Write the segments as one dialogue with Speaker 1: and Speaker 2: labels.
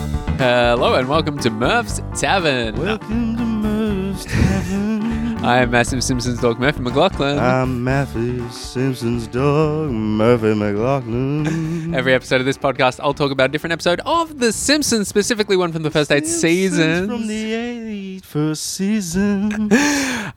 Speaker 1: Hello and welcome to Murph's Tavern.
Speaker 2: Welcome to Murph's Tavern.
Speaker 1: I am Massive Simpson's dog Murphy McLaughlin.
Speaker 2: I'm Matthew Simpson's dog, Murphy McLaughlin.
Speaker 1: Every episode of this podcast, I'll talk about a different episode of The Simpsons, specifically one from the first eight seasons,
Speaker 2: From the eight first season.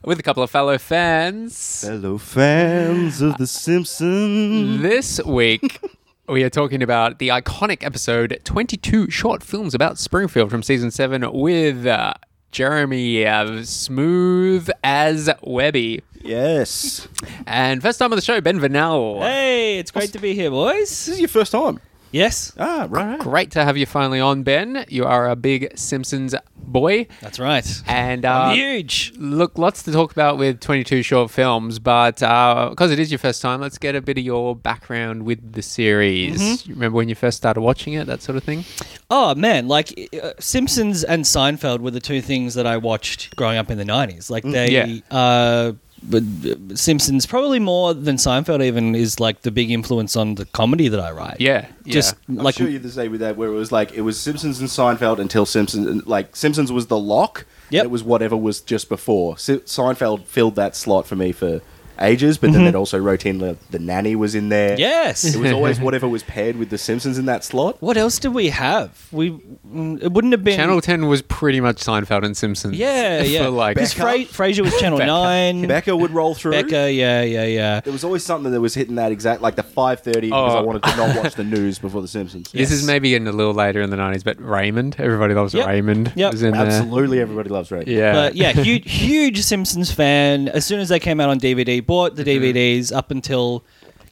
Speaker 1: with a couple of fellow fans.
Speaker 2: Fellow fans of The Simpsons.
Speaker 1: This week, we are talking about the iconic episode 22 short films about Springfield from season 7 with uh, Jeremy uh, Smooth as Webby.
Speaker 2: Yes.
Speaker 1: And first time on the show, Ben Vanel.
Speaker 3: Hey, it's great to be here,
Speaker 2: This
Speaker 3: boys.
Speaker 2: is your first time.
Speaker 3: Yes,
Speaker 2: Ah, right. right.
Speaker 1: Great to have you finally on, Ben. You are a big Simpsons boy.
Speaker 3: that's right.
Speaker 1: And uh,
Speaker 3: Huge.
Speaker 1: look, lots to talk about with 22 short films, but because it is your first time, let's get a bit of your background with the series.
Speaker 3: Mm-hmm.
Speaker 1: You remember when you first started watching it, that sort of thing?
Speaker 3: Oh man, like uh, Simpsons and Seinfeld were the two things that I watched growing up in the '90s. Like they,
Speaker 1: yeah.
Speaker 3: uh, but uh, Simpsons probably more than Seinfeld even is like the big influence on the comedy that I write.
Speaker 1: Yeah. yeah.
Speaker 3: just
Speaker 2: I'm
Speaker 3: like
Speaker 2: sure you're the same with that, where it was like it was Simpsons and Seinfeld until Simpsons, and, like Simpsons was the lock.
Speaker 3: Yep.
Speaker 2: and It was whatever was just before. Se- Seinfeld filled that slot for me for ages, but then it also routinely the nanny was in there.
Speaker 3: Mm-hmm. yes.
Speaker 2: It was always whatever was paired with the Simpsons in that slot.
Speaker 3: what else did we have? We mm, it wouldn't have been
Speaker 1: Channel 10 was pretty much Seinfeld and Simpsons.
Speaker 3: Yeah, yeah.
Speaker 1: For like,
Speaker 3: Because Fra- Frasier was Channel
Speaker 1: Becca.
Speaker 3: Nine.
Speaker 2: Becca would roll through.
Speaker 3: Becca, yeah, yeah, yeah.
Speaker 2: There was always something that was hitting that exact like the five thirty because I
Speaker 1: Oh.
Speaker 2: wanted to not watch the news before the Simpsons.
Speaker 1: this is
Speaker 3: Yes.
Speaker 1: maybe getting a little later in the 90s, but Raymond, everybody loves
Speaker 3: Yep.
Speaker 1: Raymond.
Speaker 3: Yep.
Speaker 1: Was in there.
Speaker 2: Absolutely, everybody loves Ray.
Speaker 1: Yeah.
Speaker 3: But uh, yeah, huge, huge Simpsons fan. As soon as they came out on DVD, bought
Speaker 1: Mm-hmm.
Speaker 3: the DVDs up until,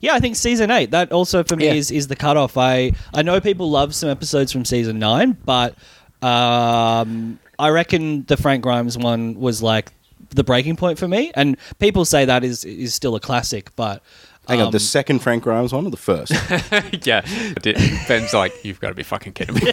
Speaker 3: yeah, I think season eight. That also for me
Speaker 1: Yeah.
Speaker 3: is is the cutoff. I I know people love some episodes from season nine, but um, I reckon the Frank Grimes one was like the breaking point for me. And people say that is is still a classic, but
Speaker 2: Hang on,
Speaker 3: um,
Speaker 2: the second Frank Grimes one or the first?
Speaker 1: yeah. Ben's like, you've got to be fucking kidding me.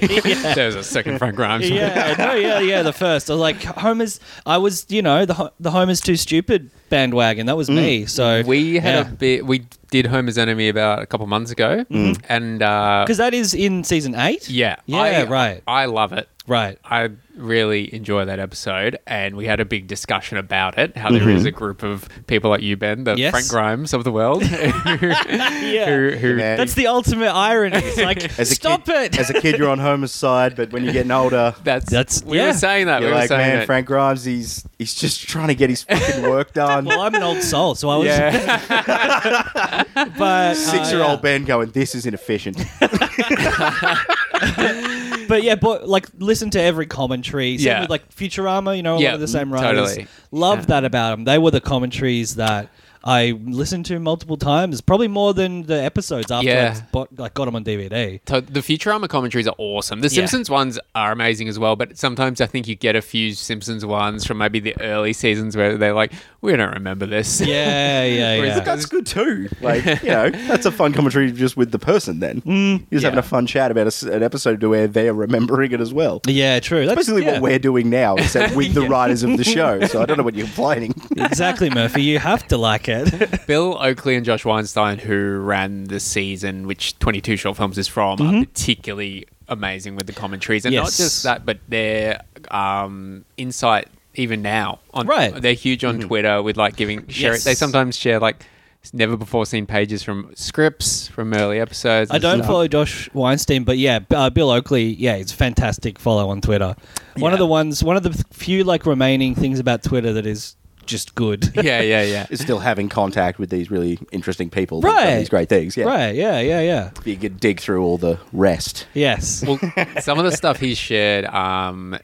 Speaker 1: There's a second Frank Grimes. one.
Speaker 3: yeah, no, yeah, yeah. The first, I was like, Homer's. I was, you know, the Ho- the Homer's too stupid bandwagon. That was me. So
Speaker 1: Mm. We had a
Speaker 3: yeah.
Speaker 1: bit. We did Homer's Enemy about a couple months ago,
Speaker 2: Mm.
Speaker 1: and uh,
Speaker 3: Because that is in season eight.
Speaker 1: yeah,
Speaker 3: Yeah.
Speaker 1: I,
Speaker 3: right.
Speaker 1: I love it.
Speaker 3: right.
Speaker 1: I really enjoy that episode, and we had a big discussion about it. How there
Speaker 2: Mm-hmm.
Speaker 1: is a group of people like you, Ben, the
Speaker 3: Yes.
Speaker 1: Frank Grimes of the world, who, who, who-
Speaker 2: Yeah.
Speaker 3: That's the ultimate irony. It's like,
Speaker 2: As a
Speaker 3: stop
Speaker 2: kid,
Speaker 3: it.
Speaker 2: As a kid, you're on Homer's side, but when you're getting older,
Speaker 1: that's
Speaker 3: That's-
Speaker 1: we
Speaker 3: yeah.
Speaker 1: were saying that.
Speaker 2: you're
Speaker 1: we were
Speaker 2: like,
Speaker 1: saying
Speaker 2: man,
Speaker 1: that.
Speaker 2: Frank Grimes, he's he's just trying to get his fucking work done.
Speaker 3: well, I'm an old soul, so I was.
Speaker 1: Yeah,
Speaker 3: But uh,
Speaker 2: Six-year-old
Speaker 3: yeah.
Speaker 2: Ben going, this is inefficient.
Speaker 3: But yeah, but like, listen to every commentary. Same
Speaker 1: Yeah.
Speaker 3: with like Futurama. You know, a
Speaker 1: Yeah,
Speaker 3: lot of the same
Speaker 1: mm,
Speaker 3: writers.
Speaker 1: totally.
Speaker 3: Love that about them. They were the commentaries that. I listened to multiple times, probably more than the episodes after
Speaker 1: Yeah.
Speaker 3: I bought, like, got them on DVD.
Speaker 1: To- the Futurama commentaries are awesome. The
Speaker 3: Yeah.
Speaker 1: Simpsons ones are amazing as well, but sometimes I think you get a few Simpsons ones from maybe the early seasons where they're like, we don't remember this.
Speaker 3: Yeah, yeah,
Speaker 1: Whereas
Speaker 3: yeah.
Speaker 1: the-
Speaker 2: That's good too. Like, you know, that's a fun commentary just with the person then. Mm, You're just having
Speaker 1: yeah.
Speaker 2: a fun chat about a s an episode to where they're remembering it as well.
Speaker 3: Yeah, true. That's
Speaker 2: Basically,
Speaker 3: yeah.
Speaker 2: what we're doing now, except with the writers of the show. So I don't know what you're complaining.
Speaker 3: exactly, Murphy. You have to like it.
Speaker 1: Bill Oakley and Josh Weinstein, who ran the season, which 22 short films is from, are particularly amazing with the commentaries. And not
Speaker 3: Mm-hmm. Yes.
Speaker 1: just that, but their um, insight even now. On,
Speaker 3: Right. Mm-hmm.
Speaker 1: They're huge on Twitter with like giving, share,
Speaker 3: Yes.
Speaker 1: they sometimes share like never before seen pages from scripts from early episodes.
Speaker 3: I
Speaker 1: and
Speaker 3: don't
Speaker 1: stuff.
Speaker 3: follow Josh Weinstein, but yeah, B- uh, Bill Oakley, yeah, it's fantastic follow on Twitter. One of
Speaker 1: Yeah.
Speaker 3: the ones, one of the few like remaining things about Twitter that is just good.
Speaker 1: Yeah, yeah, yeah.
Speaker 2: Is still having contact with these really interesting people. that have done
Speaker 3: Right.
Speaker 2: These great things. Yeah.
Speaker 3: Right? Yeah, yeah, yeah.
Speaker 2: You could dig through all the rest.
Speaker 3: Yes.
Speaker 1: well, some of the stuff he shared, um,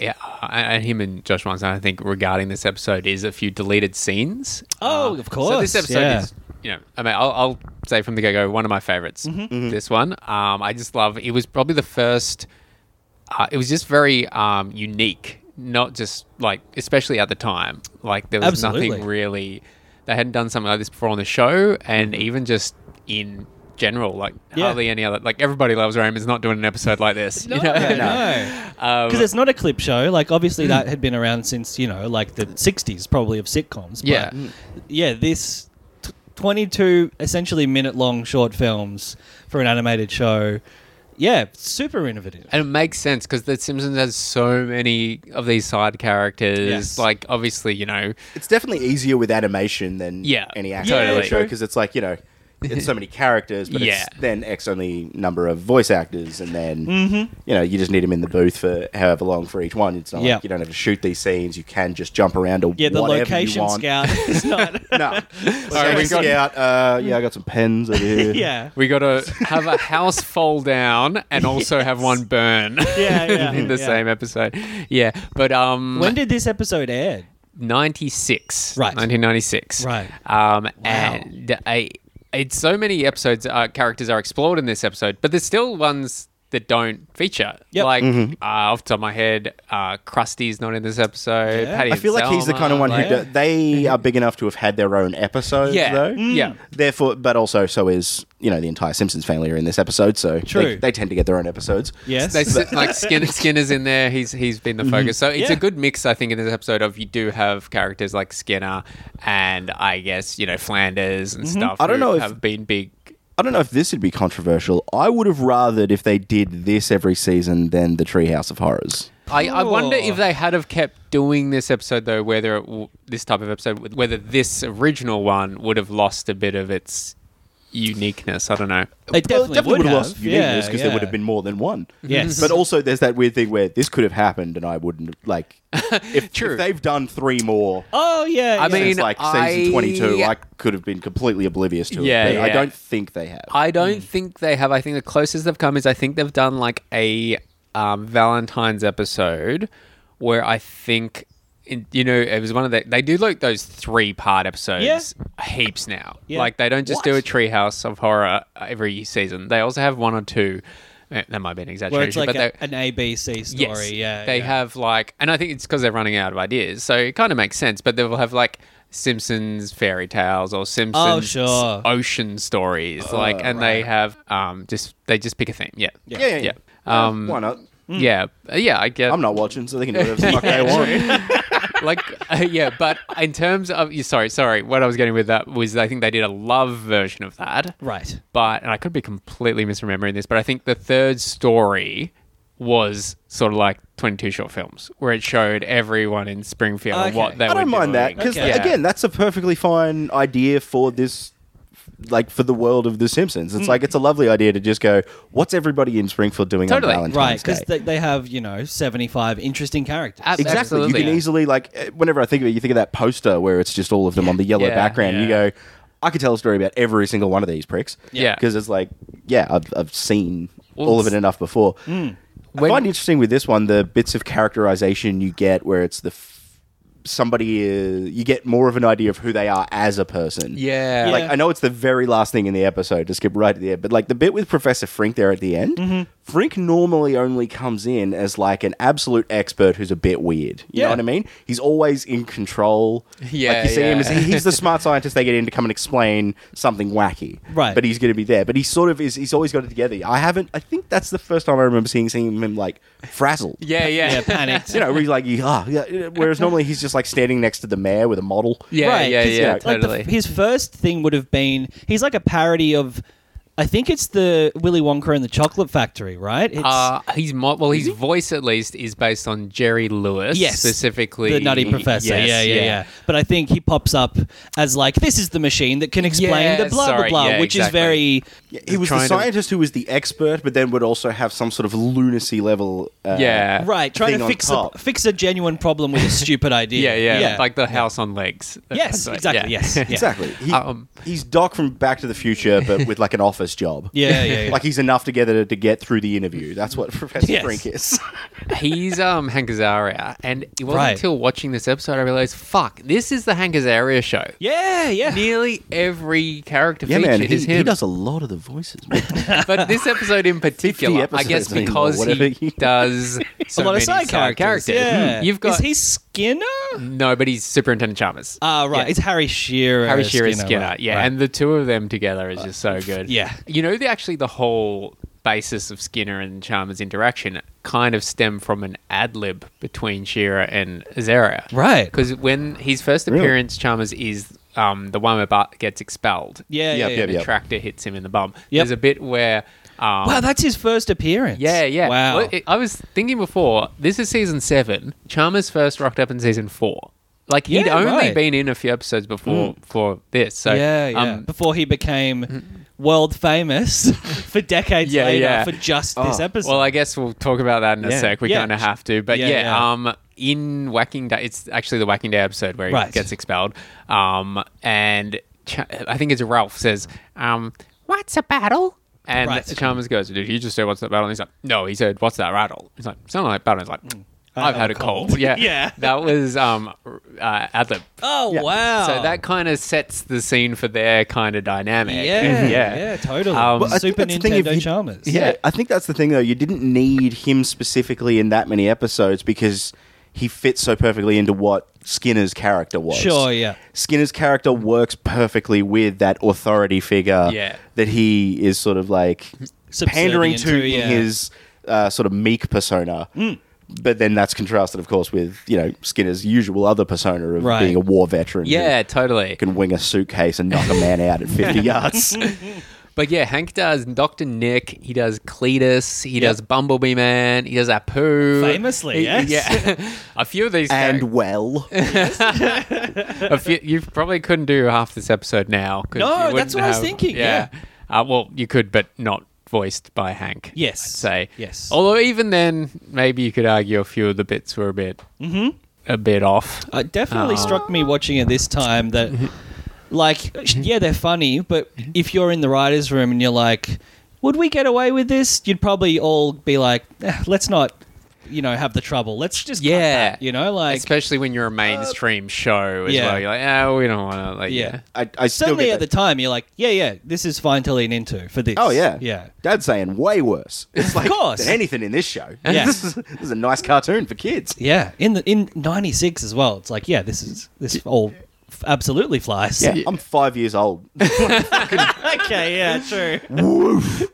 Speaker 1: yeah, and him and Josh Weinstein, I think, regarding this episode, is a few deleted scenes. Um,
Speaker 3: Oh, of
Speaker 1: So this
Speaker 3: course,
Speaker 1: episode
Speaker 3: yeah. Mm-hmm.
Speaker 1: is, you know, I mean, I'll, I'll say from the get go, one of my favorites. This one, um, I just love. It was probably the first. Uh, it was just very um, unique, not just like, especially at the time. Like there was nothing
Speaker 3: Absolutely.
Speaker 1: really. They hadn't done something like this before on the show, and even just in general, like
Speaker 3: Mm-hmm. Yeah.
Speaker 1: hardly any other. Like everybody loves Raymond's not doing an episode like this. you know? Um,
Speaker 3: no. Because it's not a clip show. Like, obviously, that had been around since, you know, like the 60s probably of sitcoms. But Mm.
Speaker 1: Yeah.
Speaker 3: Yeah, this t- 22 essentially minute long short films for an animated show Yeah, super innovative.
Speaker 1: And it makes sense because The Simpsons has so many of these side characters.
Speaker 3: Yes.
Speaker 1: Like, obviously, you know,
Speaker 2: It's definitely easier with animation than
Speaker 1: Yeah,
Speaker 2: any
Speaker 1: totally.
Speaker 2: actual show
Speaker 3: True.
Speaker 2: because it's like you know. It's so many characters, but
Speaker 1: Yeah.
Speaker 2: it's then X only number of voice actors, and then
Speaker 1: Mm-hmm.
Speaker 2: you know you just need them in the booth for however long for each one. It's not
Speaker 3: Yeah.
Speaker 2: like you don't have to shoot these scenes; you can just jump around to
Speaker 3: Yeah, the
Speaker 2: whatever you
Speaker 3: location
Speaker 2: want.
Speaker 3: scout is not.
Speaker 2: No,
Speaker 1: right, we
Speaker 2: location
Speaker 1: got-
Speaker 2: scout. Uh, yeah, I got some pens over here.
Speaker 3: yeah.
Speaker 1: we got to have a house fall down and also have
Speaker 3: Yes.
Speaker 1: one burn.
Speaker 3: Yeah, yeah,
Speaker 1: in the
Speaker 3: yeah.
Speaker 1: same episode. Yeah. But, um.
Speaker 3: When did this episode air?
Speaker 1: 96.
Speaker 3: Right.
Speaker 1: 1996.
Speaker 3: Right.
Speaker 1: Um, And I, it's so many episodes, uh, characters are explored in this episode, but there's still ones that don't feature.
Speaker 3: Yep.
Speaker 1: Like,
Speaker 2: Mm-hmm.
Speaker 1: uh, off the top of my head, uh, Krusty's not in this episode.
Speaker 3: Yeah.
Speaker 1: Patty
Speaker 2: I
Speaker 1: and
Speaker 2: feel like he's the
Speaker 1: Selma,
Speaker 2: kind of one who
Speaker 1: like-
Speaker 2: do, they are big enough to have had their own episodes,
Speaker 1: Yeah. Mm.
Speaker 2: though.
Speaker 1: Yeah.
Speaker 2: Therefore, but also, so is you know the entire Simpsons family are in this episode, so they-
Speaker 3: True.
Speaker 2: They, tend to get their own episodes.
Speaker 3: Yes.
Speaker 1: They sit, like Skinner, Skinner's in there. He's he's been
Speaker 2: Mm-hmm.
Speaker 1: the focus. So it's
Speaker 3: Yeah.
Speaker 1: a good mix, I think, in this episode of you do have characters like Skinner and I guess you know Flanders and
Speaker 3: Mm-hmm.
Speaker 1: stuff.
Speaker 2: I don't
Speaker 1: who
Speaker 2: know if-
Speaker 1: have been big.
Speaker 2: I don't know if this would be controversial. I would have rathered if they did this every season than the Treehouse of Horrors.
Speaker 1: I, I wonder
Speaker 3: Sure.
Speaker 1: if they had have kept doing this episode though, whether it w- this type of episode, whether this original one would have lost a bit of its uniqueness. I don't know.
Speaker 3: They definitely, would have
Speaker 2: lost uniqueness because
Speaker 3: yeah,
Speaker 2: there would have been more than one.
Speaker 3: Yes.
Speaker 2: but also there's that weird thing where this could have happened and I wouldn't like. If,
Speaker 1: True.
Speaker 2: if they've done three more,
Speaker 3: Oh yeah.
Speaker 1: I
Speaker 3: yeah.
Speaker 1: mean-
Speaker 2: since like
Speaker 1: I-
Speaker 2: season 22 i could have been completely oblivious to it
Speaker 1: Yeah,
Speaker 2: but i
Speaker 1: yeah.
Speaker 2: don't think they have
Speaker 1: I don't think they have. I think the closest they've come is I think they've done like a um, Valentine's episode where I think, in, you know, it was one of the. They do like those three part episodes heaps now.
Speaker 3: Yeah.
Speaker 1: Like they don't just do a treehouse of horror every season, they also have one or two. eh, That might be an exaggeration.
Speaker 3: where it's like
Speaker 1: but
Speaker 3: a,
Speaker 1: they,
Speaker 3: an ABC story. yeah.
Speaker 1: they
Speaker 3: yeah.
Speaker 1: have like, and I think it's because they're running out of ideas, so it kind of makes sense. But they will have like Simpsons fairy tales or Simpsons
Speaker 3: Oh, sure.
Speaker 1: ocean stories, like, and they have um just they just pick a theme. Yeah,
Speaker 3: Yeah.
Speaker 2: yeah yeah,
Speaker 1: yeah.
Speaker 2: yeah.
Speaker 1: Um,
Speaker 2: why not
Speaker 3: Hmm.
Speaker 1: yeah, Uh, yeah. I get.
Speaker 2: i'm not watching so they can do whatever the fuck they want
Speaker 1: like, uh, yeah. But in terms of, you sorry, sorry. What I was getting with that was, I think they did a love version of that,
Speaker 3: Right.
Speaker 1: but and I could be completely misremembering this, but I think the third story was sort of like 22 short films where it showed everyone in Springfield and
Speaker 3: Okay.
Speaker 1: what they
Speaker 2: i
Speaker 1: were
Speaker 2: don't mind that
Speaker 1: doing.
Speaker 2: because
Speaker 3: Okay. Yeah.
Speaker 2: again that's a perfectly fine idea for this like for the world of the simpsons it's like it's a lovely idea to just go what's everybody in springfield doing
Speaker 1: Totally.
Speaker 2: on valentine's
Speaker 3: Right, because
Speaker 2: Day?
Speaker 3: they, they have you know seventy five interesting characters.
Speaker 1: Ab-
Speaker 2: Exactly.
Speaker 1: Absolutely.
Speaker 2: You can easily like eh, whenever I think of it, you think of that poster where it's just all of them on the yellow
Speaker 1: Yeah,
Speaker 2: background. You
Speaker 1: yeah.
Speaker 2: go, I could tell a story about every single one of these pricks.
Speaker 1: Yeah.
Speaker 2: Because it's like, yeah, I've, I've seen
Speaker 1: Well,
Speaker 2: all of it
Speaker 1: it's- Hmm.
Speaker 2: enough before.
Speaker 1: When-
Speaker 2: I find interesting with this one the bits of characterization you get where it's the f- somebody is, you get more of an idea of who they are as a person.
Speaker 1: Yeah.
Speaker 2: Like I know it's the very last thing in the episode to skip right to the end, but like the bit with Professor Frink there at the end,
Speaker 1: Mm-hmm.
Speaker 2: Frink normally only comes in as like an absolute expert who's a bit weird. You
Speaker 3: Yeah.
Speaker 2: know what I mean? He's always in control.
Speaker 1: Yeah,
Speaker 2: like you see him
Speaker 1: yeah.
Speaker 2: as he's the smart scientist they get in to come and explain something wacky.
Speaker 3: Right.
Speaker 2: But he's going to be there. But he sort of is. He's always got it together. I haven't. I think that's the first time I remember seeing seeing him like frazzled.
Speaker 1: yeah, yeah.
Speaker 3: yeah, panicked.
Speaker 2: You know, where he's like, yeah, yeah. Whereas normally he's just like standing next to the mayor with a model.
Speaker 1: Yeah,
Speaker 3: Right,
Speaker 1: yeah,
Speaker 3: 'cause,
Speaker 1: yeah,
Speaker 2: like,
Speaker 3: Like, the-
Speaker 1: totally.
Speaker 3: his first thing would have been he's like a parody of, I think it's the Willy Wonka and the Chocolate Factory, right? It's
Speaker 1: uh, he's mo- well. His voice, at least, is based on Jerry Lewis,
Speaker 3: Yes.
Speaker 1: specifically
Speaker 3: the Nutty Professor.
Speaker 1: Yes,
Speaker 3: yeah, yeah, yeah, But I think he pops up as like this is the machine that can explain
Speaker 1: Yeah,
Speaker 3: the blah
Speaker 1: sorry,
Speaker 3: blah blah,
Speaker 1: yeah,
Speaker 3: which
Speaker 1: exactly.
Speaker 3: is very
Speaker 2: Yeah, he was the
Speaker 1: trying to-
Speaker 2: scientist who was the expert, but then would also have some sort of lunacy level. Uh,
Speaker 1: Yeah.
Speaker 3: right trying
Speaker 2: Thing
Speaker 3: to
Speaker 2: on
Speaker 3: fix a,
Speaker 2: top.
Speaker 3: fix a genuine problem with a stupid idea.
Speaker 1: yeah, yeah, Like the house on legs.
Speaker 3: yes,
Speaker 1: That's right,
Speaker 3: exactly.
Speaker 1: yeah.
Speaker 3: Yes, yeah.
Speaker 2: Exactly. He,
Speaker 1: Um,
Speaker 2: he's Doc from Back to the Future, but with like an office job.
Speaker 3: Yeah, yeah, yeah.
Speaker 2: like he's enough together to get through the interview. That's what Professor
Speaker 3: Yes.
Speaker 2: Frink is.
Speaker 1: He's um Hank Azaria, and it wasn't
Speaker 3: Right.
Speaker 1: until watching this episode I realized, fuck, this is the Hank Azaria show.
Speaker 3: Yeah, yeah.
Speaker 1: Nearly every character
Speaker 2: yeah,
Speaker 1: featured
Speaker 2: man. He,
Speaker 1: is him.
Speaker 2: he does a lot of the voices. Man.
Speaker 1: but this episode in particular, I guess
Speaker 2: episodes in, or
Speaker 1: because
Speaker 2: whatever
Speaker 1: he
Speaker 2: you-
Speaker 1: does so
Speaker 3: a lot of
Speaker 1: many Hmm.
Speaker 3: side characters. Yeah.
Speaker 1: You've got
Speaker 3: Is he Skinner?
Speaker 1: no, but he's Superintendent Chalmers.
Speaker 3: Ah, right.
Speaker 1: Yeah.
Speaker 3: It's Harry Shearer.
Speaker 1: Harry Shearer Skinner,
Speaker 3: right,
Speaker 1: yeah,
Speaker 3: right. Uh,
Speaker 1: and the two of them together is just so good.
Speaker 3: yeah.
Speaker 1: you know the actually the whole basis of Skinner and Chalmers' interaction kind of stemmed from an ad lib between Shearer and Azaria,
Speaker 3: Right.
Speaker 1: Because when his first
Speaker 2: Really?
Speaker 1: appearance, Chalmers is um, the one where Bart gets expelled.
Speaker 3: yeah, yeah,
Speaker 2: Yep,
Speaker 3: yeah,
Speaker 2: yep,
Speaker 1: The
Speaker 2: yep.
Speaker 1: tractor hits him in the bum.
Speaker 3: Yep.
Speaker 1: There's a bit where Um,
Speaker 3: wow, that's his first appearance.
Speaker 1: yeah, yeah.
Speaker 3: Wow.
Speaker 1: Well, it- I was thinking before, this is season seven. Chalmers first rocked up in season four. Like, he'd
Speaker 3: Yeah,
Speaker 1: only
Speaker 3: right. Mm.
Speaker 1: been in a few episodes before for this. So,
Speaker 3: yeah, yeah.
Speaker 1: um,
Speaker 3: Before he became world famous for decades
Speaker 1: Mm-hmm. Yeah,
Speaker 3: later
Speaker 1: yeah. Oh,
Speaker 3: for just this episode.
Speaker 1: Well, I guess we'll talk about that in a
Speaker 2: Yeah.
Speaker 1: sec. We
Speaker 3: Yeah.
Speaker 1: kind of have to, but
Speaker 3: Yeah,
Speaker 1: yeah,
Speaker 3: yeah.
Speaker 1: um, in Whacking Day, it's actually the Whacking Day episode where he
Speaker 3: Right.
Speaker 1: gets expelled, um, and Ch- I think it's Ralph says, um, "What's a battle?" And
Speaker 3: Right.
Speaker 1: Chalmers goes, "Did you just say what's that battle?" And he's like, "No," he said, "What's that rattle?" He's like, "Sound like battle." He's like. "Mm, I've
Speaker 3: Mm. had
Speaker 1: had
Speaker 3: a
Speaker 1: a cold.
Speaker 3: cold.
Speaker 1: Yeah,
Speaker 3: Yeah.
Speaker 1: That was um, r- uh, Adlib.
Speaker 3: oh wow.
Speaker 1: So that kind of sets the scene for their kind of dynamic.
Speaker 3: yeah, yeah,
Speaker 1: yeah. Mm-hmm.
Speaker 3: totally.
Speaker 1: Um, Well,
Speaker 2: I think
Speaker 3: Super
Speaker 2: that's the thing, if
Speaker 3: Nintendo
Speaker 2: you-
Speaker 3: Chalmers.
Speaker 2: Yeah, I think that's the thing though. You didn't need him specifically in that many episodes because he fits so perfectly into what Skinner's character was.
Speaker 3: Sure, yeah.
Speaker 2: Skinner's character works perfectly with that authority figure
Speaker 1: Yeah.
Speaker 2: that he is sort of like
Speaker 3: Subservient
Speaker 2: pandering to, Mm.
Speaker 3: to, yeah.
Speaker 2: in his uh, sort of meek persona. But then that's contrasted, of course, with you know Skinner's usual other persona of
Speaker 3: Right.
Speaker 2: being a war veteran. who
Speaker 1: Yeah, totally.
Speaker 2: can wing a suitcase and knock a man out at fifty yards.
Speaker 1: But yeah, Hank does Dr. Nick, he does Cletus, he does Bumblebee Man, he does Apu.
Speaker 3: Famously,
Speaker 1: He-
Speaker 3: yes.
Speaker 1: Yeah. a few of these
Speaker 2: and
Speaker 1: charac-
Speaker 2: well,
Speaker 1: a few, you probably couldn't do half this episode now. 'cause
Speaker 3: No,
Speaker 1: you
Speaker 3: that's
Speaker 1: wouldn't
Speaker 3: what I was thinking,
Speaker 1: Uh, well, you could, but not voiced by Hank.
Speaker 3: Yes.
Speaker 1: I'd say.
Speaker 3: Yes.
Speaker 1: Although even then, maybe you could argue a few of the bits were a bit
Speaker 3: Mm-hmm.
Speaker 1: a bit off.
Speaker 3: It Uh, definitely
Speaker 1: Oh.
Speaker 3: struck me watching it this time that,
Speaker 1: Mm-hmm.
Speaker 3: like, yeah, they're funny, but if you're in the writer's room and you're like, would we get away with this? You'd probably all be like, "Eh, let's not, you know, have the trouble. Let's just, cut
Speaker 1: Yeah.
Speaker 3: that," you know, like, uh,
Speaker 1: Especially when you're a mainstream show as
Speaker 3: yeah.
Speaker 1: well. You're like, oh, we don't want to. Like, yeah.
Speaker 3: Yeah.
Speaker 2: I, I still
Speaker 3: suddenly
Speaker 2: get
Speaker 3: at
Speaker 2: that-
Speaker 3: the time, you're like, yeah, yeah, this is fine to lean into for this.
Speaker 2: Oh yeah,
Speaker 3: Yeah.
Speaker 2: Dad's saying way worse. It's like
Speaker 3: course.
Speaker 2: than anything in this show.
Speaker 3: Yeah.
Speaker 2: this, is, this is a nice cartoon for kids.
Speaker 3: Yeah. In the, in 96 as well. It's like, yeah, this is, this all f- absolutely flies.
Speaker 2: Yeah, I'm five years old.
Speaker 3: okay. Yeah. True.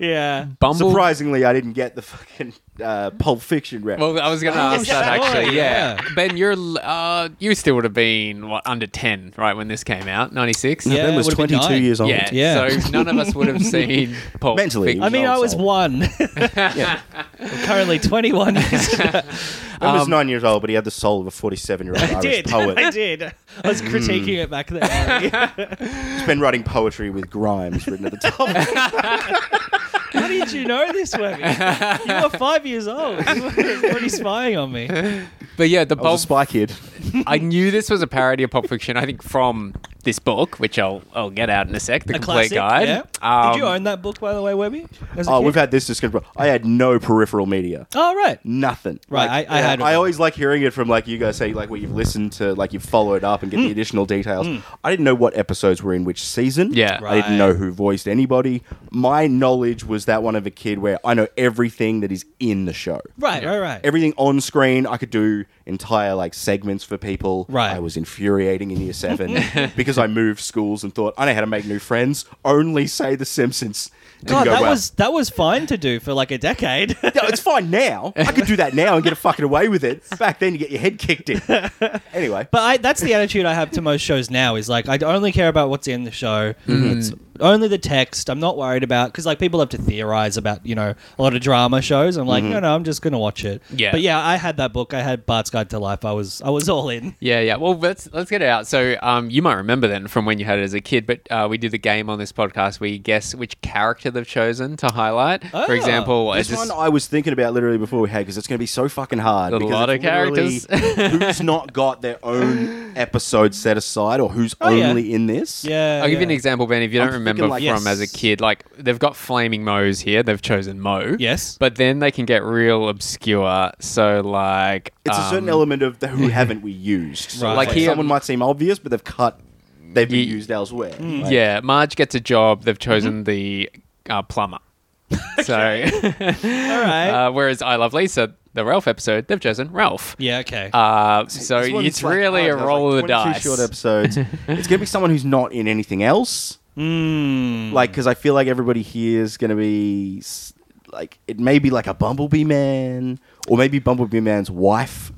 Speaker 3: Yeah.
Speaker 1: Bumble-
Speaker 2: Surprisingly, I didn't get the fucking uh, Pulp Fiction reference.
Speaker 1: Well, I was going to ask that
Speaker 3: sure,
Speaker 1: actually. Yeah.
Speaker 3: yeah.
Speaker 1: Ben, you're l- uh, you still would have been what under ten, right, when this came out, ninety six.
Speaker 3: Yeah,
Speaker 2: ben was
Speaker 3: it would've been
Speaker 2: 22
Speaker 3: dying.
Speaker 2: years old.
Speaker 1: Yeah.
Speaker 3: Yeah.
Speaker 1: So none of us would have seen Pulp
Speaker 2: Mentally.
Speaker 1: Fiction.
Speaker 3: I mean, I was
Speaker 2: old.
Speaker 3: one. Currently 21.
Speaker 2: Ben was nine years old, but he had the soul of a 47 year old Irish poet. Hmm.
Speaker 3: I Um, did. I was critiquing it back then.
Speaker 2: He's been writing poetry with Grimes written at the top.
Speaker 3: How did you know this, Webby? You were five years old. What are you spying on me?
Speaker 1: but yeah, the
Speaker 2: I was a
Speaker 1: Pulp.
Speaker 2: spy kid.
Speaker 1: I knew this was a parody of Pulp Fiction. I think from this book, which I'll I'll get out in a sec, the
Speaker 3: A
Speaker 1: complete
Speaker 3: classic.
Speaker 1: guide.
Speaker 3: Yeah.
Speaker 1: Um,
Speaker 3: did you own that book, by the way, Webby? as a
Speaker 2: Oh,
Speaker 3: kid?
Speaker 2: we've had this discussion. I had no peripheral media.
Speaker 3: Oh, right.
Speaker 2: Nothing.
Speaker 3: Right,
Speaker 2: Like,
Speaker 3: I- I had
Speaker 2: I
Speaker 3: one.
Speaker 2: always like hearing it from like you guys say like where you've listened to like you've followed up and get
Speaker 3: Hmm.
Speaker 2: the additional details. I didn't know what episodes were in which season.
Speaker 1: Yeah.
Speaker 2: I
Speaker 3: Right.
Speaker 2: didn't know who voiced anybody. My knowledge was that one of a kid where I know everything that is in the show.
Speaker 3: Right, right, right.
Speaker 2: Everything on screen, I could do entire like segments for people.
Speaker 3: Right.
Speaker 2: I was infuriating in year seven because I moved schools and thought I know how to make new friends. Only say the Simpsons. Didn't
Speaker 3: God,
Speaker 2: go
Speaker 3: that
Speaker 2: well.
Speaker 3: was that was fine to do for like a decade.
Speaker 2: No, it's fine now. I could do that now and get fucking away with it. Back then, you get your head kicked in. Anyway,
Speaker 3: But I, that's the attitude I have to most shows now. Is like I only care about what's in the show.
Speaker 1: Mm-hmm.
Speaker 3: It's only the text. I'm not worried about because like people have to theorize about you know a lot of drama shows. I'm like no no I'm just gonna watch it.
Speaker 1: Mm-hmm. Yeah.
Speaker 3: But yeah, I had that book. I had Bart's Guide to Life. I was I was all in.
Speaker 1: Yeah, yeah. Well, let's let's get it out. So, um, you might remember then from when you had it as a kid, but uh, we did the game on this podcast where you guess which character they've chosen to highlight.
Speaker 3: Oh.
Speaker 1: For example,
Speaker 2: this
Speaker 1: I just-
Speaker 2: one I was thinking about literally before we had because it's going to be so fucking hard.
Speaker 1: A
Speaker 2: because
Speaker 1: lot
Speaker 2: it's
Speaker 1: of characters.
Speaker 2: literally who's not got their own episode set aside or who's
Speaker 1: Oh,
Speaker 3: yeah.
Speaker 2: only in this?
Speaker 3: Yeah.
Speaker 1: I'll give you an
Speaker 3: yeah.
Speaker 1: example, Ben. If you
Speaker 2: I'm
Speaker 1: don't
Speaker 2: thinking,
Speaker 1: remember
Speaker 2: like,
Speaker 1: from as a
Speaker 2: yes.
Speaker 1: kid, like they've got flaming Moe's here. They've chosen Moe.
Speaker 3: Yes.
Speaker 1: But then they can get real obscure. So like
Speaker 2: It's a certain
Speaker 1: um,
Speaker 2: element of the who haven't we used. So
Speaker 3: Right.
Speaker 2: Like,
Speaker 1: Like here-
Speaker 2: someone might seem obvious, but they've cut, they've been
Speaker 1: Ye- Hmm.
Speaker 2: used elsewhere. Like, Mm-hmm.
Speaker 1: Yeah, Marge gets a job. They've chosen the uh, plumber. so,
Speaker 3: All right.
Speaker 1: uh, whereas I Love Lisa, the Ralph episode, they've chosen Ralph.
Speaker 3: yeah. Okay.
Speaker 1: Uh, so
Speaker 2: this one's,
Speaker 1: it's
Speaker 2: like,
Speaker 1: really
Speaker 2: hard.
Speaker 1: a
Speaker 2: There's,
Speaker 1: roll
Speaker 2: like
Speaker 1: of the
Speaker 2: 22
Speaker 1: dice.
Speaker 2: Short episodes. it's going to be someone who's not in anything else.
Speaker 3: Mm.
Speaker 2: Mm-hmm. like because I feel like everybody here is gonna be s- like it may be like a bumblebee man or maybe bumblebee man's wife.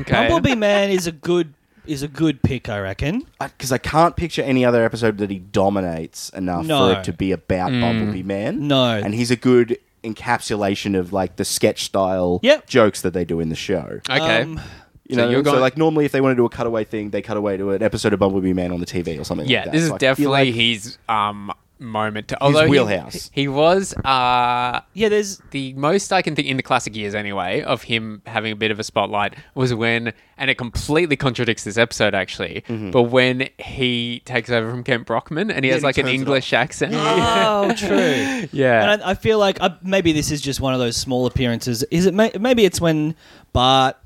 Speaker 1: Okay.
Speaker 3: Bumblebee Man is a good is a good pick, I reckon.
Speaker 2: Because I can't picture any other episode that he dominates enough
Speaker 3: No.
Speaker 2: for it to be about
Speaker 1: Mm.
Speaker 2: Bumblebee Man.
Speaker 3: No.
Speaker 2: and he's a good encapsulation of like the sketch style
Speaker 3: Yep.
Speaker 2: jokes that they do in the show.
Speaker 1: Okay.
Speaker 3: Um,
Speaker 2: You
Speaker 1: so
Speaker 2: know,
Speaker 1: you're
Speaker 2: so
Speaker 1: going-
Speaker 2: like normally if they want to do a cutaway thing, they cut away to an episode of Bumblebee Man on the TV or something.
Speaker 1: yeah,
Speaker 2: like that.
Speaker 1: this is
Speaker 2: Like, I feel
Speaker 1: definitely
Speaker 2: like-
Speaker 1: his um moment. To, although he-
Speaker 2: wheelhouse.
Speaker 1: He, was uh
Speaker 3: yeah, there's
Speaker 1: the most I can think in the classic years anyway of him having a bit of a spotlight was when, and it completely contradicts this episode actually, but when he takes over from Kent Brockman and he has
Speaker 2: he
Speaker 1: like an
Speaker 2: turns it
Speaker 1: English accent.
Speaker 3: oh, true.
Speaker 1: Yeah.
Speaker 3: And I, I feel like I, maybe this is just one of those small appearances. Is it may, maybe it's when Bart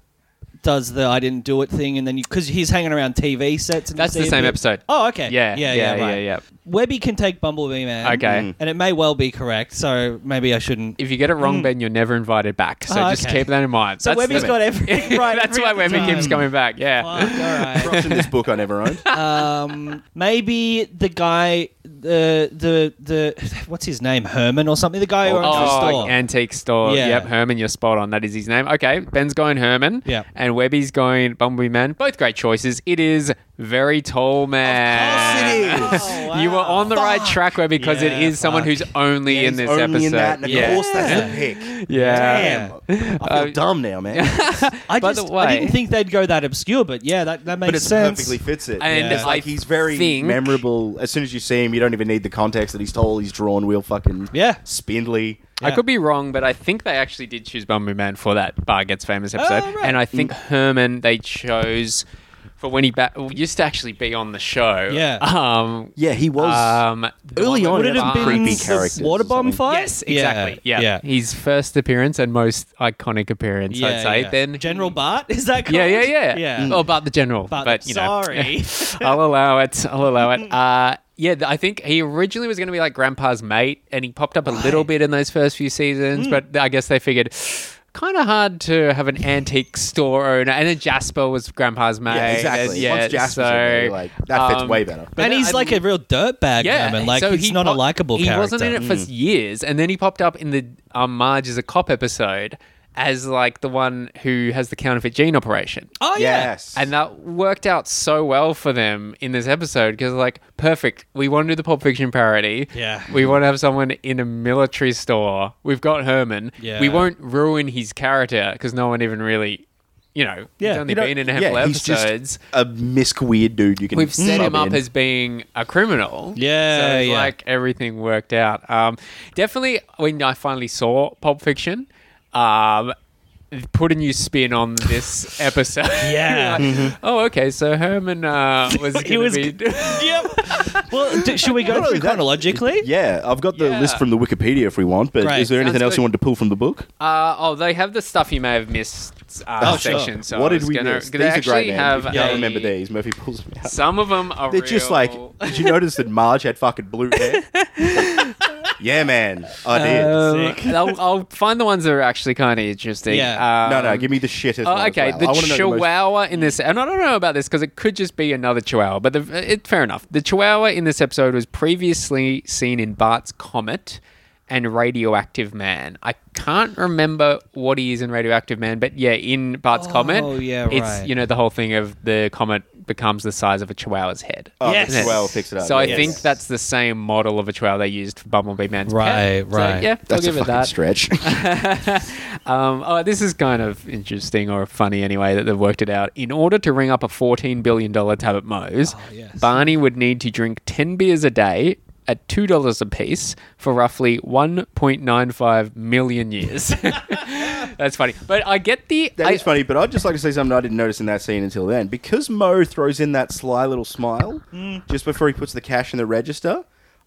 Speaker 3: does the "I didn't do it" thing, and then you because he's hanging around TV sets. And you
Speaker 1: That's the
Speaker 3: see a
Speaker 1: same
Speaker 3: bit-
Speaker 1: episode.
Speaker 3: Oh, okay.
Speaker 1: Yeah,
Speaker 3: yeah,
Speaker 1: yeah,
Speaker 3: yeah,
Speaker 1: yeah,
Speaker 3: right.
Speaker 1: yeah.
Speaker 3: Webby can take Bumblebee Man.
Speaker 1: Okay. Mm.
Speaker 3: and it may well be correct. So maybe I shouldn't.
Speaker 1: If you get it wrong, Ben, you're never invited back. So
Speaker 3: Mm. Oh,
Speaker 1: just
Speaker 3: okay.
Speaker 1: keep that in mind.
Speaker 3: So
Speaker 1: Webby's
Speaker 3: Webby's got everything right.
Speaker 1: That's
Speaker 3: every
Speaker 1: why
Speaker 3: other
Speaker 1: Webby keeps
Speaker 3: time.
Speaker 1: coming back. Yeah.
Speaker 3: Fuck, all right.
Speaker 2: Corruption, this book I never owned.
Speaker 3: um, maybe the guy, the the the what's his name, Herman or something. The guy who
Speaker 2: Oh,
Speaker 3: owns the store.
Speaker 1: antique store.
Speaker 3: Yeah.
Speaker 1: Yep, Herman, you're spot on. That is his name. Okay, Ben's going Herman.
Speaker 3: Yeah.
Speaker 1: And Webby's going Bumblebee Man. Both great choices. It is very tall man.
Speaker 2: Of course it is.
Speaker 3: Oh,
Speaker 1: you were
Speaker 3: wow.
Speaker 1: on the right track, Webby, because it
Speaker 3: Yeah,
Speaker 1: is someone
Speaker 3: fuck.
Speaker 1: who's only in this
Speaker 2: Only
Speaker 1: episode.
Speaker 2: in that, and of
Speaker 1: yeah.
Speaker 2: course that's the pick.
Speaker 1: yeah. Uh,
Speaker 3: Damn.
Speaker 2: Damn, I feel dumb now, man.
Speaker 3: I
Speaker 1: By
Speaker 3: just
Speaker 1: the
Speaker 3: I
Speaker 1: way-
Speaker 3: didn't think they'd go that obscure, but yeah, that that makes
Speaker 2: but it
Speaker 3: sense.
Speaker 2: perfectly fits it.
Speaker 1: And
Speaker 3: Yeah.
Speaker 2: it's like
Speaker 1: I
Speaker 2: he's very
Speaker 1: think-
Speaker 2: memorable. As soon as you see him, you don't even need the context that he's tall, he's drawn, real fucking
Speaker 3: Yeah.
Speaker 2: spindly.
Speaker 1: I
Speaker 3: Yeah.
Speaker 1: could be wrong, but I think they actually did choose Bumblebee Man for that Bar Gets Famous episode.
Speaker 3: Oh, right.
Speaker 1: And I think
Speaker 2: Mm.
Speaker 1: Herman they chose for when he ba- used to actually be on the show.
Speaker 3: Yeah.
Speaker 1: Um,
Speaker 2: Yeah, he was
Speaker 1: um, the
Speaker 2: early
Speaker 1: one
Speaker 2: on.
Speaker 3: Would
Speaker 1: with
Speaker 3: it have
Speaker 1: the
Speaker 3: been
Speaker 1: arms.
Speaker 2: creepy
Speaker 3: the
Speaker 2: characters or
Speaker 3: water bomb
Speaker 2: something.
Speaker 3: fight?
Speaker 1: Yes, exactly. Yeah.
Speaker 3: yeah.
Speaker 1: His first appearance and most iconic appearance, I'd
Speaker 3: Yeah,
Speaker 1: say.
Speaker 3: yeah.
Speaker 1: Then
Speaker 3: General Bart is that? Called?
Speaker 1: Yeah, yeah, yeah.
Speaker 3: yeah.
Speaker 1: Oh, Bart the General.
Speaker 3: Bart
Speaker 1: but
Speaker 3: the-
Speaker 1: you know,
Speaker 3: sorry.
Speaker 1: I'll allow it. I'll allow it. Uh, yeah, th- I think he originally was going to be like Grandpa's mate, and he popped up a little bit in those first few seasons, but I guess they figured. Kind of hard to have an antique store owner, and then Jasper was Grandpa's mate.
Speaker 2: Yeah,
Speaker 1: and
Speaker 2: exactly.
Speaker 1: Yeah,
Speaker 2: Once Jasper's
Speaker 1: so,
Speaker 2: in there, like that fits
Speaker 1: um,
Speaker 2: way better.
Speaker 3: and
Speaker 1: But
Speaker 3: he's
Speaker 1: I-
Speaker 3: like a real dirtbag, yeah, man. Like
Speaker 1: so
Speaker 3: he's not a
Speaker 1: pop-
Speaker 3: likable
Speaker 1: He
Speaker 3: character. Hmm.
Speaker 1: wasn't in it for years, and then he popped up in the um, Marge is a cop episode as like the one who has the counterfeit gene operation.
Speaker 3: Oh yeah.
Speaker 2: Yes,
Speaker 1: And that worked out so well for them in this episode because, like, perfect. We want to do the Pulp Fiction parody.
Speaker 3: Yeah.
Speaker 1: We want to have someone in a military store. We've got Herman.
Speaker 3: Yeah.
Speaker 1: We won't ruin his character because no one even really, you know,
Speaker 3: Yeah.
Speaker 1: he's only
Speaker 2: You know,
Speaker 1: been in a handful
Speaker 2: yeah,
Speaker 1: of
Speaker 2: he's just
Speaker 1: episodes.
Speaker 2: a misc weird dude. You can
Speaker 1: We've set
Speaker 2: sub
Speaker 1: him up
Speaker 2: in.
Speaker 1: as being a criminal.
Speaker 3: Yeah,
Speaker 1: So it's
Speaker 3: yeah.
Speaker 1: like everything worked out. Um, definitely when I finally saw Pulp Fiction, um, it put a new spin on this episode.
Speaker 3: Yeah. Mm-hmm.
Speaker 1: Like, Oh, okay. So Herman uh, was
Speaker 3: He
Speaker 1: going
Speaker 3: was-
Speaker 1: to be.
Speaker 3: Yep. well, d- should we go
Speaker 2: Not
Speaker 3: through
Speaker 2: only that-
Speaker 3: chronologically?
Speaker 2: Yeah, I've got the
Speaker 1: Yeah.
Speaker 2: list from the Wikipedia if we want. But
Speaker 3: Great.
Speaker 2: is there anything
Speaker 1: Sounds
Speaker 2: else
Speaker 1: good.
Speaker 2: you wanted to pull from the book?
Speaker 1: Uh, oh, they have the stuff you may have missed uh,
Speaker 3: Oh, sure.
Speaker 1: section. So
Speaker 2: what
Speaker 1: I
Speaker 2: did
Speaker 1: was
Speaker 2: we
Speaker 1: gonna,
Speaker 2: miss?
Speaker 1: They
Speaker 2: These are
Speaker 1: actually
Speaker 2: great. man.
Speaker 1: have.
Speaker 2: If you don't
Speaker 1: a-
Speaker 2: remember these. Murphy pulls them out.
Speaker 1: Some of them are.
Speaker 2: They're just like,
Speaker 1: real-
Speaker 2: did you notice that Marge had fucking blue hair? yeah, man, I did.
Speaker 1: Um,
Speaker 3: Sick.
Speaker 1: I'll, I'll find the ones that are actually kind of interesting.
Speaker 3: Yeah.
Speaker 1: Um,
Speaker 2: no, no, give me the shittest.
Speaker 1: Oh,
Speaker 2: one as
Speaker 1: okay.
Speaker 2: well.
Speaker 1: The
Speaker 2: I wanna know most-
Speaker 1: chihuahua in this, and I don't know about this because it could just be another chihuahua, but the, it, fair enough. The chihuahua in this episode was previously seen in Bart's Comet and Radioactive Man. I can't remember what he is in Radioactive Man, but yeah, in Bart's
Speaker 3: Oh,
Speaker 1: Comet,
Speaker 3: yeah,
Speaker 1: it's,
Speaker 3: right.
Speaker 1: you know, the whole thing of the comet becomes the size of a chihuahua's head.
Speaker 2: Oh,
Speaker 3: Yes.
Speaker 2: the chihuahua picks it up.
Speaker 1: So I
Speaker 3: yes.
Speaker 1: think that's the same model of a chihuahua they used for Bumblebee Man's
Speaker 3: Right,
Speaker 1: pet.
Speaker 3: right.
Speaker 1: So, yeah,
Speaker 2: that's
Speaker 1: I'll give
Speaker 2: a
Speaker 1: it
Speaker 2: fucking
Speaker 1: that.
Speaker 2: stretch.
Speaker 1: Um, oh, this is kind of interesting or funny anyway that they've worked it out. In order to ring up a $14 billion tab at Moe's,
Speaker 3: Oh, yes.
Speaker 1: Barney would need to drink 10 beers a day at $2 a piece for roughly 1.95 million years. That's funny. But I get the.
Speaker 2: That is
Speaker 1: I-
Speaker 2: funny, but I'd just like to say something I didn't notice in that scene until then. Because Mo throws in that sly little smile
Speaker 1: Mm.
Speaker 2: just before he puts the cash in the register,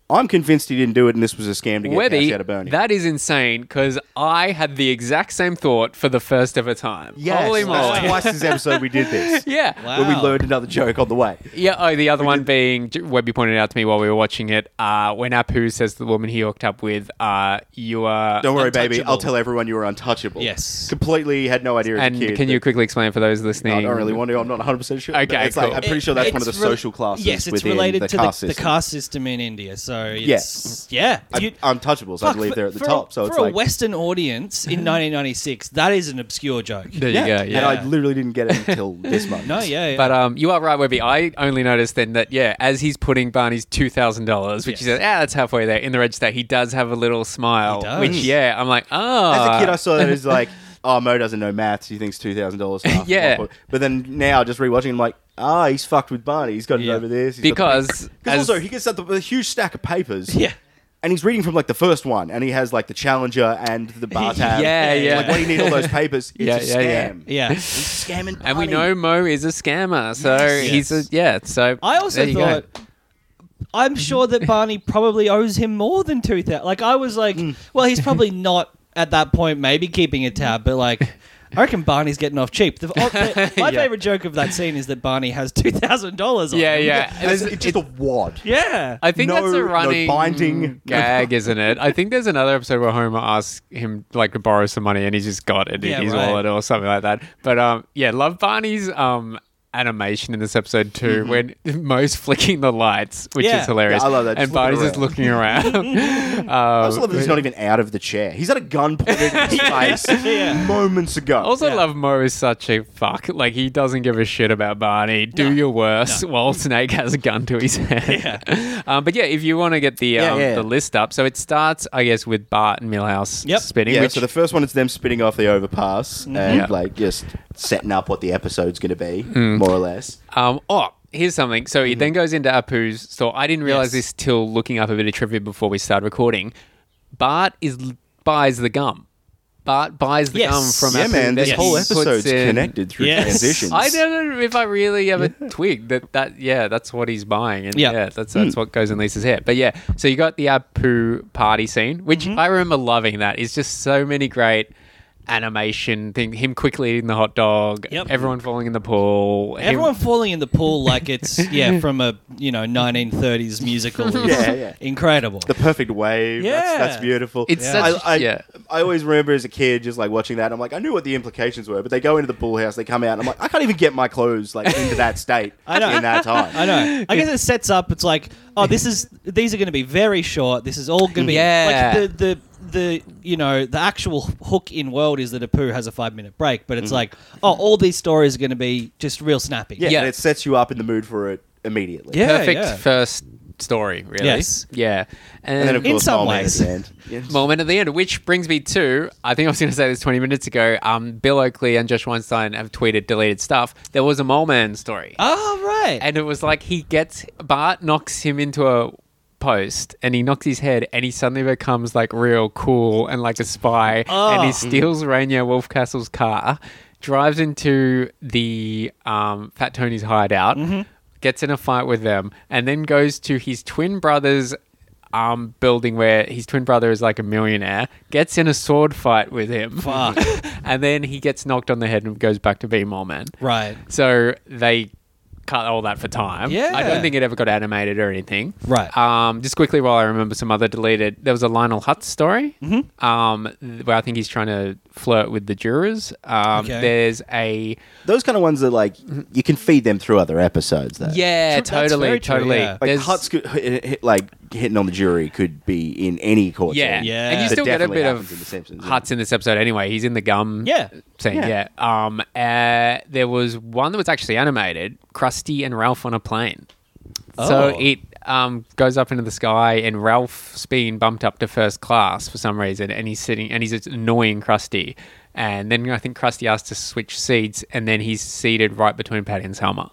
Speaker 2: I'm convinced he didn't do it and this was a scam to get
Speaker 1: Webby,
Speaker 2: cash out of Bernie.
Speaker 1: that is insane because I had the exact same thought for the first ever time.
Speaker 2: yes,
Speaker 1: Holy
Speaker 2: that's
Speaker 1: moly.
Speaker 2: twice this episode we did this.
Speaker 1: Yeah.
Speaker 2: When we
Speaker 3: Wow.
Speaker 2: learned another joke on the way.
Speaker 1: Yeah. Oh, the other one being J- Webby pointed out to me while we were watching it. Uh, when Apu says to the woman he hooked up with, uh, "You are,"
Speaker 2: Don't worry, baby.
Speaker 3: Untouchable.
Speaker 2: I'll tell everyone you were untouchable.
Speaker 3: Yes.
Speaker 2: Completely had no idea as a
Speaker 1: and
Speaker 2: kid
Speaker 1: can you
Speaker 2: that-
Speaker 1: quickly explain for those listening?
Speaker 2: I don't really want to. I'm not 100% sure. but
Speaker 1: Okay,
Speaker 2: it's
Speaker 1: cool.
Speaker 2: like, I'm pretty sure that's
Speaker 3: It-
Speaker 2: one of the
Speaker 3: it's rel-
Speaker 2: social classes
Speaker 3: Yes, it's
Speaker 2: within
Speaker 3: related
Speaker 2: the
Speaker 3: to
Speaker 2: car
Speaker 3: the, the
Speaker 2: system.
Speaker 3: caste system in India. So it's,
Speaker 2: Yes.
Speaker 3: yeah,
Speaker 2: I-
Speaker 3: You-
Speaker 2: Untouchables, I
Speaker 3: fuck,
Speaker 2: believe
Speaker 3: for-
Speaker 2: they're at the
Speaker 3: for a-
Speaker 2: top. so
Speaker 3: for
Speaker 2: it's like
Speaker 3: a Western audience in 1996, that is an obscure joke.
Speaker 1: There you go. Yeah.
Speaker 2: And I literally didn't get it until this month.
Speaker 3: No, yeah, yeah.
Speaker 1: But um, you are right, Webby. I only noticed then that yeah, as he's putting Barney's two thousand dollars, which he
Speaker 3: Yes.
Speaker 1: says, ah, that's halfway there in the register. He does have a little smile,
Speaker 3: He does.
Speaker 1: which yeah, I'm like,
Speaker 2: As
Speaker 1: ah.
Speaker 2: a kid, I saw that as like, oh, Mo doesn't know maths. He thinks two thousand dollars.
Speaker 1: Yeah.
Speaker 2: But then now, just rewatching, I'm like, ah, he's fucked with Barney. He's got it
Speaker 3: Yeah.
Speaker 2: over this he's got the-
Speaker 1: because
Speaker 2: Because
Speaker 1: as-
Speaker 2: also he gets up with a huge stack of papers.
Speaker 3: Yeah.
Speaker 2: And he's reading from like the first one, and he has like the Challenger and the bar tab.
Speaker 1: Yeah, yeah.
Speaker 2: Like, why do you need all those papers? It's
Speaker 1: Yeah,
Speaker 2: a
Speaker 1: yeah, yeah.
Speaker 2: scam.
Speaker 3: yeah.
Speaker 2: He's scamming.
Speaker 1: and we
Speaker 2: Barney.
Speaker 1: know Mo is a scammer, so
Speaker 3: Yes.
Speaker 1: he's a
Speaker 3: Yes.
Speaker 1: yeah. So
Speaker 3: I also
Speaker 1: there you go.
Speaker 3: thought. I'm sure that Barney probably owes him more than two thousand. Like I was like,
Speaker 2: Mm.
Speaker 3: well, he's probably not at that point. Maybe keeping a tab, but like, I reckon Barney's getting off cheap. The, oh, the- my
Speaker 1: Yeah.
Speaker 3: favorite joke of that scene is that Barney has two thousand dollars.
Speaker 1: yeah,
Speaker 3: him.
Speaker 1: yeah.
Speaker 2: It's,
Speaker 1: There's-
Speaker 2: it's just a wad.
Speaker 3: yeah.
Speaker 1: I think
Speaker 2: No-
Speaker 1: that's a
Speaker 2: no
Speaker 1: running
Speaker 2: binding.
Speaker 1: gag, isn't it? I think there's another episode where Homer asks him like to borrow some money, and he's just got it in
Speaker 3: Yeah,
Speaker 1: his
Speaker 3: right.
Speaker 1: wallet or something like that. But um, yeah, love Barney's um animation in this episode too, when Mo's flicking the lights, which
Speaker 3: Mm-hmm. Yeah.
Speaker 1: is hilarious.
Speaker 2: Yeah, I love that.
Speaker 1: And
Speaker 2: Just
Speaker 1: Barney's just
Speaker 2: looking
Speaker 1: looking around. um,
Speaker 2: I also love that he's not even out of the chair. He's had a gun pointed at his face
Speaker 3: Yeah.
Speaker 2: moments ago.
Speaker 1: also
Speaker 3: Yeah.
Speaker 1: love Mo is such a fuck. Like he doesn't give a shit about Barney. Do your worst while Snake has a gun to his head. um, but yeah, if you want to get the
Speaker 2: Yeah,
Speaker 1: um,
Speaker 2: yeah.
Speaker 1: the list up, so it starts, I guess, with Bart and Millhouse
Speaker 3: Yep.
Speaker 1: spinning.
Speaker 2: yeah,
Speaker 1: which Mm-hmm.
Speaker 2: so the first one is them spitting off the overpass and
Speaker 1: Yeah. Mm.
Speaker 2: like just setting up what the episode's going to be, more or less.
Speaker 1: Um, oh, here's something. So
Speaker 2: Mm-hmm.
Speaker 1: he then goes into Apu's store. I didn't realize
Speaker 3: Yes.
Speaker 1: this till looking up a bit of trivia before we started recording. Bart is buys the gum. Bart buys the
Speaker 3: Yes.
Speaker 1: gum from
Speaker 2: yeah,
Speaker 1: Apu
Speaker 2: man,
Speaker 1: that
Speaker 2: this
Speaker 1: he
Speaker 2: whole
Speaker 1: puts
Speaker 2: episode's
Speaker 1: in-
Speaker 2: connected through
Speaker 3: Yes.
Speaker 2: transitions.
Speaker 1: I don't know if I really ever twigged that. That yeah, that's what he's buying, and
Speaker 3: Yeah.
Speaker 1: yeah, that's
Speaker 2: Hmm.
Speaker 1: that's what goes in Lisa's head. But yeah, so you got the Apu party scene, which
Speaker 2: Mm-hmm.
Speaker 1: I remember loving. That it's just so many great animation thing. Him quickly eating the hot dog.
Speaker 3: Yep.
Speaker 1: Everyone falling in the pool. him-
Speaker 3: Everyone falling in the pool like it's yeah from a you know 1930s musical. is
Speaker 2: Yeah, yeah.
Speaker 3: Incredible.
Speaker 2: The perfect wave. That's,
Speaker 3: Yeah.
Speaker 2: that's beautiful.
Speaker 1: It's
Speaker 2: I,
Speaker 1: such-
Speaker 2: I,
Speaker 1: yeah.
Speaker 2: I always remember as a kid just like watching that. I'm like, I knew what the implications were, but they go into the pool house, they come out, and I'm like, I can't even get my clothes like into that state
Speaker 3: I know.
Speaker 2: in that time.
Speaker 3: I know. I guess it sets up. It's like, oh, this is these are going to be very short. This is all going to be
Speaker 1: Yeah.
Speaker 3: Like the the the you know the actual hook in world is that a poo has a five minute break, but it's like, oh, all these stories are going to be just real snappy.
Speaker 2: Yeah,
Speaker 1: Yeah.
Speaker 2: and it sets you up in the mood for it immediately.
Speaker 3: Yeah,
Speaker 1: perfect
Speaker 3: yeah.
Speaker 1: first story, really.
Speaker 3: Yes.
Speaker 1: Yeah.
Speaker 2: And then of
Speaker 3: In
Speaker 2: course,
Speaker 3: some
Speaker 2: Mole Man at
Speaker 3: ways.
Speaker 2: the end. Yes.
Speaker 1: moment at the end, which brings me to I think I was going to say this 20 minutes ago. Um, Bill Oakley and Josh Weinstein have tweeted deleted stuff. There was a mole man story,
Speaker 3: Oh right.
Speaker 1: and it was like he gets Bart knocks him into a post and he knocks his head and he suddenly becomes like real cool and like a spy and
Speaker 3: Oh.
Speaker 1: he steals Rainier Wolfcastle's car drives into the um, Fat Tony's hideout
Speaker 3: Mm-hmm.
Speaker 1: gets in a fight with them and then goes to his twin brother's um, building where his twin brother is like a millionaire gets in a sword fight with him
Speaker 3: Fuck.
Speaker 1: and then he gets knocked on the head and goes back to being mole man
Speaker 3: right.
Speaker 1: so they cut all that for time.
Speaker 3: Yeah.
Speaker 1: I don't think it ever got animated or anything.
Speaker 3: Right.
Speaker 1: Um, just quickly, while I remember some other deleted, there was a Lionel Hutz story
Speaker 3: Mm-hmm.
Speaker 1: um, th- where I think he's trying to flirt with the jurors. Um,
Speaker 3: Okay.
Speaker 1: There's a.
Speaker 2: Those kind of ones that like you can feed them through other episodes. Though.
Speaker 1: Yeah,
Speaker 3: That's
Speaker 1: totally,
Speaker 3: very true,
Speaker 1: totally.
Speaker 3: yeah.
Speaker 2: Like
Speaker 1: There's-
Speaker 2: Hutz could, hit, hit- like hitting on the jury could be in any court.
Speaker 1: Yeah.
Speaker 2: scene.
Speaker 3: Yeah.
Speaker 1: And you
Speaker 3: That
Speaker 1: still get a
Speaker 2: definitely
Speaker 1: bit
Speaker 2: happens in The
Speaker 1: of
Speaker 2: Simpsons, yeah.
Speaker 1: Hutz in this episode anyway. He's in the gum
Speaker 3: Yeah.
Speaker 1: scene.
Speaker 2: Yeah.
Speaker 1: Yeah. Um, uh, there was one that was actually animated Krusty and Ralph on a plane. So
Speaker 3: Oh.
Speaker 1: it um, goes up into the sky, and Ralph's being bumped up to first class for some reason, and he's sitting and he's annoying Krusty. And then I think Krusty asks to switch seats, and then he's seated right between Patty and Selma.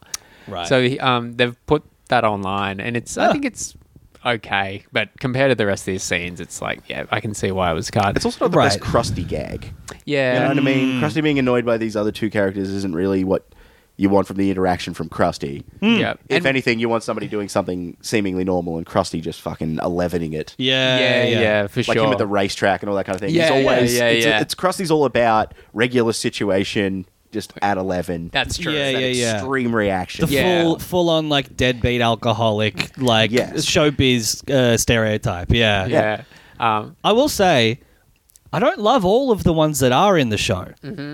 Speaker 3: Right.
Speaker 1: So he- um, they've put that online, and it's I
Speaker 3: Ah.
Speaker 1: think it's okay, but compared to the rest of these scenes, it's like yeah, I can see why it was cut.
Speaker 2: It's also not the best
Speaker 3: Right. Mm.
Speaker 2: crusty gag. You know
Speaker 1: yeah,
Speaker 2: what I mean? Krusty being annoyed by these other two characters isn't really what you want from the interaction from Krusty.
Speaker 3: Hmm.
Speaker 1: yeah.
Speaker 2: If
Speaker 1: And-
Speaker 2: anything, you want somebody doing something seemingly normal and Krusty just fucking elevening it.
Speaker 3: Yeah.
Speaker 1: yeah, yeah, for
Speaker 2: like
Speaker 1: sure.
Speaker 2: him at the racetrack and all that kind of thing.
Speaker 1: Yeah,
Speaker 2: He's
Speaker 1: yeah,
Speaker 2: always,
Speaker 1: yeah,
Speaker 2: it's,
Speaker 1: yeah.
Speaker 2: it's Krusty's all about regular situation, just at 11.
Speaker 1: That's true.
Speaker 3: Yeah,
Speaker 2: That
Speaker 3: yeah, yeah.
Speaker 2: Extreme reaction.
Speaker 3: The
Speaker 1: Yeah.
Speaker 3: full, full on like deadbeat alcoholic, like
Speaker 2: Yes.
Speaker 3: showbiz uh, stereotype.
Speaker 1: yeah. Um,
Speaker 3: I will say, I don't love all of the ones that are in the show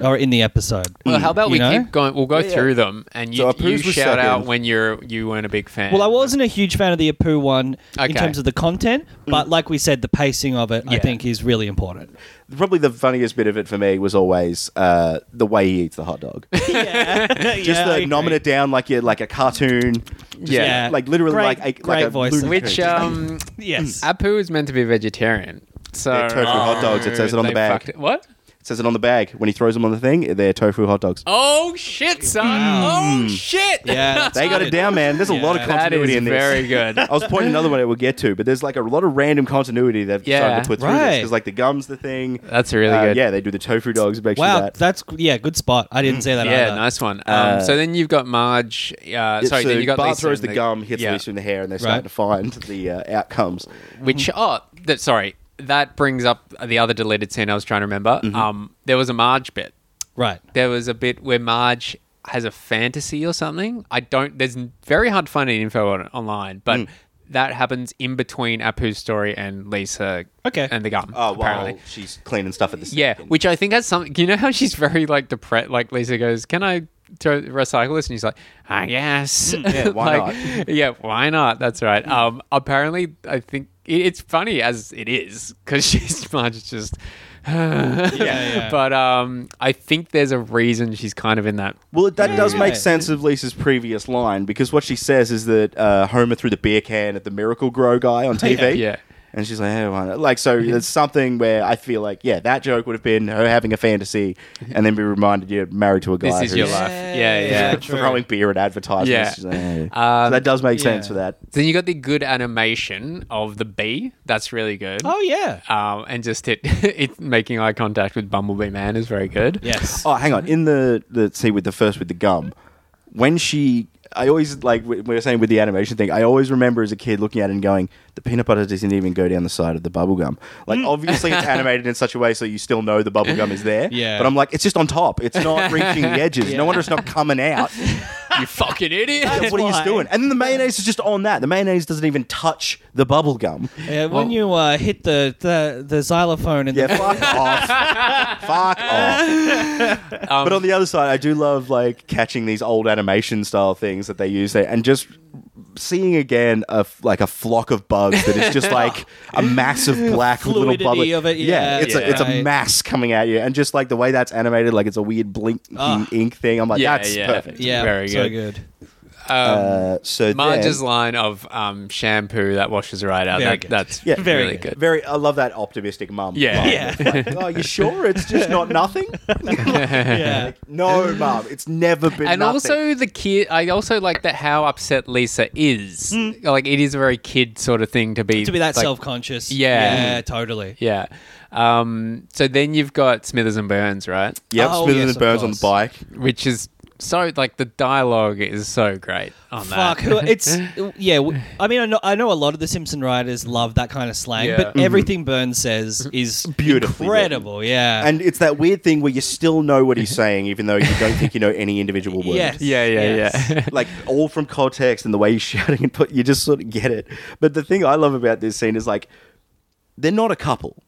Speaker 3: or in the episode.
Speaker 1: Mm-hmm. Well, how about
Speaker 3: You
Speaker 1: we
Speaker 3: know?
Speaker 1: keep going? We'll go
Speaker 2: Mm. Yeah, yeah.
Speaker 1: through them, and you,
Speaker 2: So Apu's
Speaker 1: you
Speaker 2: was
Speaker 1: shout out
Speaker 2: second.
Speaker 1: when you're you weren't a big fan.
Speaker 3: Well, I wasn't a huge fan of the Apu one
Speaker 1: Okay. Mm.
Speaker 3: in terms of the content, but like we said, the pacing of it I
Speaker 1: Yeah.
Speaker 3: think is really important.
Speaker 2: Probably the funniest bit of it for me was always uh, the way he eats the hot dog.
Speaker 3: yeah,
Speaker 2: Just the nomming it down like you're like a cartoon. Just
Speaker 1: Yeah.
Speaker 2: like literally
Speaker 3: Great-
Speaker 2: like a,
Speaker 3: great
Speaker 2: like a
Speaker 3: voice
Speaker 2: lunatic.
Speaker 1: Which um,
Speaker 3: Yes.
Speaker 2: Mm.
Speaker 1: Apu is meant to be vegetarian. So
Speaker 2: They're tofu hot dogs, it says it on the
Speaker 1: they
Speaker 2: bag.
Speaker 1: fucked it- What?
Speaker 2: It says it on the bag when he throws them on the thing. They're tofu hot dogs.
Speaker 1: Oh shit, son! Oh shit!
Speaker 3: Yeah, that's
Speaker 2: they got it
Speaker 3: good.
Speaker 2: down, man. There's a lot of
Speaker 3: Yeah.
Speaker 1: that is
Speaker 2: Mm. continuity in this.
Speaker 1: very good.
Speaker 2: I was pointing another one that we'll get to, but there's like a lot of random continuity they've
Speaker 1: Yeah.
Speaker 2: started to put through this
Speaker 3: Right.
Speaker 2: because like the gums, the thing.
Speaker 1: That's really
Speaker 2: Uh,
Speaker 1: good.
Speaker 2: Yeah, they do the tofu dogs. Make sure
Speaker 3: Wow,
Speaker 2: that.
Speaker 3: that's yeah, good spot. I didn't see that.
Speaker 1: Mm. Yeah,
Speaker 3: either.
Speaker 1: nice one. Um,
Speaker 2: Uh,
Speaker 1: so then you've got Marge. Uh, sorry,
Speaker 2: so
Speaker 1: then you got
Speaker 2: Bart
Speaker 1: Lisa
Speaker 2: throws
Speaker 1: and
Speaker 2: the, gum, hits
Speaker 1: yeah.
Speaker 2: Lisa in the hair, and they're starting to find the uh, outcomes.
Speaker 1: Which oh, that sorry, that brings up the other deleted scene I was trying to remember.
Speaker 2: Mm-hmm.
Speaker 1: Um, there was a Marge bit.
Speaker 3: Right.
Speaker 1: There was a bit where Marge has a fantasy or something. I don't. There's n- very hard to find any info on it online, but.
Speaker 2: Mm.
Speaker 1: That happens in between Apu's story and Lisa
Speaker 3: Okay.
Speaker 1: and the gum.
Speaker 2: Oh,
Speaker 1: apparently.
Speaker 2: wow. She's cleaning stuff at the sink
Speaker 1: Yeah,
Speaker 2: and-
Speaker 1: which I think has something. You know how she's very like depressed. Like Lisa goes, "Can I throw, recycle this?" And he's like, "I guess."
Speaker 2: yeah, why
Speaker 1: not? Yeah, why not? That's right. Um, apparently, I think it, it's funny as it is because she's much just. yeah,
Speaker 3: yeah.
Speaker 1: but um, I think there's a reason she's kind of in that.
Speaker 2: Well, that does
Speaker 3: Yeah.
Speaker 2: make sense of Lisa's previous line because what she says is that uh, Homer threw the beer can at the Miracle Grow guy on TV.
Speaker 1: Yeah.
Speaker 2: And she's like, hey, why not?" like, so there's something where I feel like, yeah, that joke would have been her having a fantasy and then be reminded you're married to a guy
Speaker 1: This is
Speaker 2: who's
Speaker 1: your life. Yeah, yeah.
Speaker 3: Yeah. True.
Speaker 2: throwing beer at advertisements.
Speaker 1: Yeah.
Speaker 2: She's like, "Eh."
Speaker 1: Um,
Speaker 2: so that does make sense
Speaker 3: yeah.
Speaker 2: for that.
Speaker 1: Then you got the good animation of the bee. That's really good.
Speaker 3: Oh yeah.
Speaker 1: Um, and just it, it making eye contact with Bumblebee Man is very good.
Speaker 3: Yes.
Speaker 2: Oh, hang on. In the the scene with the first with the gum, when she, I always like we we were saying with the animation thing. I always remember as a kid looking at it and going, the peanut butter doesn't even go down the side of the bubble gum. Like
Speaker 3: Mm.
Speaker 2: obviously it's animated in such a way so you still know the bubble gum is there.
Speaker 3: Yeah.
Speaker 2: But I'm like, it's just on top. It's not reaching the edges. No wonder it's not coming out.
Speaker 1: you fucking idiot.
Speaker 2: what are you
Speaker 3: why.
Speaker 2: doing? And then the mayonnaise is just on that. The mayonnaise doesn't even touch the bubble gum.
Speaker 3: Yeah, when you uh, hit the, the the xylophone and
Speaker 2: Yeah,
Speaker 3: the,
Speaker 2: fuck off. fuck off.
Speaker 3: Um,
Speaker 2: but on the other side, I do love like catching these old animation style things that they use there and just seeing again a f- like a flock of bugs that is just like a massive black with little
Speaker 3: Fluidity
Speaker 2: bubble.
Speaker 3: of it, yeah,
Speaker 2: it's a
Speaker 1: yeah.
Speaker 2: it's a
Speaker 3: right.
Speaker 2: mass coming at you and just like the way that's animated like it's a weird blinking
Speaker 3: Ah.
Speaker 2: ink thing. I'm like
Speaker 1: Yeah,
Speaker 2: that's
Speaker 1: yeah.
Speaker 2: perfect.
Speaker 3: yeah,
Speaker 1: Very
Speaker 3: so
Speaker 1: good.
Speaker 3: good.
Speaker 2: Uh, so
Speaker 1: Um, Marge's
Speaker 2: then-
Speaker 1: line of um, shampoo that washes right out.
Speaker 3: Very
Speaker 1: That,
Speaker 3: good.
Speaker 1: that's
Speaker 2: Yeah.
Speaker 1: very
Speaker 3: Very
Speaker 1: really good.
Speaker 3: good.
Speaker 2: Very, I love that optimistic mum.
Speaker 1: Yeah.
Speaker 2: line.
Speaker 3: Yeah.
Speaker 2: Like, oh, you sure it's just not nothing?
Speaker 3: Yeah,
Speaker 2: no, mum, it's never been.
Speaker 1: And
Speaker 2: nothing.
Speaker 1: also the kid. I also like that how upset Lisa is. Like it is a very kid sort of thing to be
Speaker 3: Hmm. to be that
Speaker 1: like,
Speaker 3: self conscious.
Speaker 1: Yeah.
Speaker 3: yeah, totally.
Speaker 1: Yeah. Um, so then you've got Smithers and Burns, right?
Speaker 2: Yep,
Speaker 3: Oh,
Speaker 2: Smithers
Speaker 3: yes,
Speaker 2: and Burns
Speaker 3: of
Speaker 2: on the
Speaker 3: course.
Speaker 2: bike.
Speaker 1: Which is so like the dialogue is so great on that.
Speaker 3: Fuck, who, it's yeah. w- I mean, I know, I know a lot of the Simpson writers love that kind of slang,
Speaker 1: Yeah. Mm-hmm.
Speaker 3: but everything Burns says is
Speaker 2: Beautifully written.
Speaker 3: incredible. Yeah,
Speaker 2: And it's that weird thing where you still know what he's saying, even though you don't think you know any individual word.
Speaker 3: yes,
Speaker 1: Yeah, yeah,
Speaker 3: yes.
Speaker 1: yeah.
Speaker 2: Like all from context and the way he's shouting and put, you just sort of get it. But the thing I love about this scene is like, they're not a couple.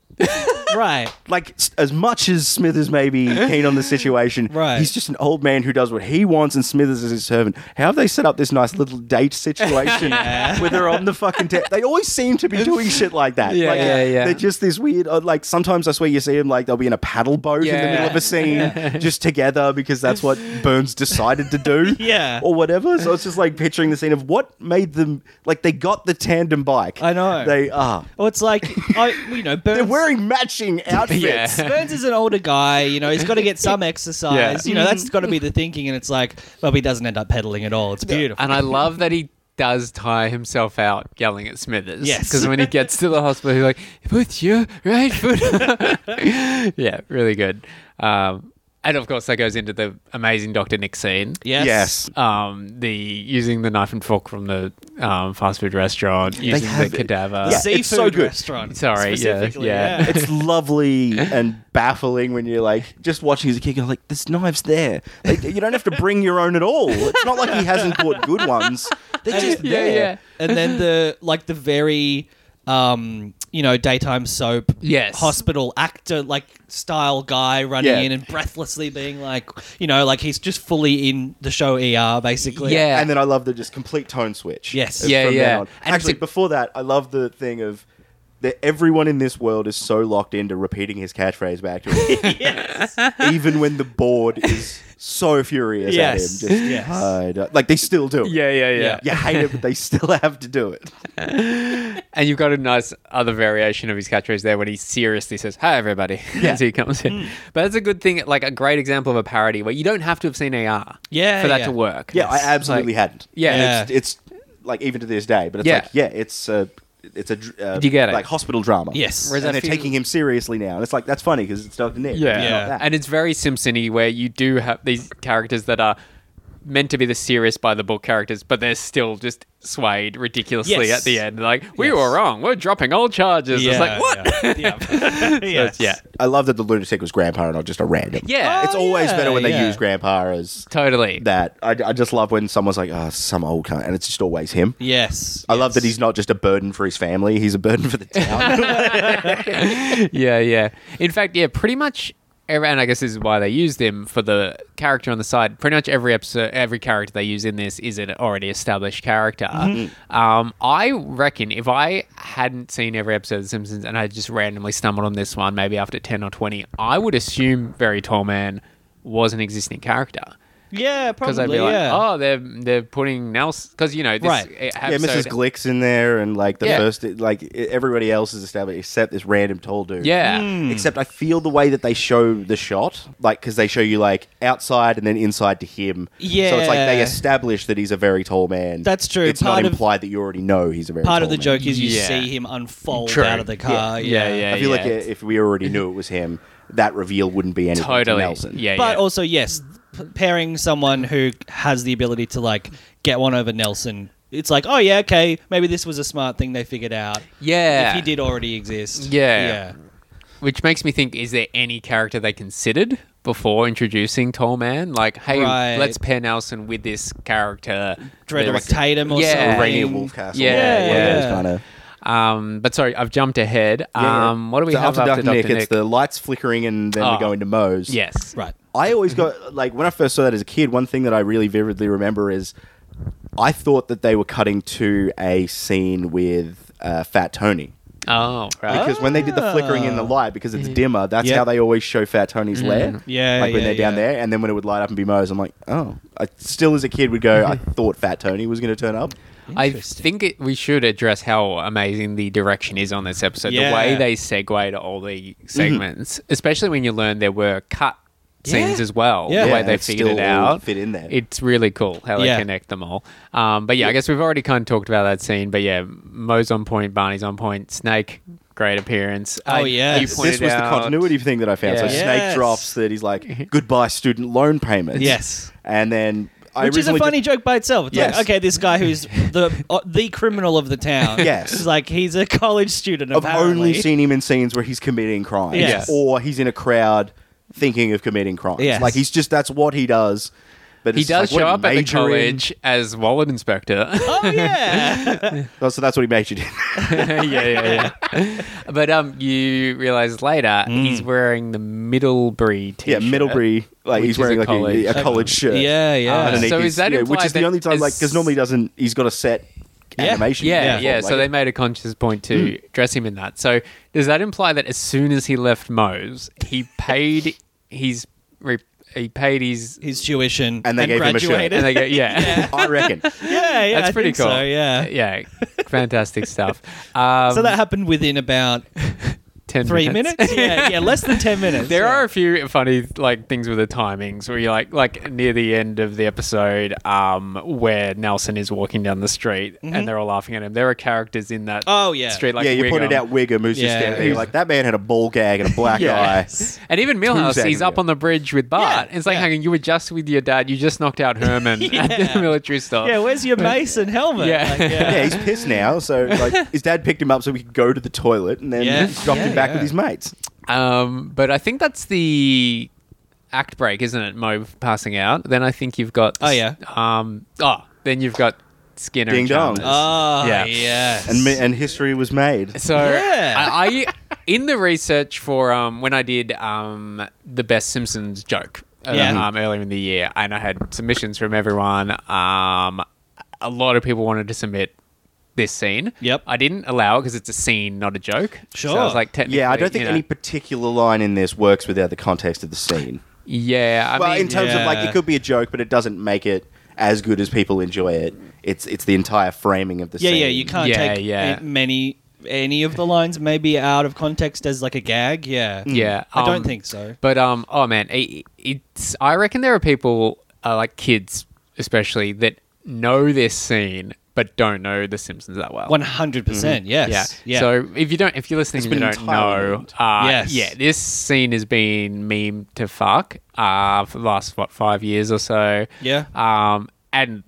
Speaker 3: right.
Speaker 2: Like s- as much as Smithers may be keen on the situation,
Speaker 3: Right.
Speaker 2: he's just an old man who does what he wants, and Smithers is his servant. How have they set up this nice little date situation where they're on the fucking? Te- they always seem to be doing shit like that.
Speaker 1: Yeah,
Speaker 2: Like,
Speaker 1: yeah, yeah.
Speaker 2: They're just this weird. uh, Like sometimes I swear you see them like they'll be in a paddle boat in the
Speaker 1: Yeah.
Speaker 2: middle of a scene, just together because that's what Burns decided to do.
Speaker 3: Yeah.
Speaker 2: or whatever. So it's just like picturing the scene of what made them like they got the tandem bike.
Speaker 3: I know.
Speaker 2: they are.
Speaker 3: Well, it's like I, you know, Burns.
Speaker 2: They're wearing matching outfits.
Speaker 3: Burns is an older guy, you know, he's got to get some exercise.
Speaker 1: Yeah. Mm-hmm.
Speaker 3: You know, that's got to be the thinking. And it's like, well, he doesn't end up pedaling at all. It's beautiful.
Speaker 1: And I love that he does tire himself out yelling at Smithers.
Speaker 3: Yes.
Speaker 1: Because when he gets to the hospital, he's like, put your right foot. yeah, really good. Um, and of course, that goes into the amazing Dr. Nick scene.
Speaker 3: Yes.
Speaker 2: Yes.
Speaker 1: Um, the using the knife and fork from the um, fast food restaurant, using the
Speaker 2: have-
Speaker 1: cadaver.
Speaker 2: Yeah,
Speaker 3: Seafood
Speaker 2: it's so good.
Speaker 3: restaurant.
Speaker 1: Sorry, yeah,
Speaker 3: specifically,
Speaker 1: yeah.
Speaker 2: it's lovely and baffling when you're like just watching as a kid going like this knife's there like you don't have to bring your own at all it's not like he hasn't caught good ones they're just
Speaker 1: Yeah,
Speaker 2: there
Speaker 1: yeah.
Speaker 3: and then the like the very um you know, daytime soap,
Speaker 1: Yes.
Speaker 3: hospital actor like style guy running
Speaker 2: Yeah.
Speaker 3: in and breathlessly being like, you know, like he's just fully in the show ER basically.
Speaker 1: Yeah.
Speaker 2: And then I love the just complete tone switch.
Speaker 3: Yes.
Speaker 2: From
Speaker 1: Yeah,
Speaker 2: then
Speaker 1: yeah.
Speaker 2: on.
Speaker 1: And
Speaker 2: Actually,
Speaker 1: it's like-
Speaker 2: before that, I love the thing of that everyone in this world is so locked into repeating his catchphrase back to him,
Speaker 3: Yes.
Speaker 2: even when the board is so furious
Speaker 3: Yes,
Speaker 2: at him. Just,
Speaker 3: yes.
Speaker 2: "I don't-" like they still do it.
Speaker 1: Yeah, yeah, yeah,
Speaker 2: You hate it, but they still have to do it.
Speaker 1: And you've got a nice other variation of his catchphrase there when he seriously says, "Hi, everybody,"
Speaker 2: Yeah.
Speaker 1: as he comes in. But that's a good thing, like a great example of a parody where you don't have to have seen AR,
Speaker 3: Yeah,
Speaker 1: for that
Speaker 3: yeah.
Speaker 1: to work.
Speaker 2: Yeah, I absolutely
Speaker 1: Like,
Speaker 2: hadn't.
Speaker 1: yeah.
Speaker 2: And it's, it's like even to this day, but it's
Speaker 1: Yeah.
Speaker 2: like yeah, it's a it's a dr- uh,
Speaker 1: You get it.
Speaker 2: like hospital drama.
Speaker 3: Yes.
Speaker 1: Whereas
Speaker 2: and
Speaker 1: I
Speaker 2: they're
Speaker 1: feel-
Speaker 2: taking him seriously now, and it's like that's funny because it's Doctor Nick.
Speaker 1: Yeah.
Speaker 2: it's not that.
Speaker 1: And it's very Simpsony where you do have these characters that are meant to be the serious by the book characters, but they're still just swayed ridiculously
Speaker 3: Yes.
Speaker 1: at the end. Like, we
Speaker 3: Yes.
Speaker 1: were wrong. We're dropping all charges. it's like, what?
Speaker 3: Yeah. Yeah. Yes.
Speaker 1: yeah.
Speaker 2: I love that the lunatic was grandpa and not just a random.
Speaker 1: Yeah.
Speaker 2: it's always
Speaker 3: yeah,
Speaker 2: better when they
Speaker 3: yeah.
Speaker 2: use grandpa as
Speaker 1: Totally.
Speaker 2: that. I, I just love when someone's like, oh, some old cunt, and it's just always him.
Speaker 3: Yes.
Speaker 2: I love that he's not just a burden for his family; he's a burden for the town.
Speaker 1: yeah, yeah. In fact, yeah, pretty much. ev- And I guess this is why they used him for the character on the side. Pretty much every episode, every character they use in this is an already established character.
Speaker 3: Mm-hmm.
Speaker 1: Um, I reckon if I hadn't seen every episode of The Simpsons and I just randomly stumbled on this one, maybe after ten or twenty, I would assume Very Tall Man was an existing character
Speaker 3: Yeah,
Speaker 1: because I'd
Speaker 3: probably.
Speaker 1: be like,
Speaker 3: yeah.
Speaker 1: oh, they're they're putting Nelson because you know this
Speaker 3: Right.
Speaker 1: e-
Speaker 2: yeah, Mrs.
Speaker 1: episode-
Speaker 2: Glick's in there, and like the
Speaker 1: Yeah.
Speaker 2: first, like e, everybody else is established except this random tall dude.
Speaker 1: yeah.
Speaker 2: Except I feel the way that they show the shot, like because they show you like outside and then inside to him. so it's like they
Speaker 3: Yeah.
Speaker 2: establish that he's a very tall man.
Speaker 3: That's true.
Speaker 2: It's
Speaker 3: Part
Speaker 2: not
Speaker 3: of-
Speaker 2: implied that you already know he's a very
Speaker 3: Part
Speaker 2: tall
Speaker 3: of the
Speaker 2: man.
Speaker 3: joke is you
Speaker 1: Yeah.
Speaker 3: see him unfold
Speaker 1: True.
Speaker 3: out of the car.
Speaker 1: Yeah, yeah.
Speaker 2: I feel like
Speaker 1: yeah.
Speaker 2: i- if we already knew it was him, that reveal wouldn't be anything
Speaker 1: totally.
Speaker 2: to Nelson.
Speaker 1: Yeah,
Speaker 3: But
Speaker 1: yeah.
Speaker 3: also, yes, p- pairing someone who has the ability to like get one over Nelson, it's like, oh yeah, okay, maybe this was a smart thing they figured out.
Speaker 1: yeah.
Speaker 3: If he did already exist.
Speaker 1: Yeah.
Speaker 3: Yeah.
Speaker 1: Which makes me think: Is there any character they considered before introducing Tall Man? Like, hey,
Speaker 3: Right.
Speaker 1: let's pair Nelson with this character,
Speaker 3: Dreadlock
Speaker 1: There's-
Speaker 3: Tatum or
Speaker 1: yeah.
Speaker 3: something.
Speaker 2: Rainier Wolfcastle.
Speaker 1: Yeah,
Speaker 2: one of those
Speaker 3: yeah.
Speaker 2: kinda-
Speaker 1: Um, but sorry, I've jumped ahead. Um, What do we
Speaker 2: So
Speaker 1: have
Speaker 2: after,
Speaker 1: after
Speaker 2: Dr. Nick,
Speaker 1: Dr. Nick?
Speaker 2: It's the lights flickering, and then
Speaker 1: Oh.
Speaker 2: we go into Moe's.
Speaker 1: yes,
Speaker 3: Right.
Speaker 2: I always
Speaker 3: Mm-hmm.
Speaker 2: got like when I first saw that as a kid. One thing that I really vividly remember is I thought that they were cutting to a scene with uh, Fat Tony.
Speaker 1: Oh, right.
Speaker 2: Because when they did the flickering in the
Speaker 3: Ah.
Speaker 2: light, because it's dimmer, that's
Speaker 3: Yeah.
Speaker 2: how they always show Fat Tony's lair.
Speaker 3: Mm-hmm. Yeah,
Speaker 2: like when
Speaker 3: yeah,
Speaker 2: they're down
Speaker 3: yeah.
Speaker 2: there, and then when it would light up and be Moe's, I'm like, oh. I still, as a kid, would go, I
Speaker 3: Mm-hmm.
Speaker 2: thought Fat Tony was going to turn up.
Speaker 1: I
Speaker 3: Interesting.
Speaker 1: think it, we should address how amazing the direction is on this episode. The
Speaker 3: Yeah.
Speaker 1: way they segue to all the segments, especially when you learn there were cut scenes
Speaker 3: Yeah.
Speaker 1: as well.
Speaker 3: Yeah.
Speaker 1: The way
Speaker 2: Yeah,
Speaker 1: they
Speaker 2: it's
Speaker 1: figured it
Speaker 2: still all
Speaker 1: out,
Speaker 2: fit in there.
Speaker 1: It's really cool how
Speaker 3: Yeah.
Speaker 1: they connect them all. Um, but yeah, I guess we've already kind of talked about that scene. But yeah, Mo's on point, Barney's on point, Snake. Great appearance.
Speaker 3: Oh, yes.
Speaker 1: you
Speaker 3: This
Speaker 1: pointed
Speaker 2: this was
Speaker 1: out-
Speaker 2: the continuity thing that I found.
Speaker 1: Yeah.
Speaker 2: So
Speaker 3: Yes.
Speaker 2: Snake drops that he's like, goodbye, student loan payments.
Speaker 3: Yes.
Speaker 2: And then I
Speaker 3: Which is a
Speaker 2: originally
Speaker 3: funny
Speaker 2: just-
Speaker 3: joke by itself. It's
Speaker 2: Yes.
Speaker 3: like, okay, this guy who's the uh, the criminal of the town.
Speaker 2: Yes.
Speaker 3: It's like he's a college student.
Speaker 2: I've
Speaker 3: apparently.
Speaker 2: only seen him in scenes where he's committing crimes,
Speaker 3: Yes.
Speaker 2: or he's in a crowd thinking of committing crimes.
Speaker 3: Yes.
Speaker 2: Like he's just that's what he does. But
Speaker 1: He
Speaker 2: it's
Speaker 1: does
Speaker 2: just like,
Speaker 1: show
Speaker 2: what
Speaker 1: up at the
Speaker 2: major in-
Speaker 1: college as wallet inspector.
Speaker 3: Oh yeah.
Speaker 2: Oh, so that's what he majored in.
Speaker 1: yeah, yeah, yeah. but um, you realize later he's wearing the Middlebury
Speaker 2: Mm. yeah,
Speaker 1: t-shirt.
Speaker 2: Middlebury. Like
Speaker 1: Which
Speaker 2: he's
Speaker 1: is
Speaker 2: wearing
Speaker 1: a
Speaker 2: like a- a,
Speaker 1: college.
Speaker 2: college shirt.
Speaker 3: yeah. Yeah.
Speaker 1: Uh,
Speaker 2: underneath
Speaker 1: So
Speaker 2: his-
Speaker 1: is that
Speaker 2: yeah, which
Speaker 1: implied
Speaker 2: is the
Speaker 1: that
Speaker 2: only time like because
Speaker 1: as-
Speaker 2: normally he doesn't he's got a set
Speaker 3: Yeah.
Speaker 2: animation.
Speaker 1: Yeah,
Speaker 3: Yeah.
Speaker 1: yeah.
Speaker 2: Like,
Speaker 1: so they made a conscious point to
Speaker 2: Mm.
Speaker 1: dress him in that. So does that imply that as soon as he left Moe's, he paid his re- he paid his
Speaker 3: His tuition
Speaker 2: And they gave him a shirt.
Speaker 3: graduated.
Speaker 1: and they go yeah.
Speaker 2: I reckon.
Speaker 3: yeah, yeah,
Speaker 1: That's
Speaker 3: I
Speaker 1: pretty
Speaker 3: think
Speaker 1: cool. Uh,
Speaker 3: So, yeah.
Speaker 1: yeah, fantastic stuff. Um,
Speaker 3: So that happened within about
Speaker 1: 10
Speaker 3: three minutes. Yeah, yeah, less than ten minutes.
Speaker 1: There
Speaker 3: yeah.
Speaker 1: are a few funny like things with the timings where you like like near the end of the episode um, where Nelson is walking down the street and they're all laughing at him. There are characters in that
Speaker 3: Mm-hmm. Oh, yeah.
Speaker 1: street like
Speaker 2: yeah, you pointed
Speaker 1: Wiggum.
Speaker 2: out Wiggum who's just
Speaker 3: Yeah.
Speaker 2: standing there. You're like that man had a ball gag and a black eye.
Speaker 3: Yes.
Speaker 1: And even Milhouse,
Speaker 2: Tuesday,
Speaker 1: he's up
Speaker 2: yeah.
Speaker 1: on the bridge with Bart.
Speaker 3: Yeah,
Speaker 1: and it's like,
Speaker 3: yeah.
Speaker 1: hang on, you were just with your dad. You just knocked out Herman at the
Speaker 3: Yeah.
Speaker 1: military store.
Speaker 3: Yeah, where's your mason helmet?
Speaker 1: Yeah.
Speaker 3: Like, yeah.
Speaker 2: Yeah, he's pissed now. So like his dad picked him up so we could go to the toilet and then
Speaker 3: Yeah.
Speaker 2: dropped
Speaker 3: Yeah,
Speaker 2: him back
Speaker 3: yeah.
Speaker 2: with his mates.
Speaker 1: Um, but I think that's the act break, isn't it? Mo passing out. Then I think you've got.
Speaker 3: Oh, yeah.
Speaker 1: Um, oh, then you've got Skinner
Speaker 2: Ding
Speaker 1: and
Speaker 2: dong.
Speaker 1: Chalmers.
Speaker 3: Ah,
Speaker 1: Yeah.
Speaker 3: yes.
Speaker 2: and mi- and history was made.
Speaker 1: So
Speaker 3: Yeah.
Speaker 1: I, I in the research for um, when I did um, the best Simpsons joke uh,
Speaker 3: Yeah.
Speaker 1: um, earlier in the year, and I had submissions from everyone. Um, a lot of people wanted to submit this scene.
Speaker 3: Yep.
Speaker 1: I didn't allow it because it's a scene, not a joke. So I
Speaker 3: Sure.
Speaker 1: was like, technically,
Speaker 2: Yeah, I don't think
Speaker 1: you know-
Speaker 2: any particular line in this works without the context of the scene.
Speaker 1: Yeah, I
Speaker 2: well,
Speaker 1: mean,
Speaker 2: in terms of like,
Speaker 3: Yeah.
Speaker 2: it could be a joke, but it doesn't make it as good as people enjoy it. It's it's the entire framing of the
Speaker 3: yeah,
Speaker 2: scene.
Speaker 3: yeah. You can't
Speaker 1: Yeah,
Speaker 3: take
Speaker 1: yeah.
Speaker 3: it- many any of the lines maybe out of context as like a gag. Yeah,
Speaker 1: Yeah,
Speaker 3: Mm. I
Speaker 1: um,
Speaker 3: don't think so.
Speaker 1: But um, oh man, it, it's I reckon there are people uh, like kids especially that know this scene but don't know the Simpsons that well.
Speaker 3: One hundred percent. Yes.
Speaker 1: Mm. Yeah.
Speaker 3: Yeah.
Speaker 1: So if you don't, if you're listening,
Speaker 2: It's
Speaker 1: and you
Speaker 2: been
Speaker 1: don't
Speaker 2: entirely
Speaker 1: know.
Speaker 2: ruined.
Speaker 1: Uh,
Speaker 3: Yes.
Speaker 1: Yeah. This scene has been meme to fuck uh, for the last what five years or so.
Speaker 3: Yeah.
Speaker 1: Um. And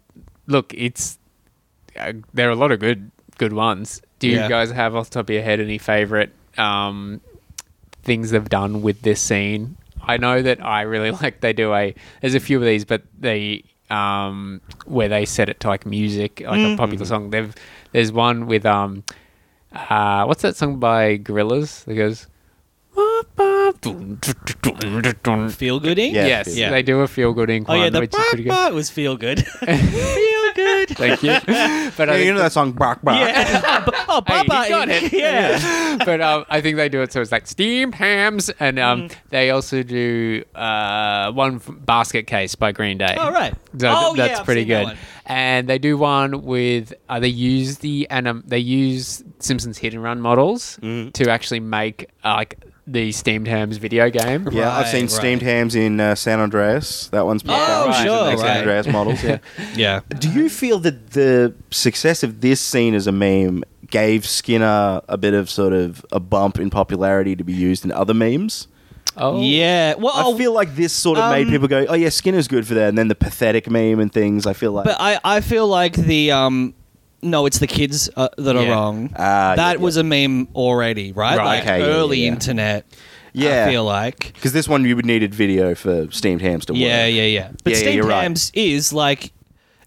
Speaker 1: look, it's uh, there are a lot of good good ones. Do you
Speaker 3: Yeah.
Speaker 1: guys have off the top of your head any favorite um things they've done with this scene? I know that I really like they do a. There's a few of these, but they um where they set it to like music, like
Speaker 2: Mm.
Speaker 1: a popular song. They've there's one with um uh what's that song by Gorillaz that goes.
Speaker 3: feel gooding.
Speaker 2: Yeah.
Speaker 1: yes,
Speaker 2: Yeah.
Speaker 1: they do a feel good ink
Speaker 3: Oh yeah,
Speaker 1: one,
Speaker 3: the
Speaker 1: which is pretty good.
Speaker 3: bah, bah was feel good. feel good.
Speaker 1: Thank you. But I
Speaker 2: Yeah, you
Speaker 1: think
Speaker 2: know that song, Brock Brock.
Speaker 3: Yeah. oh,
Speaker 1: Hey,
Speaker 3: bah,
Speaker 1: he
Speaker 3: bah,
Speaker 1: got it.
Speaker 3: Yeah.
Speaker 1: but um, I think they do it so it's like steamed hams, and um,
Speaker 3: Mm-hmm.
Speaker 1: they also do uh, one from Basket Case by Green Day.
Speaker 3: Oh, right.
Speaker 1: So th-
Speaker 3: Oh, yeah,
Speaker 1: that's
Speaker 3: I've
Speaker 1: pretty
Speaker 3: seen that
Speaker 1: good.
Speaker 3: one.
Speaker 1: And they do one with uh, they use the and um, they use Simpsons hit and run models
Speaker 3: Mm.
Speaker 1: to actually make uh, like the steamed hams video game.
Speaker 2: Yeah, I've
Speaker 3: Right,
Speaker 2: seen
Speaker 3: right.
Speaker 2: steamed hams in uh, San Andreas. That one's popped
Speaker 3: Oh,
Speaker 2: out. I've seen
Speaker 3: sure,
Speaker 2: the San
Speaker 3: right.
Speaker 2: Andreas models. Yeah.
Speaker 3: Yeah.
Speaker 2: Do you feel that the success of this scene as a meme gave Skinner a bit of sort of a bump in popularity to be used in other memes?
Speaker 1: Oh,
Speaker 3: Yeah. Well,
Speaker 2: I feel like this sort of made
Speaker 3: um,
Speaker 2: people go, "Oh yeah, Skinner's good for that," and then the pathetic meme and things. I feel like,
Speaker 3: But I, I feel like the um, no, it's the kids uh, that are
Speaker 1: Yeah.
Speaker 3: wrong.
Speaker 2: Ah,
Speaker 3: that
Speaker 2: yeah,
Speaker 3: was a meme already, right?
Speaker 1: Right.
Speaker 3: Like
Speaker 2: Okay, yeah,
Speaker 3: early
Speaker 2: yeah, yeah.
Speaker 3: internet.
Speaker 2: Yeah.
Speaker 3: I feel like.
Speaker 2: because this one you would needed video for steamed hams to work.
Speaker 3: Yeah, yeah, yeah. But
Speaker 2: Yeah, yeah,
Speaker 3: steamed
Speaker 2: you're right.
Speaker 3: hams is like,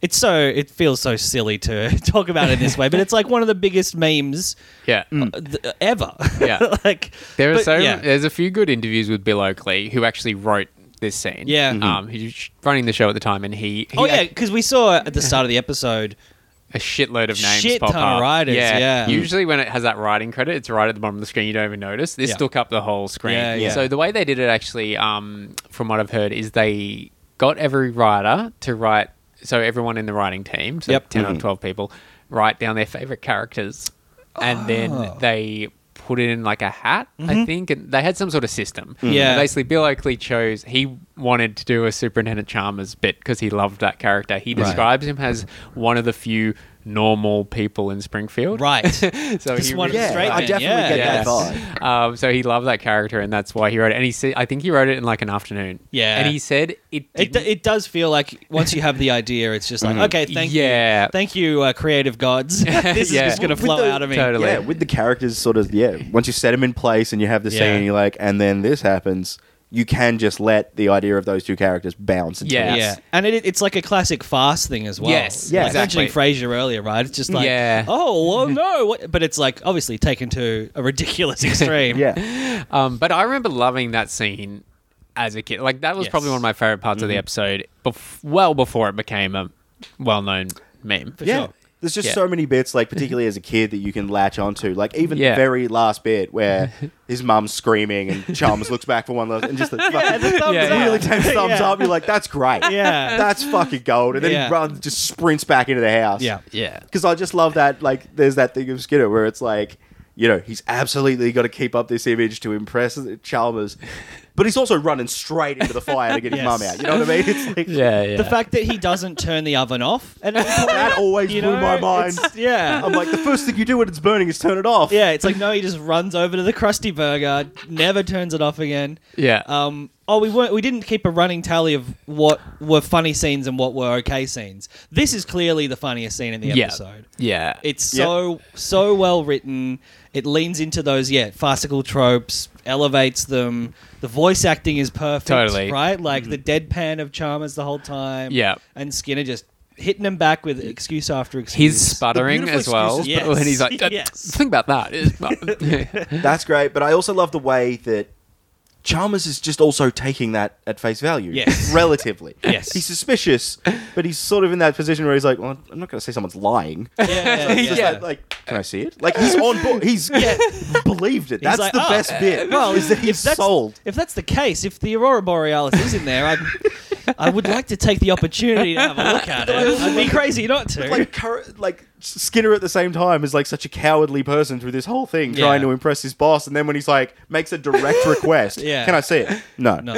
Speaker 3: it's so it feels so silly to talk about it this way, but it's like one of the biggest memes
Speaker 1: yeah.
Speaker 2: Hmm.
Speaker 3: uh, th- ever.
Speaker 1: Yeah.
Speaker 3: like
Speaker 1: There are
Speaker 3: but
Speaker 1: so uh,
Speaker 3: yeah.
Speaker 1: there's a few good interviews with Bill Oakley who actually wrote this scene.
Speaker 3: Yeah. Mhm.
Speaker 1: um, he's running the show at the time, and he, he
Speaker 3: Oh yeah, because we saw at the start of the episode.
Speaker 1: a shitload of names
Speaker 3: Shit
Speaker 1: pop
Speaker 3: ton
Speaker 1: up.
Speaker 3: of writers, yeah.
Speaker 1: Usually when it has that writing credit, it's right at the bottom of the screen. You don't even notice. This
Speaker 3: Yeah.
Speaker 1: took up the whole screen.
Speaker 3: Yeah, yeah.
Speaker 1: So the way they did it, actually, um, from what I've heard, is they got every writer to write. So everyone in the writing team, so
Speaker 3: Yep.
Speaker 1: ten or twelve people, write down their favorite characters, and
Speaker 3: Oh.
Speaker 1: then they put it in like a hat, I think, and they had some sort of system.
Speaker 3: Mm-hmm. Yeah.
Speaker 1: basically, Bill Oakley chose he wanted to do a Superintendent Chalmers bit because he loved that character. He
Speaker 3: Right.
Speaker 1: described describes him as one of the few normal people in Springfield.
Speaker 3: Right.
Speaker 1: So
Speaker 3: Just
Speaker 1: he
Speaker 3: one
Speaker 1: really-
Speaker 2: yeah,
Speaker 3: straight
Speaker 2: I
Speaker 3: man,
Speaker 2: definitely
Speaker 3: yeah.
Speaker 2: get
Speaker 1: Yes.
Speaker 2: that vibe.
Speaker 1: Um, so he loved that character, and that's why he wrote it. And he said, I think he wrote it in like an afternoon.
Speaker 3: Yeah.
Speaker 1: And he said it.
Speaker 3: It, do-
Speaker 1: didn't-
Speaker 3: it does feel like once you have the idea, it's just like, okay, thank
Speaker 1: Mm-hmm. Yeah.
Speaker 3: you. Thank you, uh, creative gods. this
Speaker 1: Yeah.
Speaker 3: is just going to
Speaker 1: With
Speaker 3: flow
Speaker 2: the-
Speaker 3: out of me.
Speaker 1: Totally.
Speaker 2: Yeah, with the characters sort of yeah. Once you set them in place and you have the
Speaker 3: Yeah.
Speaker 2: scene, you're like, and then this happens. You can just let the idea of those two characters bounce. Into
Speaker 1: Yeah.
Speaker 2: it.
Speaker 1: Yes.
Speaker 3: Yeah. And it, it's like a classic farce thing as well.
Speaker 1: Yes,
Speaker 2: yeah,
Speaker 3: Like
Speaker 1: exactly.
Speaker 3: mentioning Frasier earlier, right? It's just like,
Speaker 1: Yeah. Mm-hmm.
Speaker 3: oh, well, no. What? But it's like obviously taken to a ridiculous extreme.
Speaker 2: yeah.
Speaker 1: Um, but I remember loving that scene as a kid. Like that was
Speaker 3: Yes. Mm-hmm.
Speaker 1: probably one of my favorite parts of the episode. Bef- well before it became a well-known meme.
Speaker 2: yeah.
Speaker 3: sure.
Speaker 2: There's just
Speaker 1: Yeah.
Speaker 2: so many bits, like particularly as a kid, that you can latch onto. Like even
Speaker 1: Yeah.
Speaker 2: the very last bit where his mum's screaming and Chalmers looks back for one last and just the, fucking-
Speaker 3: the thumbs
Speaker 1: Yeah,
Speaker 2: the
Speaker 1: yeah.
Speaker 2: really takes thumbs
Speaker 3: Yeah.
Speaker 2: up. You're like, that's great.
Speaker 3: Yeah.
Speaker 2: that's fucking gold. And then
Speaker 3: Yeah.
Speaker 2: he runs, just sprints back into the house.
Speaker 3: Yeah.
Speaker 1: Yeah.
Speaker 2: because I just love that. Like, there's that thing of Skinner where it's like, you know, he's absolutely got to keep up this image to impress Chalmers, but he's also running straight into the fire to get his
Speaker 3: Yes.
Speaker 2: mum out. You know what I mean? It's like,
Speaker 1: Yeah. Yeah.
Speaker 3: The fact that he doesn't turn the oven off. And
Speaker 2: that always
Speaker 3: you
Speaker 2: blew
Speaker 3: know,
Speaker 2: my mind.
Speaker 3: it's- Yeah.
Speaker 2: I'm like, the first thing you do when it's burning is turn it off.
Speaker 3: Yeah, it's like no, he just runs over to the Krusty Burger, never turns it off again.
Speaker 1: Yeah.
Speaker 3: Um. Oh, we weren't. We didn't keep a running tally of what were funny scenes and what were okay scenes. This is clearly the funniest scene in the
Speaker 1: yeah.
Speaker 3: episode.
Speaker 1: Yeah.
Speaker 3: It's so so well written. It leans into those yeah farcical tropes, elevates them. The voice acting is perfect.
Speaker 1: Totally.
Speaker 3: Right, like the deadpan of Chalmers the whole time.
Speaker 1: Yeah.
Speaker 3: And Skinner just hitting him back with excuse after excuse.
Speaker 1: He's sputtering
Speaker 3: beautiful
Speaker 1: as well.
Speaker 3: excuses.
Speaker 1: but When he's like,
Speaker 3: Yes. Yes.
Speaker 1: think about that. It's-
Speaker 2: That's great, but I also love the way that Chalmers is just also taking that at face value.
Speaker 3: Yes.
Speaker 2: Relatively.
Speaker 3: Yes.
Speaker 2: He's suspicious, but he's sort of in that position where he's like, well, I'm not going to say someone's lying. He's
Speaker 3: yeah,
Speaker 2: just
Speaker 1: Yeah.
Speaker 2: like, like, can I see it? Like, he's on board. He's believed it. That's
Speaker 3: like,
Speaker 2: the
Speaker 3: "Oh,
Speaker 2: best bit.
Speaker 3: Well,
Speaker 2: is that he's
Speaker 3: if that's,
Speaker 2: sold.
Speaker 3: If that's the case, if the aurora borealis is in there, I, I would like to take the opportunity to have a look at it. I'd be crazy not to.
Speaker 2: Like, cur- like Skinner at the same time is like such a cowardly person through this whole thing,
Speaker 3: Yeah.
Speaker 2: trying to impress his boss, and then when he's like makes a direct request,
Speaker 3: Yeah.
Speaker 2: can I see it? No,
Speaker 3: no.